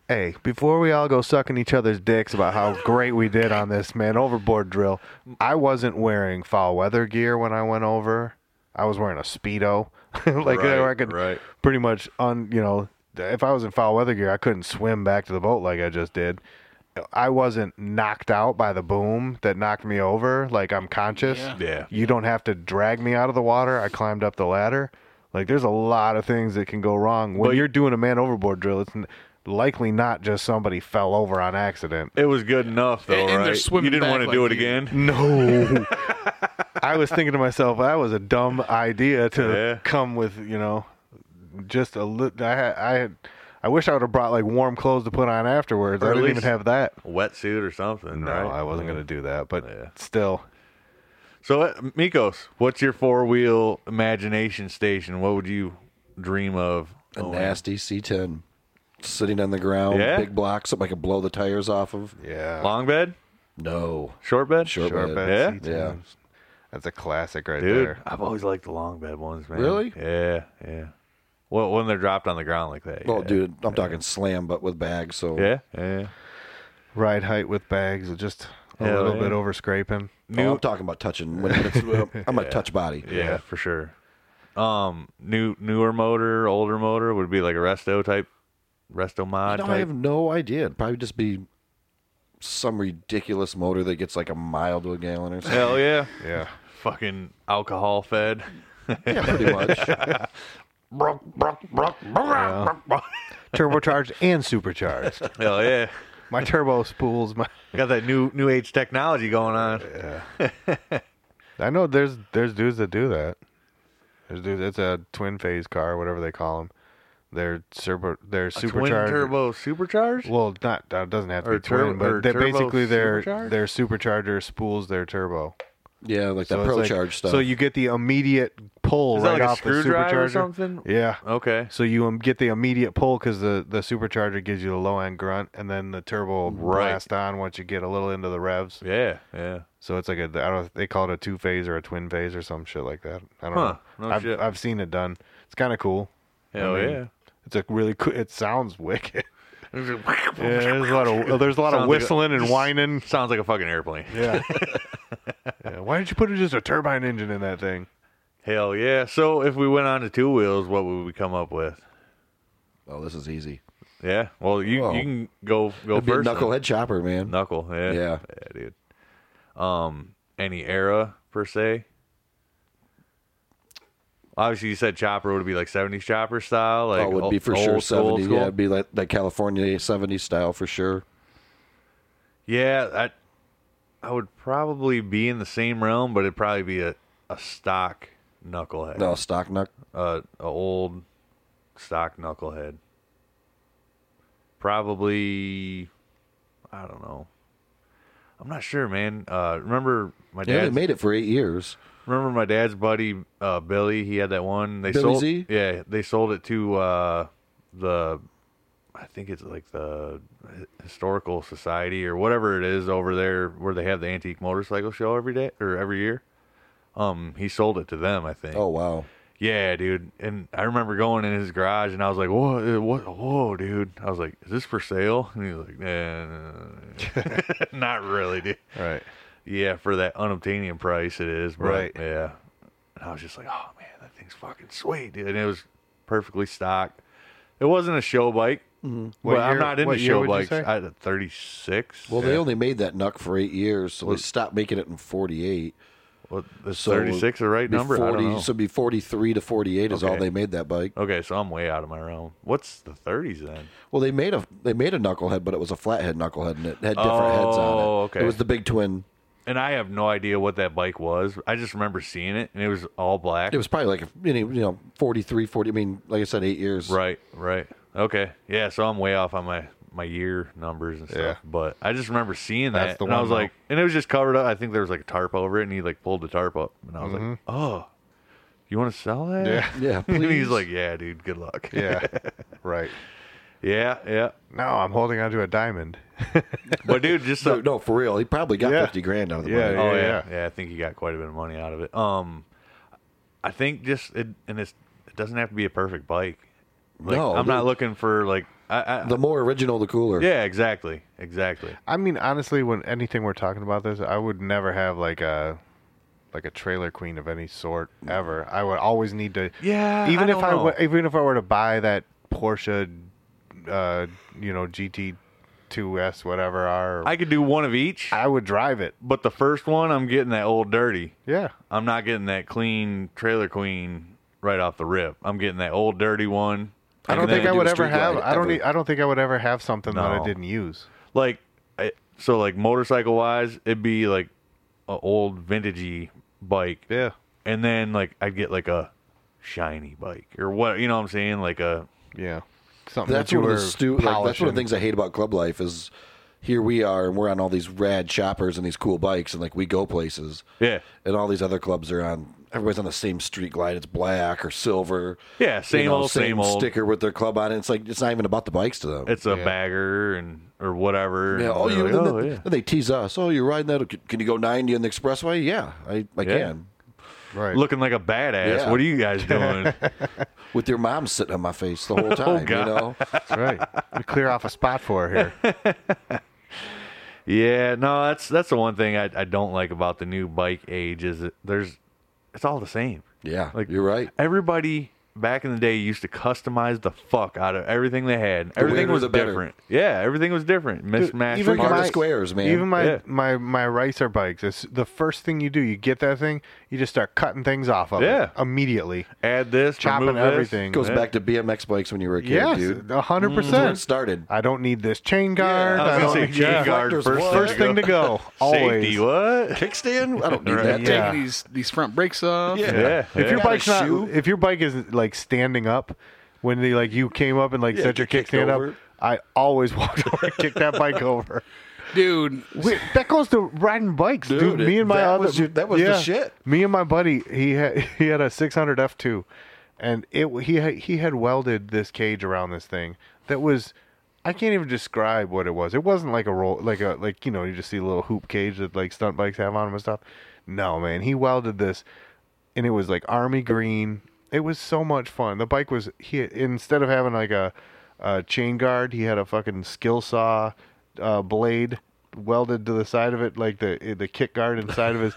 hey before we all go sucking each other's dicks about how great we did on this man overboard drill i wasn't wearing foul weather gear when i went over i was wearing a speedo [LAUGHS]
Right,
like where I could
right.
pretty much on you know if I was in foul weather gear, I couldn't swim back to the boat like I just did. I wasn't knocked out by the boom that knocked me over. Like I'm conscious.
Yeah.
You don't have to drag me out of the water. I climbed up the ladder. Like there's a lot of things that can go wrong when you're doing a man overboard drill. It's n- likely not just somebody fell over on accident.
It was good enough though,
And- and they're
right?
swimming
you didn't
back
want to
like
do it
you.
again.
No. I was thinking to myself, that was a dumb idea to
Yeah.
come with, you know, just a little. I had, I had, I wish I would have brought like warm clothes to put on afterwards.
Or
I
at
didn't even
least-
have that.
Wetsuit or something.
No,
right?
I wasn't going to do that, but
Yeah.
still.
So, uh, Mikos, what's your four wheel imagination station? What would you dream of?
a
owning?
nasty C10 sitting on the ground,
Oh, Yeah?
big block, something I could blow the tires off of.
Yeah.
Long bed,
No,
short bed,
Short
Sharp
bed.
ass
Yeah?
C10.
Yeah.
That's a classic right
dude.
there.
I've always liked the long bed ones, man.
Really?
Yeah, yeah. Well, when they're dropped on the ground like that.
well,
yeah.
dude, I'm talking slam, but with bags. So
Yeah, yeah.
Ride height with bags, just a
Hell
little
yeah.
bit over scraping.
Oh, I'm talking about touching. When
[LAUGHS]
it's, I'm a touch body.
Yeah, for sure. Um, new newer motor, older motor would be like a resto type, resto mod.
No,
type.
I have no idea. It'd probably just be some ridiculous motor that gets like a mile to a gallon or something.
Hell yeah,
Yeah.
fucking alcohol fed.
yeah,
[LAUGHS]
pretty much.
Turbocharged and supercharged.
[LAUGHS] Hell yeah.
My turbo spools. My
Got that new new age technology going on.
I know there's there's dudes that do that. There's dudes. It's a twin phase car, whatever they call them. They're super. They're
Twin
supercharged.
turbo supercharged.
Well, not uh, it doesn't have to
Or
be twin,
turbo- or
but they're
turbo
basically their
supercharged?
their supercharger spools their turbo.
Yeah, like that
it's
pro
like-
charge stuff.
So you get the immediate pull
Is that
right
like a
off
screwdriver
the
or
supercharger.
something? Oh.
Yeah.
Okay.
So you um, get the immediate pull because the, the supercharger gives you the low end grunt, and then the turbo will
Right.
blast on once you get a little into the revs.
Yeah. Yeah.
So it's like a I don't they call it a two phase or a twin phase or some shit like that. I don't
Huh.
know.
No
I've
shit.
I've seen it done. It's kind of cool.
Hell
I mean,
yeah.
It's a really cool. It sounds [LAUGHS] wickid. Yeah, there's a lot [LAUGHS] of there's a
Sounds like
lot of
a-
whistling and whining.
Sounds like a fucking airplane.
Yeah. [LAUGHS] yeah. Why didn't you put just a turbine engine in that thing?
Hell yeah. So if we went on to two wheels, what would we come up with?
oh, this is easy.
Yeah. Well, you
Whoa.
you can go go
It'd be a
first. then.
knucklehead chopper, man.
Knuckle. Yeah.
Yeah.
dude. Um, any era per se. Obviously, you said chopper would be like '70s chopper style. Like
oh, it would be for
old
sure
school, old
seventy.
school.
Yeah, it'd be like that California '70s style for sure.
Yeah, I I would probably be in the same realm, but it'd probably be a, a stock knucklehead.
No stock knuck.
Uh, a old stock knucklehead. Probably I don't know. I'm not sure, man. Uh, remember my
Yeah, they
dad's
made it for eight years.
remember my dad's buddy uh, Billy, he had that one they
Billy
sold
Z?
Yeah, they sold it to uh, the I think it's like the historical society or whatever it is over there where they have the antique motorcycle show every day or every year. Um, he sold it to them, I think.
Oh wow.
Yeah, dude. And I remember going in his garage and I was like, "Whoa, uh, what? Whoa, dude!" I was like, "Is this for sale?" And he was like, "Nah, [LAUGHS] not really, dude."
Right.
Yeah, for that unobtainium price, it is. But,
Right.
Yeah. And I was just like, oh man, that thing's fucking sweet, dude. And it was perfectly stock. It wasn't a show bike. mm
Mm-hmm. What
I'm
year-
not into
what year
show
would you
bikes.
say?
I had a 36.
Well,
Yeah.
they only made that knuck for eight years, so they stopped making it in '48.
Well, is
So
36 the right
be
number? I
40,
don't know.
So it'd be 43 to 48 is all
Okay.
they made that bike.
okay, so I'm way out of my realm. What's the 30s then?
Well, they made a they made a knucklehead, but it was a flathead knucklehead, and it had different heads on it.
Oh, okay.
It was the big twin.
And I have no idea what that bike was. I just remember seeing it, and it was all black.
It was probably like any you know 43, 40. I mean, like I said, eight years.
Right, right. Okay. Yeah, so I'm way off on my my year numbers and stuff.
Yeah.
But I just remember seeing
That's
that
the
and I
one,
was
though.
like and it was just covered up. I think there was like a tarp over it and he like pulled the tarp up and I was like, "Oh, you want to sell that?" [LAUGHS]
Mm-hmm. Yeah.
Yeah.
and
please.
he's like, "Yeah, dude, good luck." [LAUGHS]
Yeah. right.
yeah, yeah.
No, I'm holding onto a diamond.
But dude,
[LAUGHS]
just so
no, no, for real. He probably got
Yeah.
50 grand out of the
Yeah,
bike.
yeah.
Oh yeah. yeah, I think he got quite a bit of money out of it. Um, I think just it, and it's it doesn't have to be a perfect bike. Like,
No,
I'm not
dude.
looking for like I, I
The more original, the cooler.
yeah, exactly, exactly.
I mean, honestly, when anything we're talking about this, I would never have like a like a trailer queen of any sort ever. I would always need to.
Yeah,
Even
I
if
don't
I
know.
wa- even if I were to buy that Porsche, uh, you know GT. 2S whatever R
I could do one of each,
I would drive it.
but the first one I'm getting that old dirty.
Yeah.
I'm not getting that clean trailer queen right off the rip. I'm getting that old dirty one.
I don't
And
think
then,
I
do
would
a
ever
street
have.
ride,
I don't.
ever.
e- I don't think I would ever have something that
No.
I didn't use.
like I, so like motorcycle wise, it'd be like an old vintagey bike.
Yeah.
and then like I'd get like a shiny bike or what you know what I'm saying like a
Yeah. Something
That's
that you
one, of
were
the stu- like, that's one of the things I hate about club life is here we are and we're on all these rad choppers and these cool bikes and like we go places.
yeah
And all these other clubs are on. Everybody's on the same street glide. It's black or silver.
Yeah, same old, same
same,
old.
sticker with their club on it. It's like it's not even about the bikes to them.
it's a
Yeah.
bagger and or whatever
yeah.
and
Oh,
they're
you.
like,
then
oh,
they,
yeah.
then they tease us. Oh, you're riding that? Can you go 90 on the expressway? Yeah, I, I
Yeah.
can.
Right.
looking like a badass
Yeah.
what are you guys doing
With your mom sitting on my
[LAUGHS]
face the whole time. you
Oh, God.
know.
That's right. We clear off a spot for her here.
yeah no that's that's the one thing I, I don't like about the new bike age is that there's it's all the same
Yeah,
Like-
you're right.
everybody back in the day used to customize the fuck out of everything they had. Everything
weirder
was
the better.
different. Yeah, everything was different. Mismatched
even
parts.
my- squares, man.
Even my
Yeah.
my my ricer bikes. It's the first thing you do. You get that thing. You just start cutting things off of
Yeah.
it immediately.
add this,
Chopping
remove this.
everything.
Goes back to BMX bikes when you were a kid,
Yes,
dude.
a hundred
That's where it
percent.
started.
I don't need this chain guard.
Yeah,
I was
I
gonna
don't
say
need
chain
yeah.
guard
Reflectors,
first.
what?
First thing to go. Always.
Safety, what?
Kickstand? I don't [LAUGHS] need
Right.
that.
Yeah.
Taking these these front brakes off.
Yeah. yeah.
If your
Got a
bike's not,
shoe?
if your bike is like standing up, when they like you came up and like set your
kicked
kickstand
over.
up, I always [LAUGHS] walked over and kicked that bike over.
dude.
Wait, that goes to riding bikes, dude.
Dude,
me and my
that
other
was your- that was the shit.
Me and my buddy, he had [LAUGHS] he had a 600 F2, and it he had, he had welded this cage around this thing that was. I can't even describe what it was. It wasn't like a roll, like a like you know you just see a little hoop cage that like stunt bikes have on them and stuff. No man, he welded this, and it was like army green. It was so much fun. The bike was he instead of having like a, a chain guard, he had a fucking skill saw uh, blade welded to the side of it, like the the kick guard inside of his.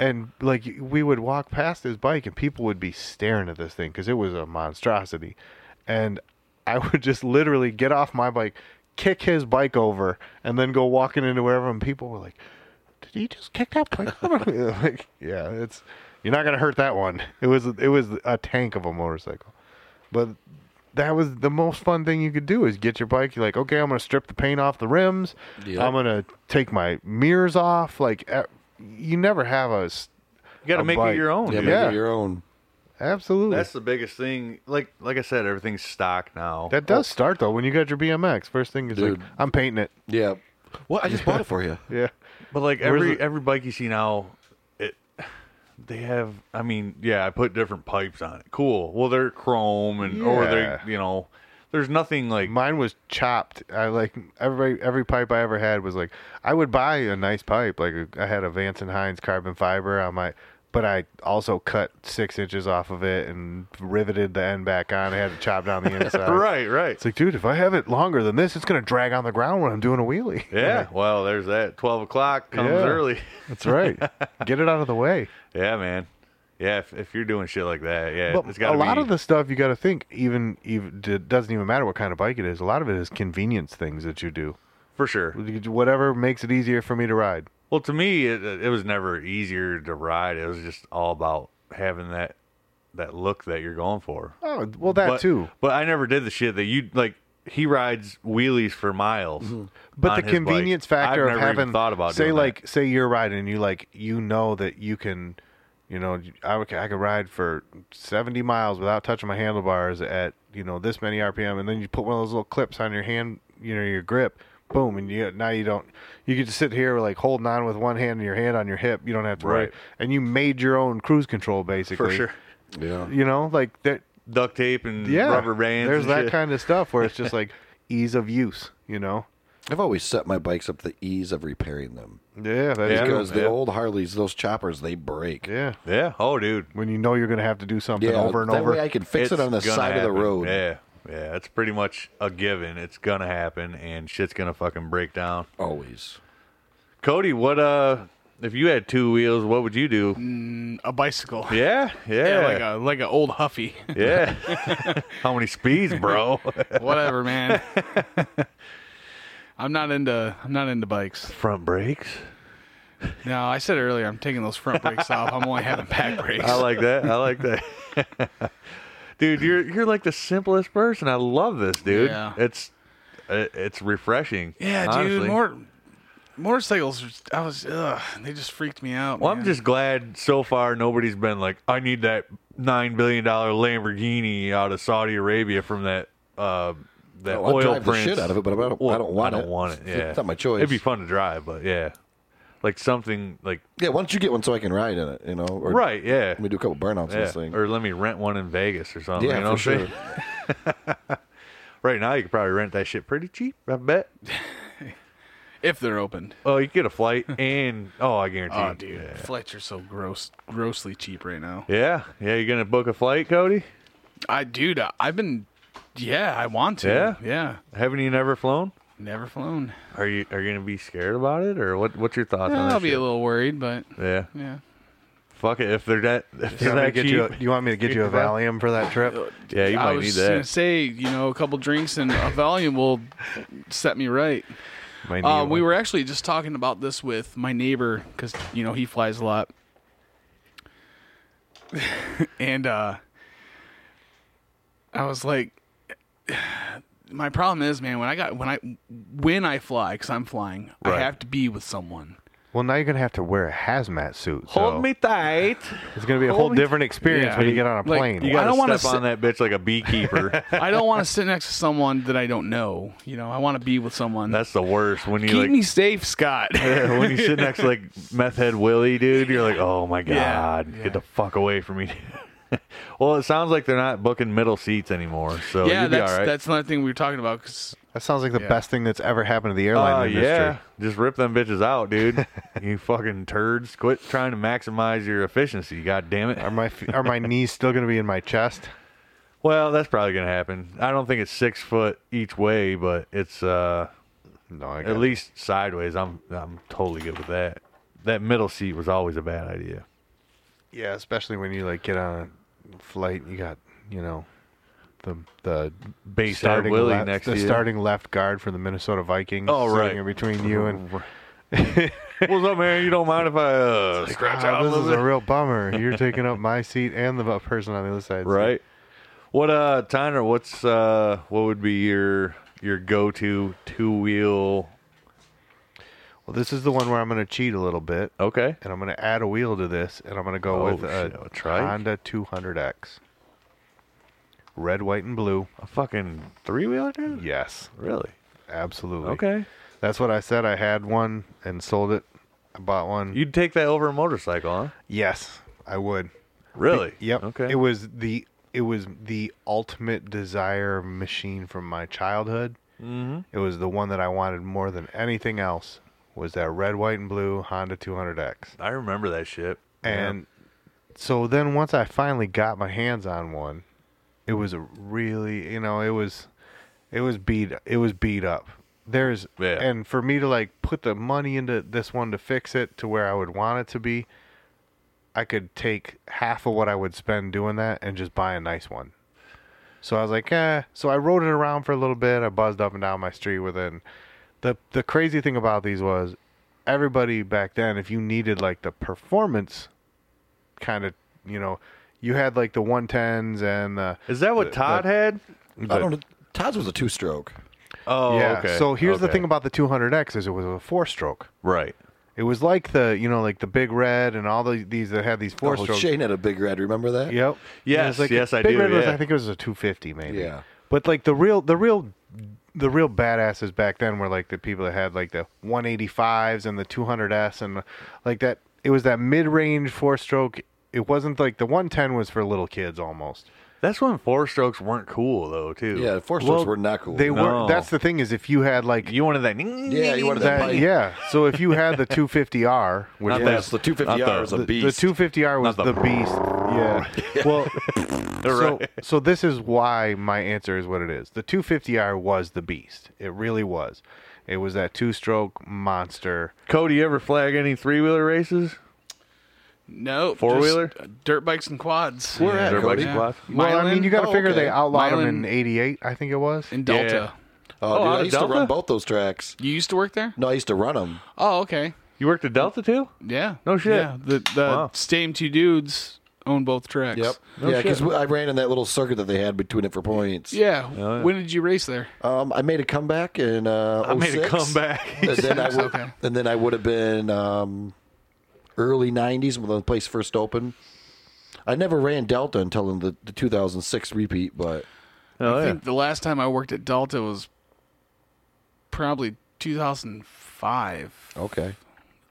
And like we would walk past his bike, and people would be staring at this thing because it was a monstrosity. And I [LAUGHS] would just literally get off my bike, kick his bike over, and then go walking into wherever. And people were like, "Did he just kick that bike over?" like, [LAUGHS] yeah, it's you're not gonna hurt that one. It was it was a tank of a motorcycle, but that was the most fun thing you could do is get your bike. You're like, okay, I'm gonna strip the paint off the rims. I'm gonna take my mirrors off. Like, eh, you never have a s-
You got to
A
make
bike.
it your own.
Yeah,
dude.
make
Yeah.
it your own.
absolutely.
That's the biggest thing. Like like I said, everything's stock now.
that does start though when you got your BMX. First thing is
Dude.
like, I'm painting it.
Yeah. Well, I just bought it for you.
Yeah,
But like
Where's
every
it-
every bike you see now, it they have. I mean, yeah, I put different pipes on it. Cool. Well, they're chrome and or they,
Yeah.
you know, there's nothing like
mine was chopped. I like every every pipe I ever had was like I would buy a nice pipe. Like I had a Vance and Hines carbon fiber on my. But I also cut six inches off of it and riveted the end back on. I had it chopped
[LAUGHS]
down the inside.
right, right.
It's like, dude, if I have it longer than this, it's gonna drag on the ground when I'm doing a wheelie.
yeah. Well, there's that. Twelve o'clock comes
Yeah.
early. [LAUGHS]
That's right. Get it out of the way.
Yeah, man. Yeah, if, if you're doing shit like that, yeah,
But
it's got
a lot of the stuff you got to think, even even it doesn't even matter what kind of bike it is. A lot of it is convenience things that you do.
for sure.
You do Whatever makes it easier for me to ride.
Well, to me, it, it was never easier to ride. It was just all about having that that look that you're going for.
Oh, well, that
but,
too.
But I never did the shit that you like. He rides wheelies for miles. on
Mm-hmm. But the
his bike.
convenience factor
I've never
of
even
having
thought about
say
doing that.
like say you're riding and you like you know that you can, you know, I would- I could ride for 70 miles without touching my handlebars at you know this many RPM, and then you put one of those little clips on your hand, you know, your grip. Boom, and you now you don't. You could just sit here like holding on with one hand and your hand on your hip. You don't have to worry.
Right.
And you made your own cruise control basically.
for sure
[LAUGHS] Yeah.
You know, like that.
duct tape and
Yeah,
rubber bands.
There's
and
that
shit.
kind of stuff where it's just like [LAUGHS] ease of use. You know.
I've always set my bikes up to the ease of repairing them.
Yeah, that's
Yeah.
good.
Because the
Yeah.
old Harleys, those choppers, they break.
Yeah.
Yeah. Oh, dude.
when you know you're going to have to do something
Yeah,
over and
that
over.
way I can fix it
It's
on the
gonna
side of the
happen.
road.
Yeah. Yeah. That's pretty much a given. It's gonna happen, and shit's gonna fucking break down.
Always.
Cody, what uh, if you had two wheels, what would you do?
A bicycle.
Yeah.
Yeah,
Yeah.
like uh, a like an old huffy.
Yeah.
[LAUGHS]
[LAUGHS] How many speeds, bro? [LAUGHS]
Whatever, man. I'm not into I'm not into bikes.
Front brakes.
No, I said earlier I'm taking those front brakes off. I'm only having back brakes.
I like that. I like that. [LAUGHS] dude, you're you're like the simplest person. I love this, dude.
Yeah.
It's it- it's refreshing.
yeah,
honestly.
dude. More motorcycles. are- I was. Ugh, they just freaked me out.
Well, I'm
man.
just glad so far nobody's been like, I need that nine billion dollar Lamborghini out of Saudi Arabia from that uh that
Oh, I'd
oil
drive the
prince.
shit out of it, but I don't- I don't want
I
it.
don't want it.
It's
Yeah,
not my choice.
It'd be fun to drive, but yeah, like something like
Yeah, why don't you get one so I can ride in it, you know? Or
right, yeah.
Let me do a couple burnouts on
Yeah,
this thing.
Or let me rent one in Vegas or something.
Yeah,
you know
for
what I'm saying? [LAUGHS] right now, you could probably rent that shit pretty cheap. I bet.
if they're open.
Oh, you get
[LAUGHS]
a flight and oh, I guarantee.
Oh,
you.
dude, flights are so gross, grossly cheap right now.
Yeah, yeah. You're gonna book a flight, Cody?
I, dude, I- I've been. Yeah, I want to.
Yeah?
yeah.
Haven't you never flown?
Never flown.
Are you are you gonna be scared about it or what? What's your thoughts
Yeah,
on that?
I'll be
shit?
a little worried, but
yeah.
yeah.
fuck it. If they're that, if
You
they're
want, me to
that
get
cheap, Uh,
you, a, you want me to get
[LAUGHS]
you a Valium for that trip?
yeah, you
I
might
was
need
just gonna
that.
say, you know, a couple drinks and a Valium will set me right.
Might need
uh,
Um, we
one.
were actually just talking about this with my neighbor because you know he flies a lot, [LAUGHS] and uh, I was like, my problem is, man, when I got when I when I fly because I'm flying, I
Right.
have to be with someone.
Well, now you're gonna have to wear a hazmat suit. so
Hold me tight.
It's gonna be a whole
hold me-
different experience
Yeah.
when you get on a
Like,
plane.
Well,
You
I
gotta
don't wanna
step on that bitch like a beekeeper.
[LAUGHS] I don't want to sit next to someone that I don't know. You know, I want to be with someone.
That's the worst. When you
Keep
like
me safe, Scott.
[LAUGHS] Yeah, when you sit next to like meth head Willie, dude, you're like, oh my god,
yeah.
get the fuck away from me. [LAUGHS] well, it sounds like they're not booking middle seats anymore, so
yeah,
you'll be all
that's
right.
that's another thing we were talking about because
that sounds like the
Yeah.
best thing that's ever happened to the
Oh
airline industry.
yeah, just rip them bitches
[LAUGHS]
out, dude. you fucking turds, quit trying to maximize your efficiency. God damn it.
Are my f- are my knees still gonna be in my chest?
Well, that's probably gonna happen. I don't think it's six foot each way, but it's uh
No, I
at least sideways. I'm I'm totally good with that. That middle seat was always a bad idea.
yeah, especially when you like get on a flight, and you got you know the the
Base head
starting
Willie
left,
next
the
to you.
starting left guard for the Minnesota Vikings.
Oh,
sitting
right.
in between you and
What's up, man? You don't mind if I uh,
[LAUGHS]
scratch
Wow,
out a
this
little
is
bit?
a real bummer. You're taking
[LAUGHS]
up my seat and the person on the other side.
right. What uh, Tyner? What's uh, what would be your your go to two wheel?
Well, this is the one where I'm going to cheat a little bit,
Okay,
and I'm going to add a wheel to this, and I'm going to go
Oh,
with
shit,
a
a trike?
Honda 200X. Red, white, and blue.
a fucking three wheeler, dude.
Yes,
Really?
absolutely.
Okay.
That's what I said. I had one and sold it. I bought one.
You'd take that over a motorcycle, huh?
yes, I would.
Really?
Yep.
Okay.
It was the it was the ultimate desire machine from my childhood. Mm-hmm. It was the one that I wanted more than anything else. Was that red, white, and blue Honda 200X?
I remember that shit.
And so then once I finally got my hands on one, it was a really you know it was it was beat it was beat up. There's
Yeah.
and for me to like put the money into this one to fix it to where I would want it to be, I could take half of what I would spend doing that and just buy a nice one. So I was like, eh. So I rode it around for a little bit. I buzzed up and down my street with it. And the the crazy thing about these was everybody back then, if you needed like the performance kind of, you know, you had like the 110s and the.
is that what
the-
Todd
the-
had?
I don't know. Todd's was a two stroke.
Oh,
yeah.
okay.
So here's the
Okay.
thing about the 200X is it was a four stroke.
right?
It was like the, you know, like the big red and all the, these that had these four
Oh,
strokes.
Shane had a big red. Remember that?
Yep.
Yes,
It was like
yes, I
Big
do,
Red was,
yeah.
I think it was a 250 maybe.
Yeah.
But like the real, the real, the real badasses back then were like the people that had like the 185s and the 200s and like that. It was that mid-range four-stroke. It wasn't like the 110 was for little kids almost.
That's when four strokes weren't cool though, too.
Yeah, four strokes
Well,
were not cool. Oh,
They
No.
were. That's the thing is if you had like
You wanted that?
yeah, you wanted that.
that,
bike.
yeah. So if you had the 250R, which
Not
was
Yes, the 250R was
Not
a
the, the
beast.
250R was
Not
the,
the-
beast. Yeah. Well, so so this is why my answer is what it is. The 250R was the beast. It really was. It was that two-stroke monster.
Cody, you ever flag any three wheeler races?
no just,
Four-wheeler?
uh, dirt bikes and quads.
Where at,
Dirt bikes
Cody?
and quads?
Well, I mean,
Milan?
you got to
Oh,
figure they
okay.
outlawed them
Milan.
in '88, I think it was.
in Delta.
Oh, dude,
out
I
of
used to run
Delta?
both those tracks.
You used to work there?
No, I used to run them.
Oh, okay.
You worked at Delta too?
Yeah.
No shit.
Yeah. The the
Wow.
same two dudes own both tracks.
Yep.
No
yeah,
shit.
because I ran in that little circuit that they had between it for points.
Yeah. When did you race there?
Um, I made a comeback in uh,
I made a
06.
comeback.
and then I would,
Okay.
and then I would have been um, early '90s when the place first opened. I never ran Delta until in the, the 2006 repeat, but
[LAUGHS] oh,
I
yeah.
think the last time I worked at Delta was probably 2005.
okay.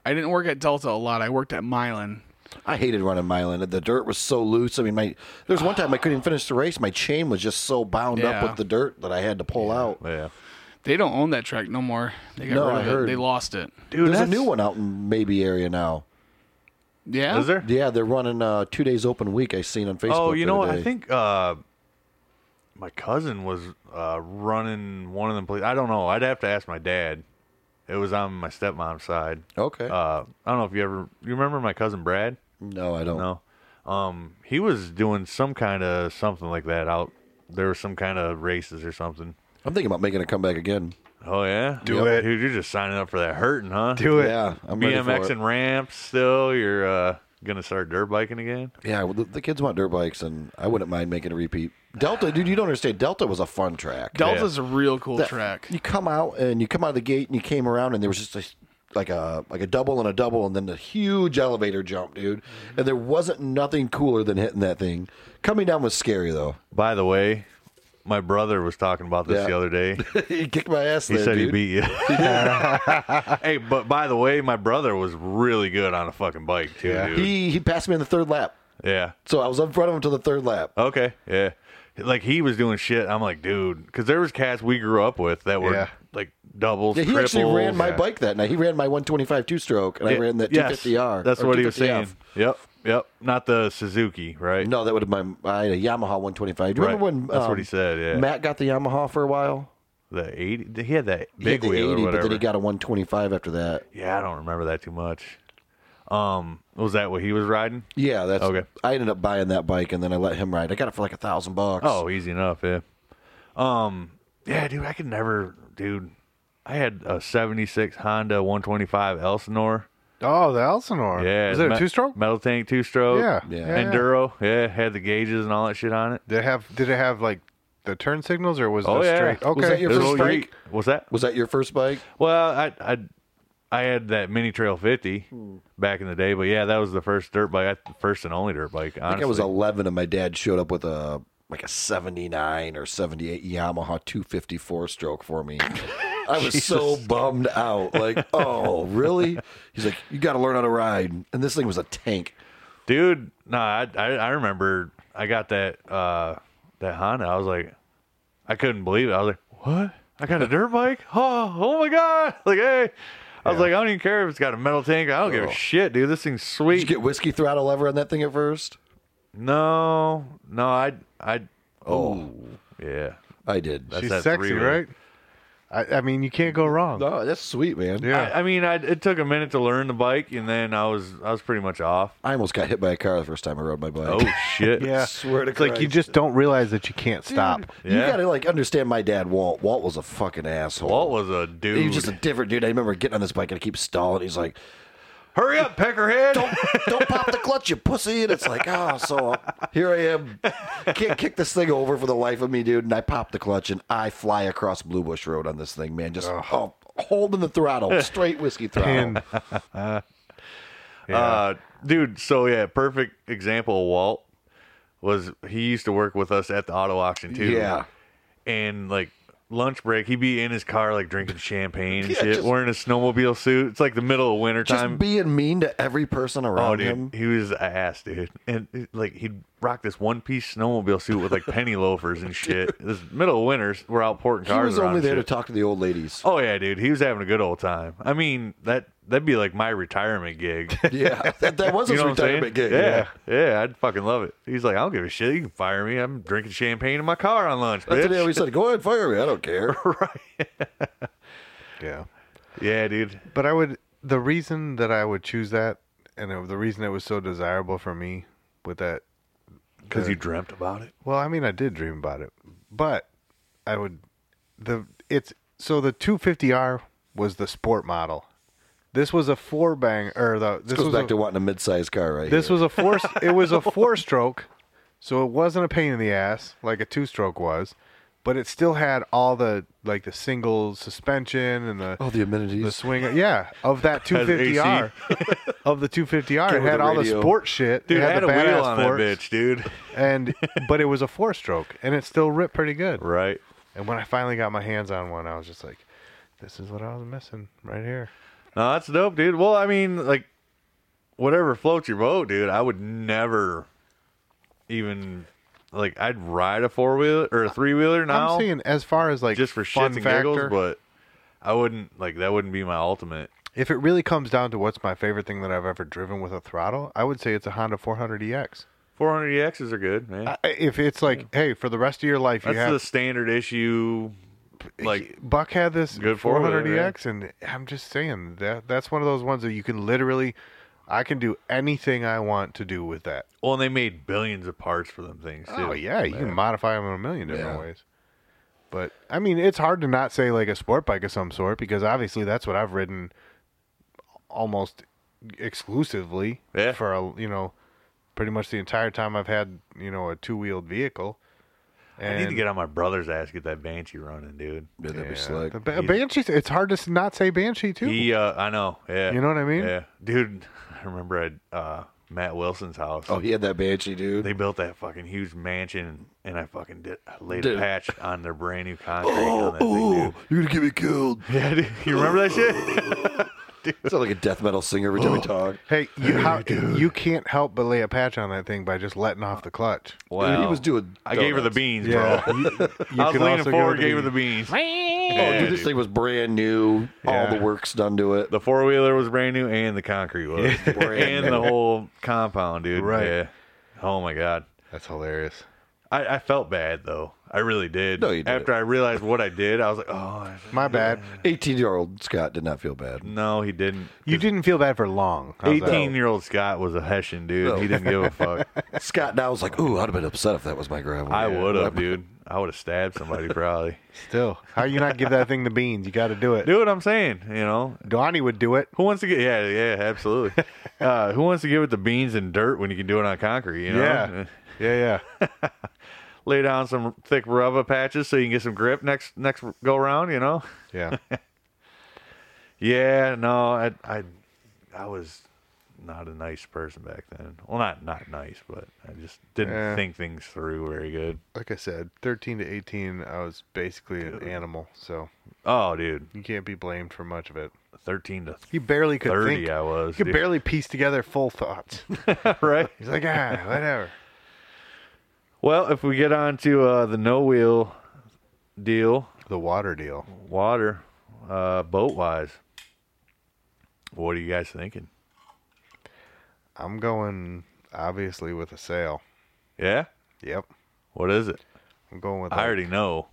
I didn't work at Delta a lot. I worked at Milan.
I hated running Milan. The dirt was so loose. I mean, my there was one time I couldn't even finish the race. My chain was just so bound up
Yeah.
with the dirt that I had to pull out.
yeah.
They don't own that track no more. They got
No,
rid
I
of
heard.
it. They lost it.
Dude,
There's a
that's-
new one out in maybe area now.
Yeah.
Is there?
Yeah, they're running uh, two days open week. I seen on Facebook.
Oh, you
the
know
other
what? I
day.
think uh, my cousin was uh, running one of them. Place. I don't know. I'd have to ask my dad. It was on my stepmom's side.
Okay.
Uh, I don't know if you ever. You remember my cousin Brad?
No, I don't.
No. Um, he was doing some kind of something like that out. There was some kind of races or something.
I'm thinking about making a comeback again.
Oh yeah,
Do it.
dude. You're just signing up for that hurting, huh?
Do it.
Yeah, I'm ready for
BMX
it.
and ramps still. You're uh, gonna start dirt biking again.
Yeah, well, the, the kids want dirt bikes, and I wouldn't mind making a repeat. Delta, dude, you don't understand. Delta was a fun track.
Delta's a real cool
That-
track.
You come out and you come out of the gate and you came around and there was just a, like a like a double and a double and then a huge elevator jump, dude.
Mm-hmm.
And there wasn't nothing cooler than hitting that thing. Coming down was scary though. [LAUGHS]
By the way, my brother was talking about this
Yeah.
the other
[LAUGHS]
day.
he kicked my ass.
He
there,
said he
dude.
beat
[LAUGHS]
you. [LAUGHS] hey, but by the way, my brother was really good on a fucking bike too,
Yeah.
dude.
He he passed me in the third lap,
yeah.
so I was in front of him to the third lap.
Okay. Yeah. Like he was doing shit. I'm like, dude, because there was cats we grew up with that were
Yeah.
like doubles,
Yeah, he
triples.
actually ran my
Yeah.
bike that night. He ran my 125 two stroke, and I
Yeah.
ran that
Yes.
250R.
That's
or
what he was
250F.
saying. Yep. Yep. Not the Suzuki, right?
No, that would have been my I had a Yamaha 125. Do you remember
Right.
when
That's what
um,
he said, yeah.
Matt got the Yamaha for a while.
The 80. He had that
He had
big
the
wheel or
but
whatever.
then he got a 125 after that.
yeah, I don't remember that too much. Um, was that what he was riding?
Yeah, that's
Okay.
I ended up buying that bike, and then I let him ride. I got it for like a thousand bucks.
Oh, easy enough. Yeah. Um. Yeah, dude. I could never, dude. I had a '76 Honda 125 Elsinore.
Oh, the Elsinore.
Yeah,
Is
it's
it
me-
a two stroke?
metal tank two stroke?
Yeah.
Yeah.
Enduro. Yeah, had the gauges and all that shit on it.
Did it have did it have like the turn signals or was it
Oh,
a
yeah.
straight?
Was
Okay.
that your
It was
first
straight-
bike?
What's that?
Was that your first bike?
Well, I I I had that Mini Trail 50
Hmm.
back in the day, but yeah, that was the first dirt bike, I- first and only dirt bike. Honestly,
I think I was 11, and my dad showed up with a like a 79 or 78 Yamaha 254 stroke for
[LAUGHS]
me. I was so bummed out. Like, oh, really? He's like, you got to learn how to ride, and this thing was a tank.
dude. Nah, I, I I remember I got that uh that Honda. I was like, I couldn't believe it. I was like, what? I
[LAUGHS]
got a dirt bike? Oh, oh my god! [LAUGHS] Like, hey. I was like, I don't even care if it's got a metal tank. I don't give a shit, dude. This thing's sweet.
Did you get whiskey throttle lever on that thing at first?
No, no, I, I, oh, yeah,
I did.
That's
She's
that
sexy,
three-wheel.
right? I, I mean, you can't go wrong.
Oh, that's sweet, man.
Yeah.
I, I mean, I it took a minute to learn the bike, and then I was I was pretty much
[LAUGHS]
off.
I almost got hit by a car the first time I rode my bike. [LAUGHS]
Oh shit!
yeah.
swear to
It's like you just don't realize that you can't stop.
You
Yeah.
gotta like understand my dad, Walt. Walt was a fucking asshole.
Walt was a dude.
He was just a different dude. I remember getting on this bike and I keep stalling. He's like,
Hurry up, peckerhead!
"Don't pop the clutch, you pussy!" And it's like, "Oh, so here I am, can't kick this thing over for the life of me, dude." And I pop the clutch and I fly across Blue Bush Road on this thing, man. Just oh, holding
[LAUGHS]
the throttle, straight whiskey throttle.
And
[LAUGHS] Uh, dude, so yeah, perfect example of Walt was he used to work with us at the auto auction too.
Yeah.
And like lunch break, he'd be in his car like drinking champagne and
[LAUGHS] Yeah,
shit,
just-
wearing a snowmobile suit. It's like the middle of winter
Just
time.
being mean to every person around
Oh, dude,
him.
he was an ass, dude. And like he'd rock this one piece snowmobile suit with
[LAUGHS]
like penny loafers and shit. This middle of winters, we're out porting
He
cars.
was
around
only
and
there to
shit.
talk to the old ladies.
[LAUGHS]
[LAUGHS]
Oh yeah, dude, he was having a good old time. I mean that that'd be like my retirement gig.
Yeah, that, [LAUGHS] that was
You
his
know what I'm
retirement
saying?
gig.
Yeah, yeah, I'd fucking love it. He's like, I don't give a shit. You can fire me. I'm drinking champagne in my car on lunch,
That's what he
bitch.
always said. Go ahead, fire me. I don't
[LAUGHS]
care.
yeah.
yeah, dude.
But I would the reason that I would choose that and it- the reason it was so desirable for me with that
Because you dreamt about it.
Well, I mean, I did dream about it, but I would the it's so the 250R was the sport model. This was a four bang or the this
Goes
was
back
a,
to wanting a mid-sized car, right?
this
here.
was a four it was a four stroke, so it wasn't a pain in the ass like a two stroke was, but it still had all the like the single suspension and the
all the amenities.
the swing yeah
[LAUGHS]
of that 250R of the 250R it
with
had
the
all the
radio.
sport shit
Dude,
it
I had a
the
wheel
badass
on
forks,
that bitch, dude. [LAUGHS]
and but it was a four stroke and it still ripped pretty good
Right.
and when I finally got my hands on one, I was just like, this is what I was missing right here.
No, that's dope, dude. Well, I mean, like, whatever floats your boat, dude. I would never even like I'd ride a four wheeler or a three wheeler now,
I'm seeing as far as like
just for
fun
shits and
factor,
giggles, but I wouldn't like that. Wouldn't be my ultimate.
if it really comes down to what's my favorite thing that I've ever driven with a throttle, I would say it's a Honda 400EX.
400EXs E are good, man.
I- If it's like, hey, for the rest of your life,
that's
you have
the standard issue. Like,
Buck had this E
Good
400
four-wheeler,
EX, and I'm just saying that that's one of those ones that you can literally I can do anything I want to do with that.
Well, and they made billions of parts for them things too.
Oh yeah, you can modify them in a million different
Yeah.
ways. But I mean, it's hard to not say like a sport bike of some sort because obviously that's what I've ridden almost exclusively
Yeah.
for a you know pretty much the entire time I've had you know a two wheeled vehicle.
I
And
need to get on my brother's ass get that banshee running, dude.
Yeah, that'd
yeah,
be slick.
the ba- Banshee. It's hard to s- not say Banshee too.
He, uh, I know. Yeah,
You know what I mean?
Yeah, dude. [LAUGHS] I remember at uh, Matt Wilson's house.
Oh, he had that banshee, dude.
They built that fucking huge mansion, and I fucking did. I laid a
Dude. Oh,
patch on their brand new concrete on that thing, dude.
you're gonna get me killed.
Yeah, dude. You remember that shit?
Sound like a death metal singer every time we talk.
Hey, you how, you can't help but lay a patch on that thing by just letting off the clutch.
Wow.
he was doing.
I gave her the
donuts.
beans, bro.
you, you
[LAUGHS] I was
can
leaning
also
forward,
go to
gave her the beans.
Oh,
Yeah,
dude, this
dude.
thing was brand new. All
Yeah.
the work's done to it.
The four wheeler was brand new, and the concrete was, [LAUGHS]
Brand
and the whole compound, dude.
Right.
Yeah. Oh my god.
That's hilarious.
I, I felt bad though. I really did.
No, you didn't.
After I realized what I did, I was like, oh
My bad.
18 year old Scott did not feel bad.
no, he didn't.
You didn't feel bad for long. How's that?
Eighteen year old Scott was a Hessian dude. He didn't give a fuck.
Scott now was like, "Ooh, I'd have been upset if that was my gravel."
I would have,
[LAUGHS]
dude. I would have stabbed somebody probably.
Still, how you not give that thing the beans? You got to do it.
Do what I'm saying, you know.
Donnie would do it.
Who wants to get? Yeah, yeah, absolutely.
[LAUGHS]
Uh, who wants to give it the beans and dirt when you can do it on concrete? You know, Uh,
Yeah. Yeah, yeah.
lay down some thick rubber patches so you can get some grip next next go round. You know.
[LAUGHS] Yeah.
Yeah, no, I, I, I was not a nice person back then. Well, not not nice, but I just didn't
Yeah.
think things through very good.
Like I said, 13 to 18, I was basically an animal, so
Oh, dude,
you can't be blamed for much of it.
thirteen
[LAUGHS]
to [LAUGHS]
He barely could
thirty,
think.
I was.
He could
dude.
barely piece together full thoughts.
right.
He's like, ah, whatever.
Well, if we get on to uh, the no wheel deal,
The water deal.
water, uh, boat wise, what are you guys thinking?
I'm going, obviously, with a sail.
Yeah,
Yep.
what is it?
I'm going with
I
the-
already know.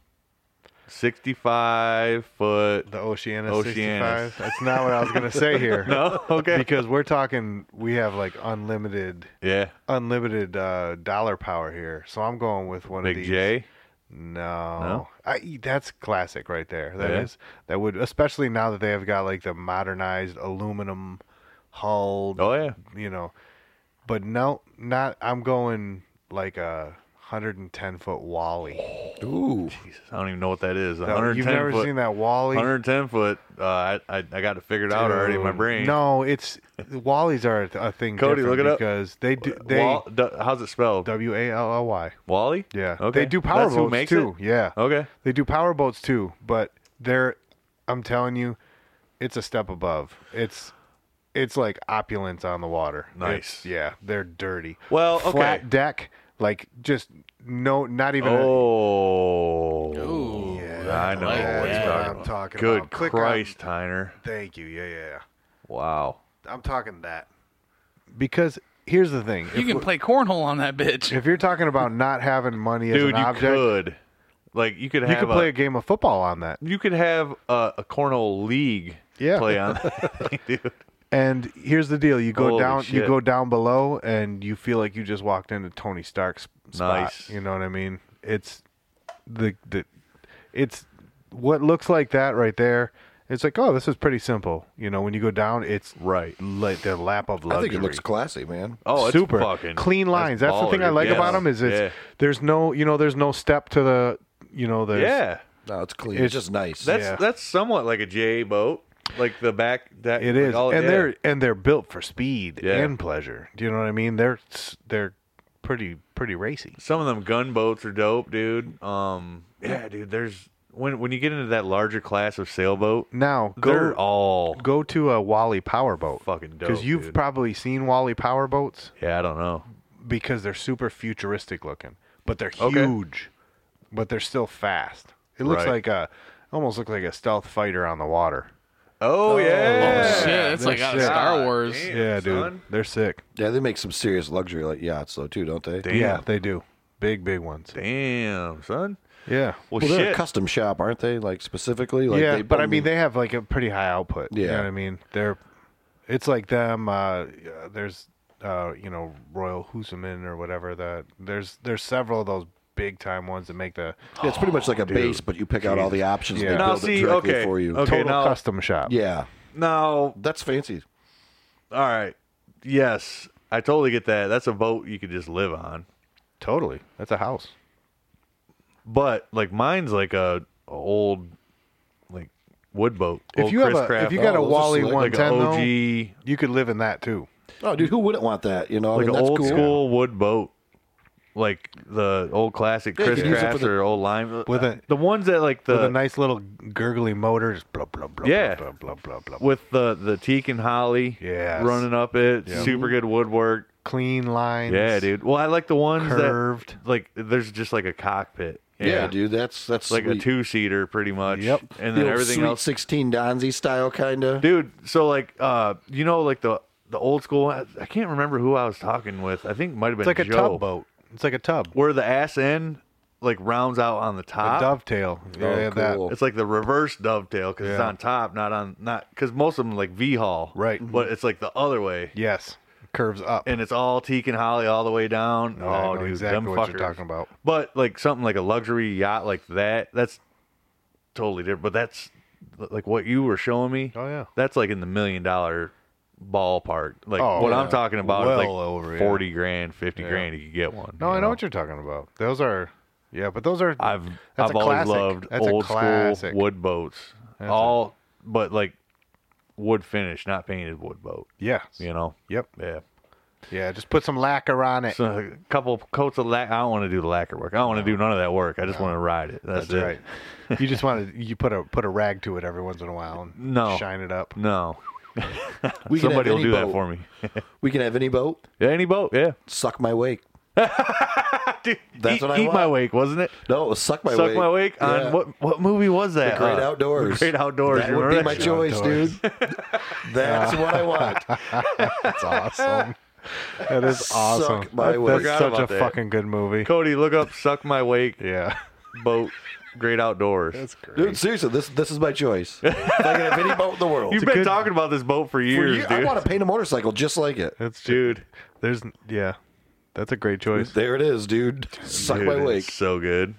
Sixty-five foot.
the Oceana
Oceanus.
65. That's not what I was going
[LAUGHS]
to say here.
No, okay.
Because we're talking, we have like unlimited
Yeah,
unlimited uh, dollar power here. So I'm going with one of
Big
these.
J.
No,
No?
I, that's classic right there. That is
Yeah.
that would especially now that they have got like the modernized aluminum hull.
Oh yeah.
You know, but no, not. I'm going like a 110 foot Wally.
Ooh,
I don't even know what that is.
That-
110
You've never
foot,
seen that Wally?
110 foot. Uh, I, I I got it figured out already in my
Dude,
brain.
No, it's Wallies are a a thing.
Cody,
different
look it up.
because they do they
Wall, d- how's it spelled?
W A L L Y.
Wally.
Yeah,
Okay.
they do power
That's who
boats
makes
too.
it?
Yeah,
Okay.
They do power boats too, but they're I'm telling you, it's a step above. It's it's like opulence on the water.
Nice.
It's- yeah, they're dirty.
Well, okay.
flat deck, like just no, not even. A,
Oh.
Ooh,
I
like
know what
that.
you're talking
I'm
about.
talking
Good
about. Click on-
Christ, Tyner.
thank you. Yeah, yeah,
Wow.
yeah. I'm talking that because here's the thing:
You
if,
can
we-
play cornhole on that bitch.
if you're talking about not having money as
Dude,
an
you
object,
could. Like you could have
you could
a,
play a game of football on that.
you could have a, a cornhole league
Yeah.
play
[LAUGHS]
on [LAUGHS] that, dude.
And here's the deal: you go
Holy
down, you
shit.
go down below, and you feel like you just walked into Tony Stark's spot.
Nice.
You know what I mean? It's the the it's what looks like that right there. It's like, oh, this is pretty simple. You know, when you go down, it's
Right.
like the lap of luxury.
I think it looks classy, man.
Oh, it's
super
fucking
clean lines. That's, the
baller,
thing I
dude.
like
Yeah.
about 'em about them is it's
Yeah.
there's no you know there's no step to the you know there's
yeah.
No, it's clean. It's,
It's-
just nice.
That's
Yeah.
that's somewhat like a J boat, like the back that
It
like
is,
all-
and
yeah.
they're and they're built for speed
Yeah.
and pleasure. Do you know what I mean? They're s- they're pretty pretty racy.
some of them gunboats are dope, dude. Um, yeah, dude. There's when when you get into that larger class of sailboat,
Now
they're
go
all
go to a Wally powerboat
fucking dope.
because you've
dude.
probably seen Wally powerboats
yeah, I don't know.
because they're super futuristic looking, but they're
Okay.
huge, but they're still fast. It looks
Right.
like a almost looks like a stealth fighter on the water.
Oh, yeah,
oh shit, that's like out of
sick.
Star Wars.
Damn,
yeah, dude,
son.
they're sick.
yeah, they make some serious luxury like yachts though too, don't they?
Damn,
Yeah, they do. Big big ones.
damn, son.
Yeah.
Well,
Well, they're
shit.
a custom shop, aren't they? Like specifically, like
yeah,
they
but I mean, they have like a pretty high output. You
Yeah.
know what I mean? They're It's like them. Uh, yeah, there's, uh, you know, Royal Hoosaman or whatever. That there's there's several of those big time ones that make the
Yeah, it's pretty much like a base, but you pick out all the options
Yeah.
and they
Now,
build
see,
it directly
okay,
for you.
okay.
total
now-
custom shop.
Yeah,
No,
that's fancy.
all right. Yes, I totally get that. That's a boat you could just live on.
totally. That's a house.
But like mine's like a, a old like wood boat.
If
Old
you have
Chris
a,
Craft
if you got
Oh,
a
those are
Wally
select-
like an
one ten
OG
though, Oh, you could live in that too.
Oh, dude, who wouldn't want that? You know, I
like
mean,
an
that's
old
cool.
school wood boat. Like the old classic
Yeah, you
Chris
can use it
Craft
for the-
or old Lime
With a-
the ones that like the
With a nice little gurgly motor, just blah blah blah.
Uh, Yeah.
blah blah blah blah. blah.
with the the teak and holly
Yes.
running up it
Yeah.
super good woodwork
clean lines.
yeah dude well i like the ones
Curved.
that like there's just like a cockpit
Yeah, dude, that's that's
like a
sweet.
two-seater pretty much
Yep.
and
The
then
old
everything
sweet
else
sixteen Donzi style kind of.
dude so like uh you know like the the old school i I can't remember who i was talking with i think it might have been
It's like a
Joe,
tub boat. It's like a tub.
where the ass end like rounds out on the
A
top
dovetail. yeah,
Oh,
they have that.
cool.
It's like the reverse dovetail because it's
Yeah.
on top, not on not because most of them like V haul,
Right.
But it's like the other way,
Yes, curves up.
and it's all teak and holly all the way down.
No, I
oh,
know
dude, them
exactly what
fuckers.
you're talking about.
But like something like a luxury yacht like that, that's totally different. But that's like what you were showing me.
Oh, yeah.
that's like in the million dollar ballpark. Like
Oh,
what
yeah.
I'm talking about
Well
is like
over, yeah.
forty grand, fifty
Yeah.
grand. You could get one.
No, I know what you're talking about. Those are, yeah, but those are.
I've I've
that's a
always
classic.
loved
that's
old
a classic.
school wood boats.
That's
all but like wood finish, not painted wood boat.
Yes.
You know?
Yep.
Yeah.
Yeah. Just put some lacquer on it.
So a couple coats of lac I don't want to do the lacquer work. I don't want to do none of that work. I just want to ride it. That's,
that's
it.
right. you just want to you put a put a rag to it every once in a while and
No.
shine it up.
No.
We can have
Somebody will
any
do that
boat.
for me. [LAUGHS]
We can have any boat.
yeah, any boat, [LAUGHS] yeah.
Suck my wake.
That's
what I
Eat my
want.
wake, wasn't it?
No, it was suck my
Suck
wake.
my wake on
Yeah.
what what movie was that?
Great
Uh,
outdoors.
Great outdoors.
That
you
would
remember
be
that
my
shit?
choice,
Outdoors.
dude. [LAUGHS] That's what I want.
[LAUGHS]
That's awesome. that is [LAUGHS]
Suck
awesome.
my
That-
wig.
Forgot
that's such a
about that.
fucking good movie.
Cody, look up Suck My Wake
Yeah. [LAUGHS]
Boat Great Outdoors.
That's great.
Dude, seriously, this this is my choice.
[LAUGHS]
If I can have any boat in the world.
You've been talking about this boat for
For
years,
you-
dude.
I want to paint a motorcycle just like it.
that's
dude.
There's yeah. That's a great choice.
There it is, dude. Suck
Dude,
my
it's
wake.
So good.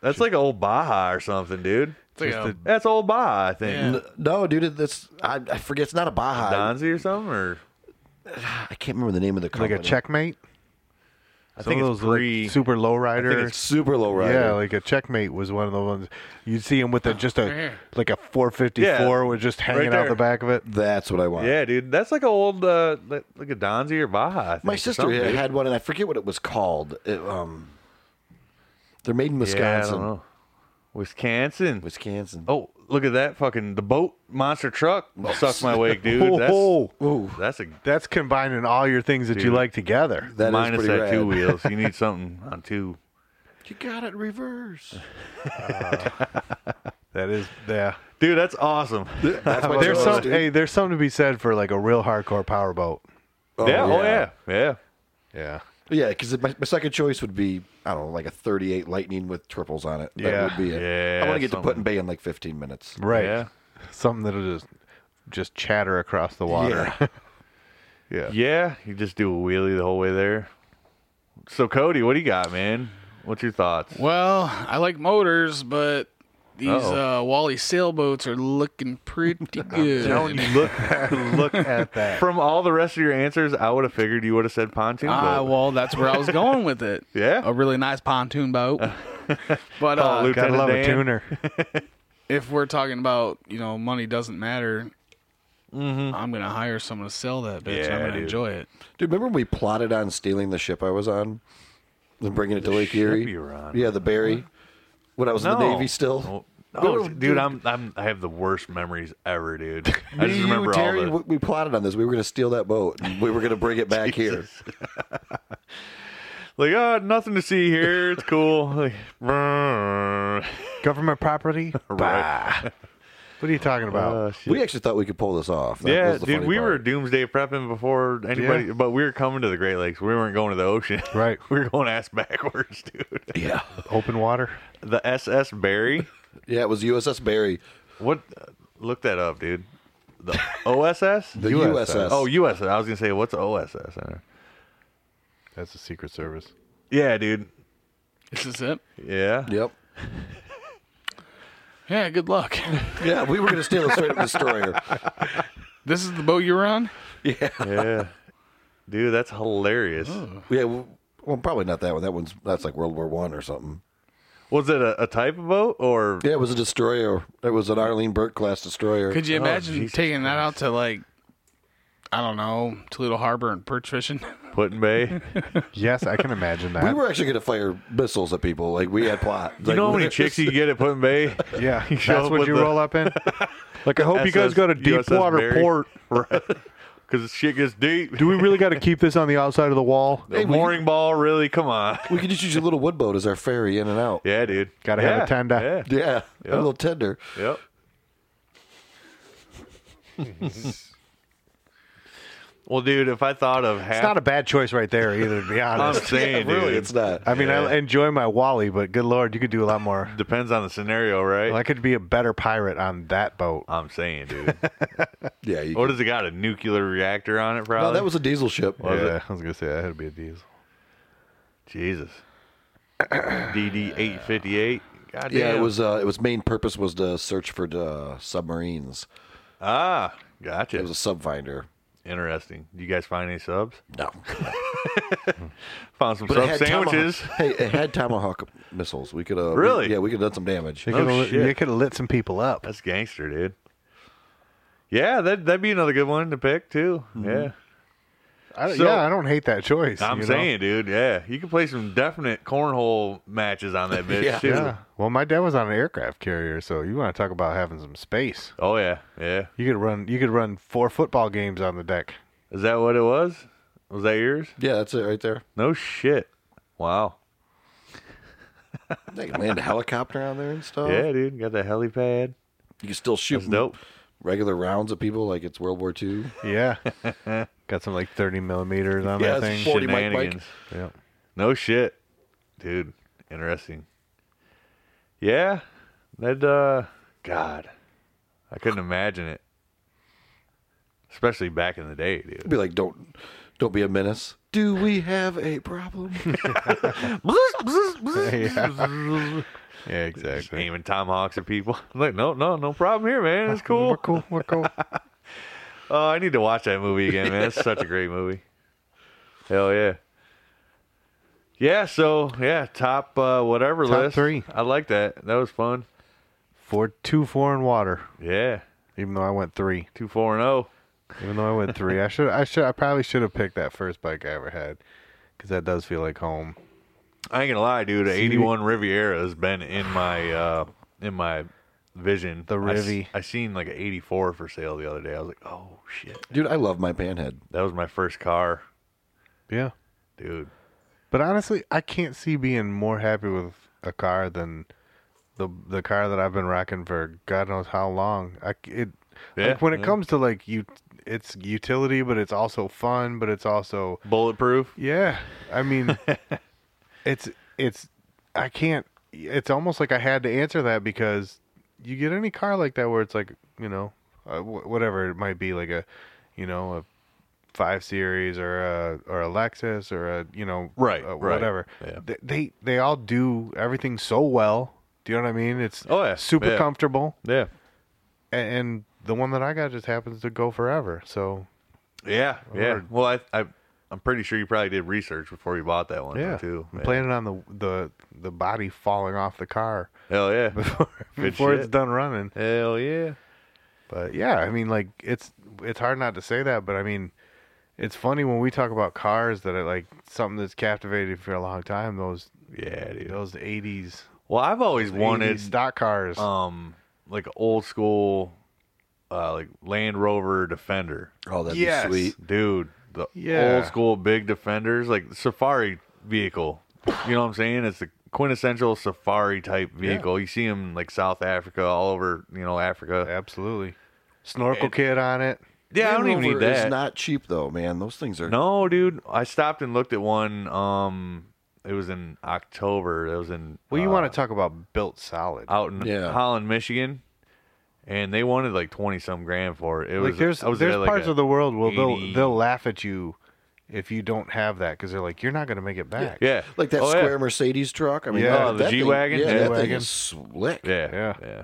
That's like old Baja or something, dude.
It's
Just
like a-
That's old Baja, I think.
Yeah.
N- No, dude, it- that's I, I forget. It's not a Baja.
Donzi or something, or
I can't remember the name of the
Like
company.
a checkmate.
I
Some
think
of
it's
those like,
pre.
super low rider.
it's
Super low rider.
Yeah, like a checkmate was one of the ones you'd see him with a just a like a 454
Yeah,
was just hanging
right
out
there.
the back of it.
that's what I want.
yeah, dude. That's like an old uh, like, like a Donzi or Baja. I think,
My
or
sister
something, dude.
had one, and I forget what it was called. It, um, they're made in
Yeah, I
Wisconsin.
don't know. Wisconsin.
Wisconsin.
Oh, look at that fucking the boat monster truck. Suck my wake, dude. That's,
Whoa, whoa.
that's a
that's combining all your things that you
Dude.
like together.
That is
minus
pretty
that
rad.
two wheels. You need something on two.
You got it reverse.
That is yeah.
Dude, [LAUGHS] that's awesome.
That's my
There's
choice,
some
dude.
hey, there's something to be said for like a real hardcore power boat.
yeah, oh yeah, yeah.
Yeah.
Yeah, because my, my second choice would be I don't know, like a 38 Lightning with triples on it. That
Yeah.
would be it.
Yeah,
I want to get to
something.
Put in Bay in like 15 minutes.
Right.
Yeah.
Something that'll just just chatter across the water.
Yeah.
Yeah.
Yeah, you just do a wheelie the whole way there. So Cody, what do you got, man? What's your thoughts?
Well, I like motors, but these
Uh-oh.
uh, Wally sailboats are looking
[LAUGHS]
pretty good.
Look, look at that. From all the rest of your answers, I would have figured you would have said pontoon
Ah,
boat.
well, that's where I was going with it.
[LAUGHS] Yeah?
a really nice pontoon boat.
[LAUGHS]
But
Call
uh,
Luke.
Gotta
Lieutenant
love a
Dan.
tuner.
if we're talking about you know money doesn't matter, I'm gonna hire someone to sell that bitch. and
Yeah,
I'm gonna
dude.
enjoy it.
Dude, remember when we plotted on stealing the ship I was on and bringing it to Lake
ship
Erie?
you were on?
Yeah, the Barry. When I was in the Navy still.
Oh, oh, dude, I'm I'm I have the worst memories ever, dude. [LAUGHS] I
Me,
just
you,
remember
Terry,
all the.
we- we plotted on this. We were going to steal that boat. And we were going to bring
[LAUGHS]
it back here.
Like, oh, nothing to see here. It's cool. [LAUGHS] Like, brrr.
[LAUGHS] Government property?
Right.
What are you talking about?
[LAUGHS] Oh, shit.
We actually thought we could pull this off. That
yeah,
was the
dude,
funny
we
part.
were doomsday prepping before anybody, but we were coming to the Great Lakes. We weren't going to the ocean. [LAUGHS]
Right.
we were going ass backwards, [LAUGHS] dude.
Yeah.
Open water?
The SS Barry.
Yeah, it was USS Barry.
What? Look that up, dude. the OSS?
The
USS.
USS.
oh, USS. I was gonna say what's OSS? I don't know.
That's the Secret Service.
Yeah, dude.
This is it.
Yeah.
Yep.
Yeah, good luck. [LAUGHS]
Yeah, we were going to steal it straight from the destroyer.
this is the boat you were on?
Yeah. Dude, that's hilarious.
[LAUGHS] Yeah, well, well, probably not that one. That one's that's like World War One or something.
Was it a, a type of boat or
Yeah, it was a destroyer. It was an Arlene Burt class destroyer.
Could you imagine
Oh, Jesus
taking that out to like I don't know, Toledo Harbor and perch fishing?
put in bay?
Yes, I can imagine that.
we were actually going to fire missiles at people. Like we had plot.
you know how many chicks you get at put in [LAUGHS] bay?
yeah,
show
that's
up
what
with
you
the-
roll up in. Like, I hope you guys got a
SS
deep water
Mary.
port.
right? Because shit gets deep.
Do we really got to keep this on the outside of the wall?
[LAUGHS] The mooring ball, really? Come on.
We could just use your little wood boat as our ferry in and out.
Yeah, dude.
Gotta
yeah.
have a tender.
Yeah, a
Yep.
little tender.
Yeah. Yep. well, dude, if I thought of half,
It's not a bad choice right there either, to be [LAUGHS]
I'm
honest.
saying,
really,
dude,
it's not.
I mean, I enjoy my Wally, but good lord, you could do a lot more.
depends on the scenario, right?
Well, I could be a better pirate on that boat.
I'm saying, dude.
Yeah, you
what does it got? A nuclear reactor on it, probably.
no, that was a diesel ship.
yeah, I was gonna say that had to be a diesel.
Jesus.
[COUGHS]
DD eight fifty eight. God damn.
Yeah, it was. Uh, it was main purpose was to search for uh, submarines.
Ah, gotcha.
It was a sub finder.
Interesting. You guys find any subs?
No,
Found some
it
sub
had
sandwiches. [LAUGHS]
tomahawk- Hey, it had tomahawk missiles. We could have
Really?
yeah, we could have done some damage.
They
Oh,
could have
shit.
you could have lit some people up.
That's gangster, dude. Yeah, that that'd be another good one to pick too.
Mm-hmm.
Yeah,
I don't-
So-
yeah, I don't hate that choice.
I'm
you know?
saying, dude. Yeah, you can play some definite cornhole matches on
[LAUGHS]
that bitch
Yeah.
too.
Yeah. Well, my dad was on an aircraft carrier, so you want to talk about having some space.
Oh yeah, yeah.
You could run. You could run four football games on the deck.
Is that what it was? Was that yours?
Yeah, that's it right there.
No shit. Wow.
They can land a helicopter on there and stuff.
Yeah, dude. Got that helipad.
You can still shoot
That's dope.
regular rounds of people like it's World War II.
[LAUGHS]
Yeah. Got some like 30 millimeters on that
Yeah,
thing.
it's four- 40 mic mic.
Shenanigans.
Yeah.
No shit, dude. Interesting. Yeah, that. uh God, I couldn't imagine it. Especially back in the day, dude. [LAUGHS]
Be like, don't don't be a menace. Do we have a problem?
[LAUGHS]
Yeah,
Just
exactly.
aiming tomahawks at people. [LAUGHS] I'm like, no, no, no problem here, man. It's cool.
We're cool.
[LAUGHS]
We're cool.
Oh, I need to watch that movie again, man. It's
[LAUGHS]
such a great movie. Hell yeah. Yeah, so yeah, top uh, whatever
Top
list.
three.
I like that. That was fun.
Four, two, four, and water.
Yeah,
Even though I went three.
two, four, and oh.
Even though I went three, I should. I should. I probably should have picked that first bike I ever had, because that does feel like home.
I ain't gonna lie, dude.
See?
Eighty-one Riviera has been in my uh, in my vision.
The
I s-
Rivy.
I, seen like an eighty-four for sale the other day. I was like, oh shit,
Dude, I love my panhead.
that was my first car,
Yeah.
dude.
But honestly, I can't see being more happy with a car than the the car that I've been rocking for God knows how long. I c- it
Yeah,
like when it
yeah.
comes to like you, it's utility, but it's also fun, but it's also
Bulletproof.
yeah.
[LAUGHS]
I mean, it's it's I can't. It's almost like I had to answer that because you get any car like that where it's like you know uh, wh- whatever it might be like a you know a five series or a or a Lexus or a you know
Right,
a
right.
whatever
Yeah.
Th- they they all do everything so well. Do you know what I mean? It's
Oh, yeah.
super
Yeah.
comfortable
Yeah.
and, and the one that I got just happens to go forever. So
Yeah, yeah.
Or-
Well, I, I, I'm pretty sure you probably did research before you bought that one
yeah,
too.
I'm
Yeah.
planning on the the the body falling off the car.
Hell yeah.
[LAUGHS] before,
Good
before it's
shit.
done running.
Hell yeah.
But yeah, I mean, like it's it's hard not to say that, but I mean, it's funny when we talk about cars that are like something that's captivated for a long time. Those
Yeah, dude.
those eighties
Well, I've always wanted
stock cars.
um like a old school uh like Land Rover Defender.
Oh, that'd
Yes.
be sweet.
Dude, the
Yeah.
old school big Defenders, like safari vehicle. You know what I'm saying? It's the quintessential safari type vehicle. You see them like South Africa, all over, you know, Africa.
Absolutely, snorkel kit on it.
Yeah, I don't even need that.
It's not cheap though, man. Those things are
No, dude. I stopped and looked at one. Um, it was in October. It was in
Well, you
uh,
want to talk about built solid?
out in
Yeah.
Holland, Michigan, and they wanted like twenty some grand for it. It
Like
was
there's
I was
there's
at, like,
parts
a
of the world where they'll
80.
they'll laugh at you if you don't have that because they're like you're not going to make it back.
yeah
Like that
Oh, yeah.
square Mercedes truck. I mean,
Yeah.
that-
Oh,
the
that thing-
G-Wagon?
Yeah, that thing
G-Wagon.
is slick.
Yeah,
Yeah.
yeah.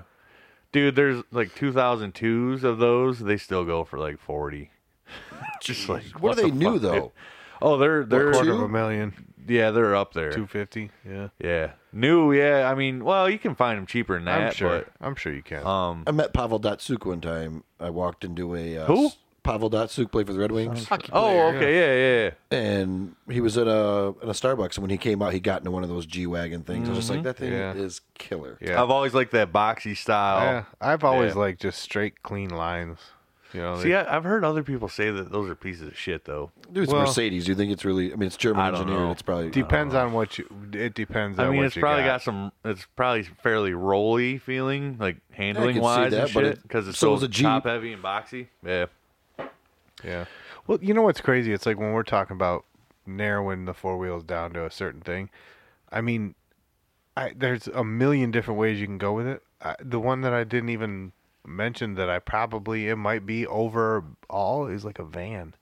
Dude, there's like 2002s of those. They still go for like 40. [LAUGHS] Just like
What are they
the fuck,
new
dude?
though?
[LAUGHS] Oh, they're they're
quarter of
Two?
a million,
yeah, they're up there.
two fifty. Yeah,
Yeah, new. Yeah, I mean, well, you can find them cheaper than that.
I'm sure. I'm sure you can.
But, um,
I met Pavel Datsuk one time. I walked into a uh,
Who?
s- Pavel Datsuk played for the Red Wings,
oh, okay, yeah, yeah.
and he was at a in a Starbucks. And when he came out, he got into one of those G wagon things. I
Mm-hmm.
was just like, that thing
Yeah.
is killer.
Yeah.
I've always liked that boxy
yeah,
style.
I've always
Oh, yeah.
liked just straight clean lines. You know,
See, I, I've heard other people say that those are pieces of shit, though.
Dude, it's
Well-
Mercedes. Do you think it's really? I mean, it's German
I don't
engineered.
know.
It's probably
depends on what you. It depends.
I
on
mean,
what
it's
you
probably got. some. It's probably fairly rolly feeling, like handling
see
wise and
that, but
shit,
it-
because it's
so
so,
is a Jeep.
top heavy and boxy. Yeah,
Yeah. Well, you know what's crazy? It's like when we're talking about narrowing the four wheels down to a certain thing. I mean, I, there's a million different ways you can go with it. I, the one that I didn't even mention that I probably it might be overall is like a van.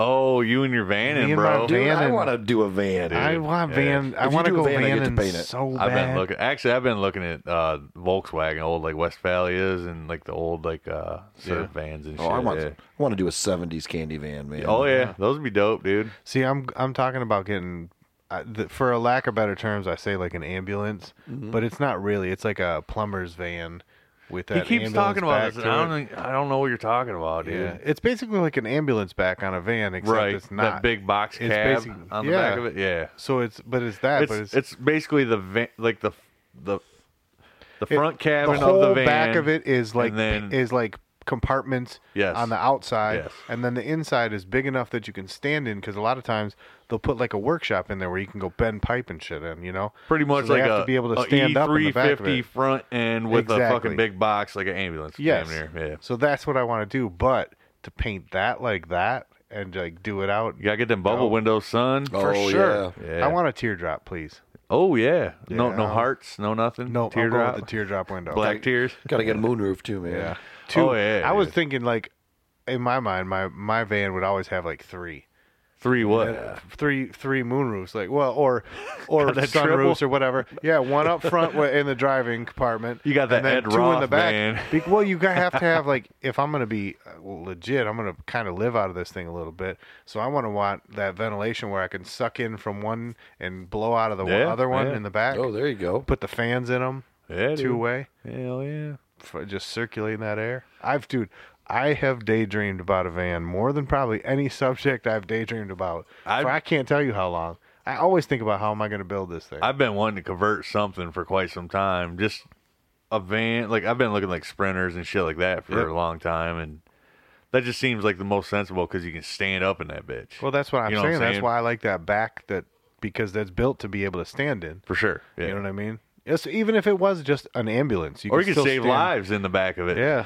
Oh, you and your van,
Me
and
and
bro.
my
Dude,
van
I
and-
want to do a van.
I want van. I
If you
want to
do a
go
van, I
van
get to
and
paint it.
so bad.
I've been looking. Actually, I've been looking at uh, Volkswagen, old like Westphalias, and like the old like uh, surf vans and shit.
Oh, I want.
yeah.
I want to do a '70s candy van, man.
Oh yeah. those would be dope, dude.
See, I'm I'm talking about getting, I th- for a lack of better terms, I say like an ambulance,
Mm-hmm.
but it's not really. It's like a plumber's van with that.
he keeps
ambulance
talking about
back
this. and
to
I
it.
don't. think- I don't know what you're talking about, dude.
Yeah, it's basically like an ambulance back on a van, except
right,
it's not
that big box
It's
cab
basic-
on the
yeah.
back of it. Yeah,
So it's but it's that,
it's
but
it's, basically the van, like the the the front
it-
cabin
the whole
of the van.
back of it is like
and then-
is like compartments
Yes.
on the outside,
Yes.
and then the inside is big enough that you can stand in. Because a lot of times they'll put like a workshop in there where you can go bend pipe and shit in. You know,
Pretty much
so
like
they have
a,
to be able to
a E
stand up in the back of
E350
it.
front end with a
Exactly.
fucking big box like an ambulance. damn
Yes.
near. yeah.
So that's what I want to do, but to paint that like that and like do it out
You gotta get them bubble
No.
windows, son.
for
Oh,
sure.
yeah. Yeah.
I want a teardrop, please.
Oh yeah. No no
Yeah.
hearts, no nothing.
No, I'll go
teardrop.
with the teardrop window.
Black tears.
Gotta get a moonroof too, man.
Yeah. Two.
Oh, yeah,
I was
dude.
thinking like in my mind, my my van would always have like three.
Three what?
Three three moonroofs, like well,
[LAUGHS]
or or
that
sunroofs
triple?
or whatever. Yeah, one up front wa- in the driving compartment.
You got that
and then
Ed
two in the
Roth
back.
van.
Be- well, you gotta have to have like if I'm gonna be uh, well, legit, I'm gonna kind of live out of this thing a little bit. So I want to want that ventilation where I can suck in from one and blow out of the
Yeah,
other one
yeah.
in the back.
Oh, there you go.
Put the fans in them
Yeah, dude.
two way
Hell yeah.
for just circulating that air. I've dude, I have daydreamed about a van more than probably any subject I've daydreamed about.
I've-
for I can't tell you how long. I always think about how am I going to build this thing.
I've been wanting to convert something for quite some time. Just a van like I've been looking like sprinters and shit like that for
Yep.
a long time and that just seems like the most sensible because you can stand up in that bitch.
well, that's what I'm,
You know
saying. That's why I like that back that because that's built to be able to stand in.
for sure. Yeah.
You know what I mean? Yes, even if it was just an ambulance, you
or
can
you can
still
save
stand-
lives in the back of it.
Yeah.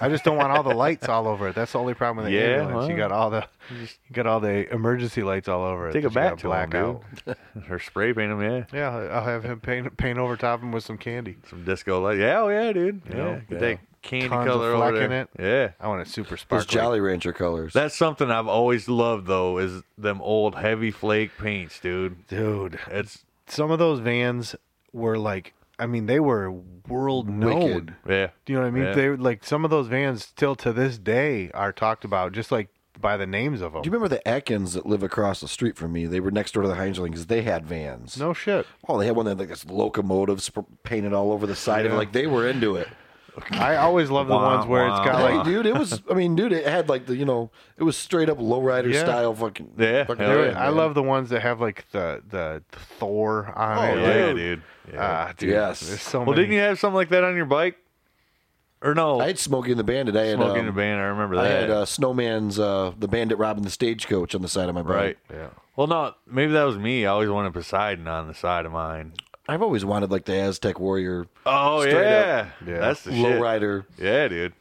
I just don't want all the lights all over it. That's the only problem with the
Yeah,
ambulance. You
well.
got all the you got all the emergency lights all over it.
Take
that
it
you
back
gotta
to
black
them,
out.
dude. [LAUGHS] or spray paint them, yeah.
Yeah, I'll have him paint paint over top him with some candy.
Some disco light. Yeah, oh yeah, dude. Yeah. Get that candy
Tons of
color
fleck
over
in
there.
it.
Yeah.
I want it super
Those
sparkly.
Jolly Rancher colors.
That's something I've always loved though is them old heavy flake paints, dude.
Dude,
It's
some of those vans were like, I mean, they were world known.
Wicked.
yeah.
Do you know what I mean?
Yeah.
They were like some of those vans still to this day are talked about just like by the names of them.
Do you remember the Atkins that live across the street from me? They were next door to the Heinzelings. They had vans.
no shit.
Oh, they had one that had like this locomotive sp- painted all over the side of it. Like they were into it.
I always love the
Wah,
ones where it's
wah,
got
wah.
like
Hey, dude, it was. I mean, dude, it had like the you know, it was straight up lowrider
Yeah.
style fucking.
Yeah,
fucking
hell
There-
yeah,
I love the ones that have like the the Thor on
Oh,
it.
Yeah,
Like,
dude. Yeah.
Ah, dude.
Yes.
There's so
well,
many.
didn't you have something like that on your bike? Or no?
I had Smokey and the Bandit. I had
Smoking
um,
a band, I remember
I
that.
had uh, Snowman's uh, the Bandit robbing the stagecoach on the side of my bike.
right.
Yeah.
Well, no, maybe that was me. I always wanted Poseidon on the side of mine.
I've always wanted like the Aztec warrior
Oh
Straight
yeah.
up.
Yeah.
that's the shit.
lowrider.
Yeah, dude.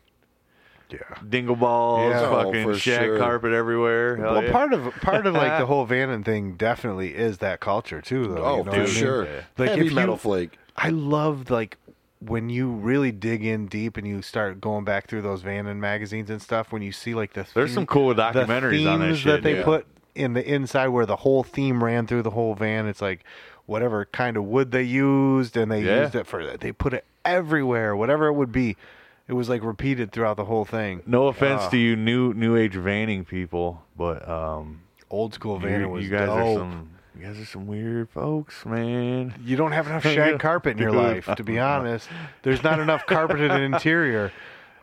Yeah.
Dingle balls,
Yeah.
Oh,
fucking
for
shag
sure.
carpet everywhere. Hell
Well,
yeah.
part of part
[LAUGHS]
of like the whole Vannon thing definitely is that culture too, though.
Oh,
you know what I
for
mean?
sure.
Like
Heavy
if
metal
you,
flake.
I love like when you really dig in deep and you start going back through those Vannon magazines and stuff, when you see like the
There's some cool
the
documentaries on that
themes
shit.
they
yeah.
put in the inside where the whole theme ran through the whole van. It's like whatever kind of wood they used, and they
Yeah.
used it for that. They put it everywhere, whatever it would be. It was like repeated throughout the whole thing.
No offense
Ah.
to you, new new age vanning people, but um,
Old school van
you,
was
you guys are
dope.
some you guys are some weird folks, man.
You don't
[LAUGHS]
have enough shag carpet in your
Dude.
life, to be honest.
[LAUGHS]
There's not enough carpeted interior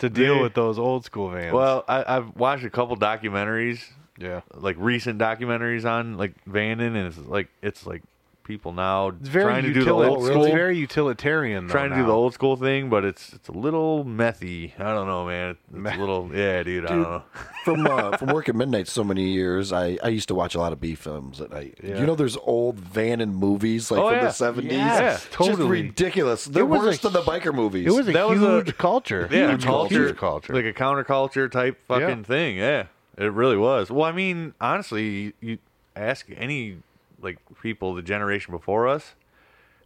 to deal
Dude.
with those old school vans.
Well, I, I've watched a couple documentaries
yeah.
like recent documentaries on like Vannon, and it's like it's like people now
It's very
trying to do the
utili-
old
It's
school,
very utilitarian. Though,
trying to do
now.
the old school thing, but it's it's a little methy. I don't know, man. It's a little yeah, dude. I don't know.
from [LAUGHS] uh, from working midnight so many years, I, I used to watch a lot of B films at night. You know, there's old Van and movies like
Oh,
from
yeah.
the seventies.
Yeah,
just
totally.
ridiculous. They're
was a
worse than the biker movies.
It was a
That was
huge
a-
culture.
Yeah,
huge
a culture,
huge culture.
like a counterculture type fucking
Yeah.
thing. Yeah, it really was. Well, I mean, honestly, you, you ask any like people the generation before us,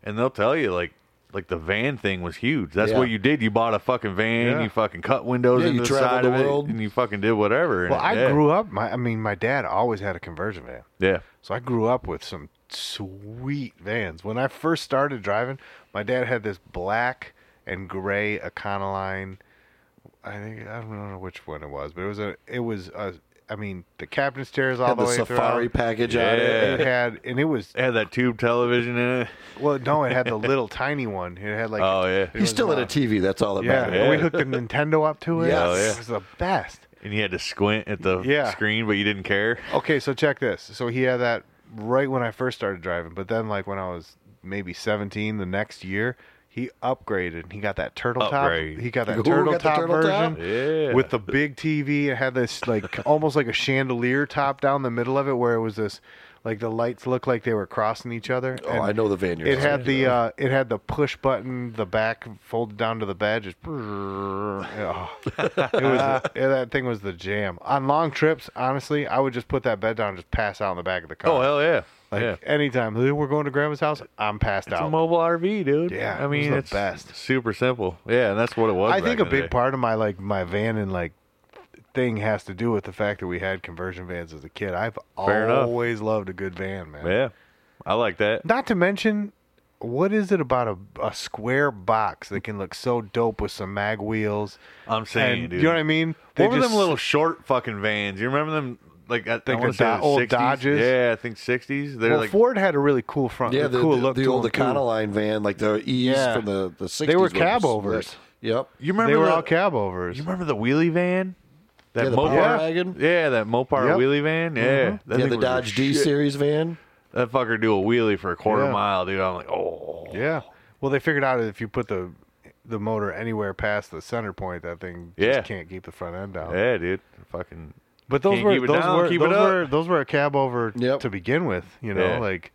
and they'll tell you like. Like the van thing was huge. That's
Yeah.
what you did. You bought a fucking van.
Yeah.
You fucking cut windows
Yeah,
into
you
the
traveled
side
the
of it,
world.
and you fucking did whatever. in
well,
it.
I
yeah.
grew up. My, I mean, my dad always had a conversion van,
Yeah,
so I grew up with some sweet vans. When I first started driving, my dad had this black and gray Econoline. I think I don't know which one it was, but it was a. It was a. I mean, the captain's chair is all
had
the,
the
way
safari
throughout.
package
Yeah.
on it.
It had, and it was
it had that tube television in it.
well. No, it had the little tiny one. It had like
Oh yeah,
He still had a TV. That's all that
Yeah,
mattered.
and we
Yeah.
hooked the Nintendo up to it.
Yes. Oh, yeah.
It was the best.
and you had to squint at the
Yeah.
screen, but you didn't care.
Okay, so check this. So he had that right when I first started driving, but then like when I was maybe 17 the next year, he upgraded and he got that turtle
Upgrade.
top. He got that
Ooh,
turtle
got the
top
turtle
version
top?
Yeah.
with the big TV. It had
[LAUGHS]
this like almost like a chandelier top down the middle of it where it was this like the lights looked like they were crossing each other.
Oh,
and
I know the van you're
It had
talking
the
about.
uh, it had the push button, the back folded down to the bed. Just oh.
[LAUGHS]
it was yeah, that thing was the jam. On long trips, honestly, I would just put that bed down, and just pass out in the back of the car.
oh hell yeah,
like
yeah.
anytime "Hey, we're going to grandma's house, I'm passed
It's a
out.
mobile RV, dude.
Yeah, it
I
was
mean
the
it's
best.
super simple. Yeah, and that's what it was.
I think
back in
a
the
big
day.
part of my like my van and like thing has to do with the fact that we had conversion vans as a kid. I've
Fair enough.
always loved a good van, man.
Yeah, I like that.
Not to mention, what is it about a, a square box that can look so dope with some mag wheels?
I'm saying,
and
dude.
you know what I mean?
what were them little short fucking vans? You remember them? Like I
Like
think I
the
say the
Do- old
60s.
Dodges?
Yeah, I think 60s. They're
Well,
like
Ford had a really cool front,
Yeah, the,
cool
the,
look.
the
to
old
them, too.
Econoline van, like the E's
Yeah.
from the the sixties.
were cab overs.
Yep.
you remember
They were
the,
all cab overs.
You remember the wheelie van? That
Yeah, the
Mopar
Power Yeah. Wagon?
Yeah, that Mopar
Yep.
wheelie van. Yeah, That
yeah,
thing
the
was
Dodge D
shit.
series van.
That fucker do a wheelie for a quarter
Yeah.
mile, dude. I'm like, oh,
Yeah. Well, they figured out if you put the the motor anywhere past the center point, that thing
Yeah.
just can't keep the front end down.
yeah, dude. Fucking
But those
Can't
were
keep it
those
down,
were
keep
those
it up.
were those were a cab over
Yep.
to begin with. You know,
Yeah.
like.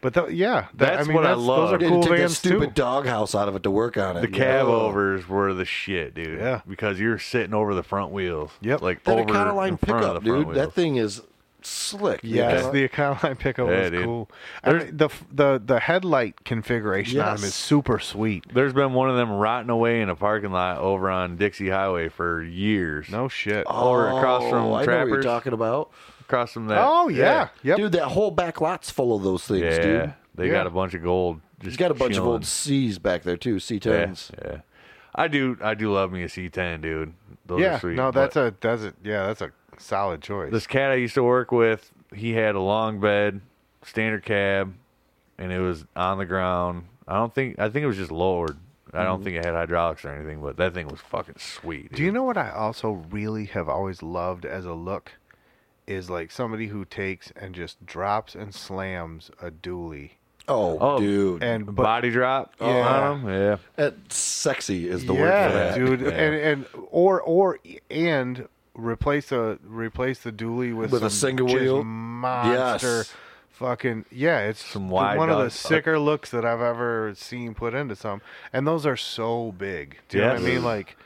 But tho- yeah, that- I
That's
mean,
what I
that's-
love.
Those
Yeah,
are
to
cool
take that
vans too.
stupid doghouse out of it to work on it.
the
Yeah.
cab overs were the shit, dude.
Yeah.
because you're sitting over the front wheels.
Yep.
like
That
over in
Econoline
front of
pickup,
the front
dude.
wheels.
That thing is slick.
Yes,
Yeah.
the Econoline pickup
Yeah,
was
dude.
cool. I mean, the f- the the headlight configuration on 'em
Yes.
is super sweet.
There's been one of them rotting away in a parking lot over on Dixie Highway for years.
No shit.
Or across
Oh,
from
I know what you're
Trappers,
talking about.
across from that.
Oh yeah, yep.
Dude, that whole back lot's full of those things,
yeah.
dude.
They
Yeah.
got a bunch of gold. Just
He's got a bunch of
chilling.
old C's back there too, C
Yeah,
tens.
yeah. I do. I do love me a C10, dude. Those
yeah.
are sweet.
no,
but-
that's a that's a yeah, that's a solid choice.
this cat I used to work with, he had a long bed, standard cab, and it was on the ground. I don't think I think it was just lowered. I don't think it had hydraulics or anything, but that thing was fucking sweet.
Mm-hmm. Do you
dude.
know what I also really have always loved as a look is like somebody who takes and just drops and slams a dually.
Oh,
Oh,
dude,
And but
body drop?
Yeah.
on 'em? yeah.
that sexy is the word
yeah,
for that,
dude, and and or or and replace a replace the dually with
With a
some
single
just
wheel?
monster.
Yes.
Fucking yeah, it's
Some
the-
wide Uh,
one of the
dog fuck.
sicker looks that I've ever seen put into some, and those are so big. Do you know what I
Yes.
mean? Like,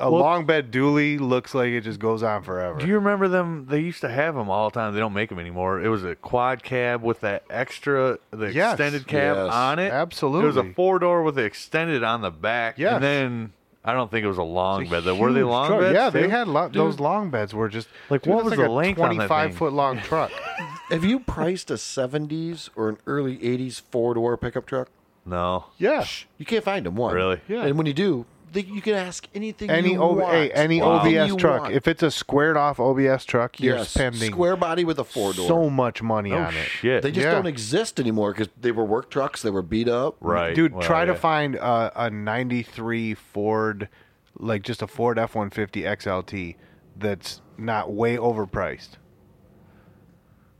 a long bed dually looks like it just goes on forever.
Do you remember them? They used to have them all the time. They don't make them anymore. It was a quad cab with that extra, the
Yes.
extended cab
Yes.
on it. It was
Absolutely.
a four door with the extended on the back.
Yes.
And then I don't think it was a long bed. Though. Were they
Huge
long
truck.
beds?
Yeah, they
too?
had lo- those long beds were just
Like,
dude,
what
that's
was
like
the
a
length on that thing?
Twenty-five foot long
[LAUGHS]
truck.
Have you priced a 70s or an early 80s four door pickup truck?
No.
Yeah,
You can't find them. One
Really?
Yeah.
And when you do, they, you can ask anything.
any
you
O-
want.
hey, any
Wow.
OBS
You
truck.
want.
If it's a squared off OBS truck, you're
Yes,
spending
square body with a four door.
so much money
Oh
on it.
shit.
they just
yeah.
don't exist anymore because they were work trucks. They were beat up.
right.
Dude,
Well,
try to
yeah.
find a, a 93 Ford, like just a Ford F 150 XLT that's not way overpriced.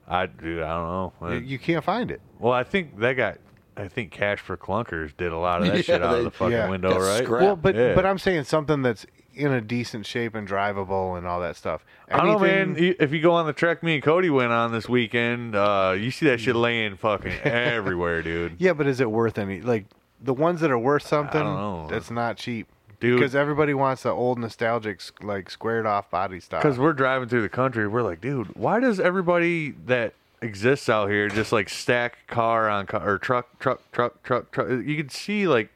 I dude, I don't know. Uh,
You, you can't find it.
Well, I think that got. I think Cash for Clunkers did a lot of that
[LAUGHS] Yeah,
shit out
they-
of the fucking
yeah.
window,
Got
right?
scrapped.
Well, but
Yeah.
but I'm saying something that's in a decent shape and drivable and all that stuff.
I don't know,
Anything-
man. You- If you go on the trek me and Cody went on this weekend, uh, you see that shit laying fucking everywhere, dude.
Yeah, but is it worth any? Like the ones that are worth something,
know.
that's not cheap.
Dude.
Because everybody wants the old nostalgic, s- like squared off body style.
Because we're driving through the country, we're like, dude, why does everybody that exists out here just like stack car on car or truck, truck, truck, truck, truck? You can see like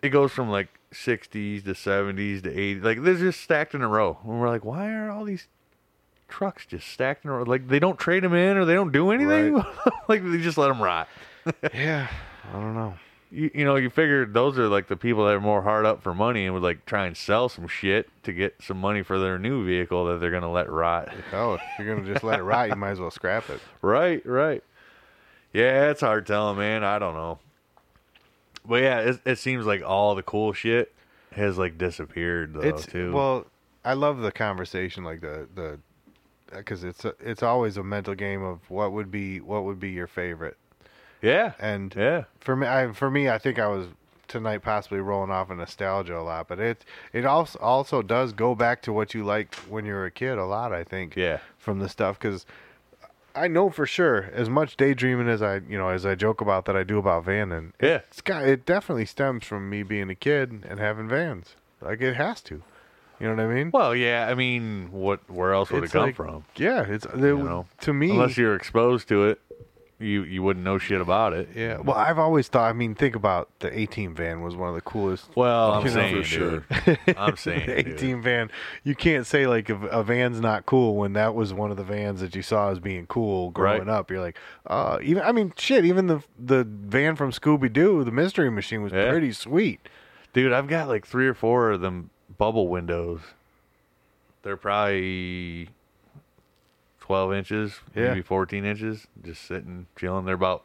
it goes from like 60s to 70s to 80s. Like they're just stacked in a row. And we're like, why are all these trucks just stacked in a row? Like they don't trade them in or they don't do anything. [LAUGHS] like they just let them rot.
yeah, I don't know.
you, you know, you figure those are like the people that are more hard up for money and would like try and sell some shit to get some money for their new vehicle that they're gonna let rot.
Oh, if you're gonna just let it rot, you might as well scrap it.
right, right. Yeah, it's hard telling, man. I don't know, but yeah, it, it seems like all the cool shit has like disappeared though
it's
too.
well i love the conversation like the the because it's a, it's always a mental game of what would be what would be your favorite
yeah,
and
yeah,
for me I, for me i think i was tonight possibly rolling off in nostalgia a lot but it it also also does go back to what you liked when you were a kid a lot i think
Yeah.
from the stuff because i know for sure as much daydreaming as i you know as i joke about that i do about vanning
yeah.
it's got it definitely stems from me being a kid and having vans like it has to you know what i mean
Well, yeah. I mean, what? Where else would it
It's
come
like-
from?
yeah it's it,
You know,
to me
unless you're exposed to it, you you wouldn't know shit about it.
yeah well i've always thought i mean think about the 18 van was one of the coolest
Well, I'm
You know,
saying,
for [LAUGHS]
dude. I'm saying,
the 18
dude.
van you can't say like if a van's not cool when that was one of the vans that you saw as being cool growing
Right.
up you're like uh even i mean shit even the the van from scooby-doo the mystery machine was
Yeah.
pretty sweet
Dude, I've got like three or four of them bubble windows. They're probably 12 inches,
Yeah.
maybe 14 inches, just sitting, chilling. They're about,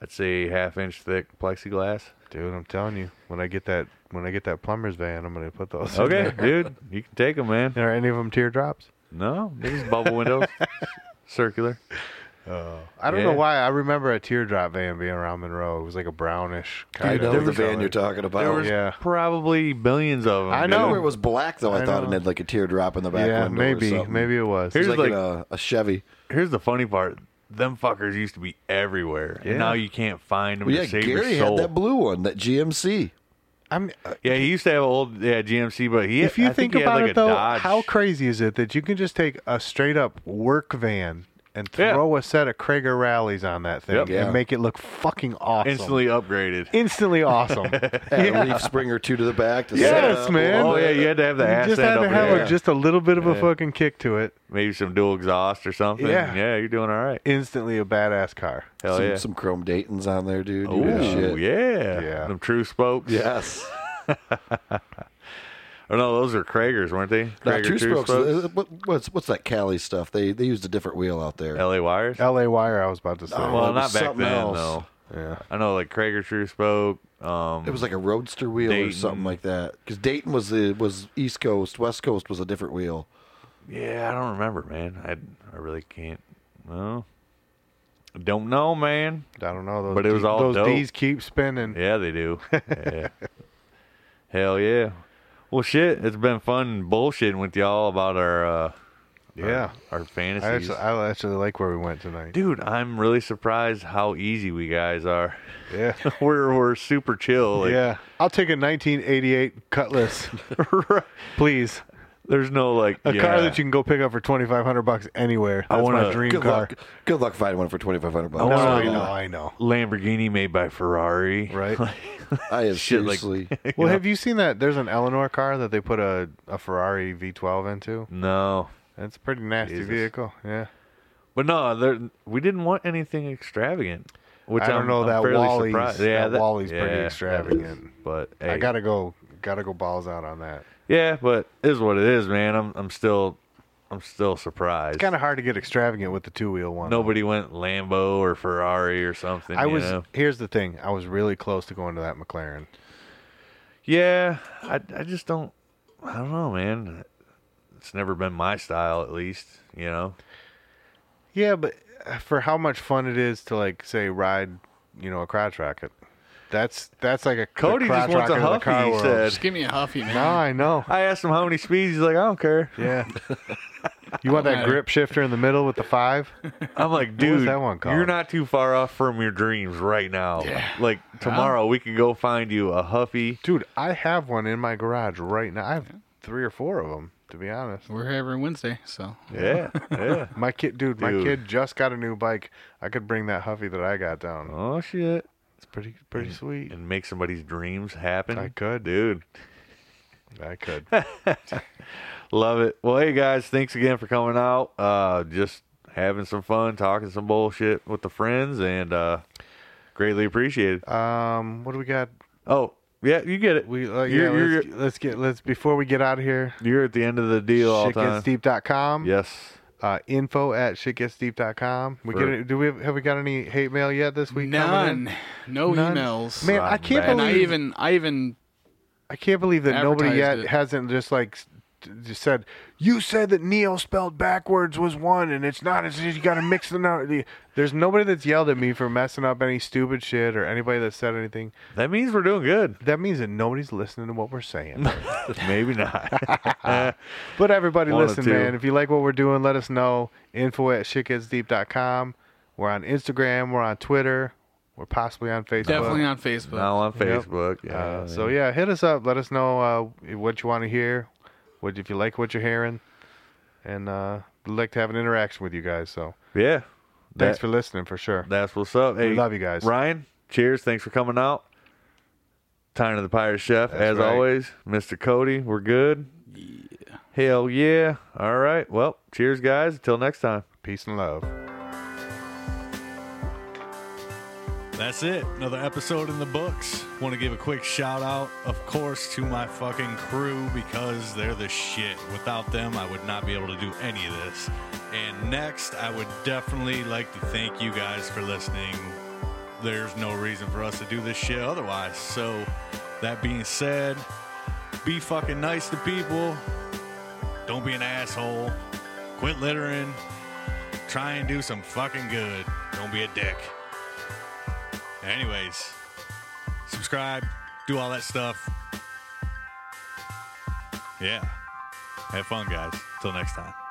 I'd say, half inch thick plexiglass.
[LAUGHS]
dude i'm telling you when i get that when i get that plumber's van i'm gonna put those in
Okay, [LAUGHS]
there.
dude, you can take them, man.
[LAUGHS] are any of them teardrops
No, this is bubble
[LAUGHS]
windows, circular.
I don't
Yeah.
know why. I remember a teardrop van being around Monroe. It was like a brownish
I
kind
know
of
the
color.
van you're talking about.
There was
yeah.
probably billions of them.
I
dude.
know.
Remember it was black though. I,
I
thought
know.
it had like a teardrop in the back
yeah,
window. or
maybe
something.
maybe it was.
It
Here's
was like,
like-
a, a Chevy.
Here's the funny part. Them fuckers used to be everywhere. And now you can't find them
Well,
to
yeah,
save
Gary
your soul.
had that blue one, that GMC.
I'm, uh,
Yeah, he used to have an old yeah GMC, but he
if you
I
think,
he had,
about
like, a
it though,
Dodge.
how crazy is it that you can just take a straight up work van and
Yeah.
throw a set of Krager rallies on that thing
Yep.
Yeah.
and make it look fucking awesome?
instantly upgraded.
[LAUGHS]
[LAUGHS]
instantly awesome.
Had a leaf spring or two to the back. To set
yes,
up.
man.
oh yeah, you had to have the
You
ass
just
end
had to
up
have
there.
a, just a little bit of a fucking kick to it.
maybe some dual exhaust or something.
Yeah.
you're doing all right.
Instantly a badass car.
Hell
some,
yeah.
some chrome Dayton's on there, dude. You
Ooh,
know, shit.
yeah.
Yeah.
Them true spokes.
Yes.
Oh no, those are Kragers, weren't they?
Now,
Traeger
two strokes. uh, What, what's what's that Cali stuff? They they used a different wheel out there.
LA wires.
L.A. Wire. I was about to say.
Oh,
well,
it
not
was
back
something
then
else.
though.
yeah.
I know like Krager true spoke. Um
It was like a roadster wheel or
Dayton.
something like that. Because Dayton was the was East Coast, West Coast was a different wheel.
yeah, I don't remember, man. I I really can't. No. Don't know, man.
I don't know those.
But it was
D-
all
those
dope.
D's keep spinning.
Yeah, they do. [LAUGHS] Yeah. Hell yeah. Well, shit, it's been fun bullshitting with y'all about our uh,
Yeah.
our fantasies.
I actually, I actually like where we
[LAUGHS]
went tonight.
Dude, I'm really surprised how easy we guys are. [LAUGHS]
Yeah.
we're we're super chill. Like, [LAUGHS]
yeah. I'll take a 1988 Cutlass, please.
There's no like
A car
yeah.
that you can go pick up for 2,500 bucks anywhere. That's
wanna-
my dream
Good
car.
luck. Good luck finding one for twenty five hundred
No,
bucks.
I know, I know.
Lamborghini made by Ferrari. [LAUGHS]
Right.
I have
Shit, like-
seriously.
Well, have you seen that? There's an Eleanor car that they put a, a Ferrari V12 into.
No.
That's a pretty nasty
Jesus.
vehicle. Yeah.
But no, there, we didn't want anything extravagant. Which
I don't
am
know, that
fairly
Wally's-
surprised.
that
Yeah,
Wally's pretty
that is-
extravagant.
but
I
hey.
gotta go. Gotta go balls out on that.
yeah, but it is what it is, man. I'm I'm still I'm still surprised.
It's kind of hard to get extravagant with the two wheel one.
Nobody went Lambo or Ferrari or something.
I
you
was.
know?
Here's the thing. I was really close to going to that McLaren.
Yeah, I, I just don't. I don't know, man. It's never been my style, at least. You know.
Yeah, but uh, for how much fun it is to like say ride, you know, a crotch rocket. That's that's like a
Cody
the crotch
just wants a
rocket of the
Huffy,
car
he
world.
said.
[LAUGHS] Just give me a huffy, man.
No, I know.
I asked him how many speeds. He's like, I don't care.
Yeah. You want that grip shifter in the middle with the five?
I'm
[LAUGHS]
like,
was
dude,
that one called?"
you're not too far off from your dreams right now. Like tomorrow, we could go find you a Huffy.
Dude, I have one in my garage right now. I have three or four of them, to be honest.
We're here every Wednesday, so
Yeah,
[LAUGHS]
yeah.
My kid, dude, my
Dude.
kid just got a new bike. I could bring that Huffy that I got down.
Oh shit!
It's pretty, pretty
Mm.
sweet.
And make somebody's dreams happen.
I could.
dude. [LAUGHS]
I could.
Love it. Well, hey guys, thanks again for coming out. Uh, just having some fun, talking some bullshit with the friends, and uh, greatly appreciated.
Um, what do we got?
oh, yeah, you get it.
We uh,
You're-
yeah,
you're-
let's, let's get let's before we get out of here.
You're at the end of the deal all time.
Shitgetsdeep.com.
Yes.
Uh, info at shitgetsdeep.com. We
For-
get it. Do we have, have we got any hate mail yet this week? coming
none,
in?
no
None?
emails.
Man, I
Rotten
can't
bastard.
and
believe
I even, I even,
I can't believe that nobody yet
advertised it.
hasn't just like s- just said you said that Neo spelled backwards was one and it's not. It's just, you got to mix them out. There's nobody that's yelled at me for messing up any stupid shit or anybody that said anything.
That means we're doing good. [LAUGHS]
That means that nobody's listening to what we're saying.
Maybe
[LAUGHS]
not.
but everybody,
One or
listen,
two.
man. If you like what we're doing, let us know. Info at shitgetsdeep.com. We're on Instagram. We're on Twitter. We're possibly on Facebook.
definitely on Facebook.
now on Facebook.
Uh,
Yeah.
so yeah, hit us up. Let us know uh, what you want to hear, what if you like what you're hearing, and uh, we'd like to have an interaction with you guys. So
yeah. That-
thanks for listening for sure.
That's what's up. Hey,
love you guys.
Ryan, cheers. Thanks for coming out. Time to the Pirate Chef, as
right.
always. Mr. Cody, we're good. Yeah. Hell yeah. All right. Well, cheers, guys. Until next time.
Peace and love.
That's it. Another episode in the books. Want to give a quick shout out, of course, to my fucking crew because they're the shit. Without them, I would not be able to do any of this. And next, I would definitely like to thank you guys for listening. There's no reason for us to do this shit otherwise. So, that being said, be fucking nice to people. Don't be an asshole. Quit littering. Try and do some fucking good. Don't be a dick. Anyways, subscribe, do all that stuff. Yeah. Have fun, guys. Till next time.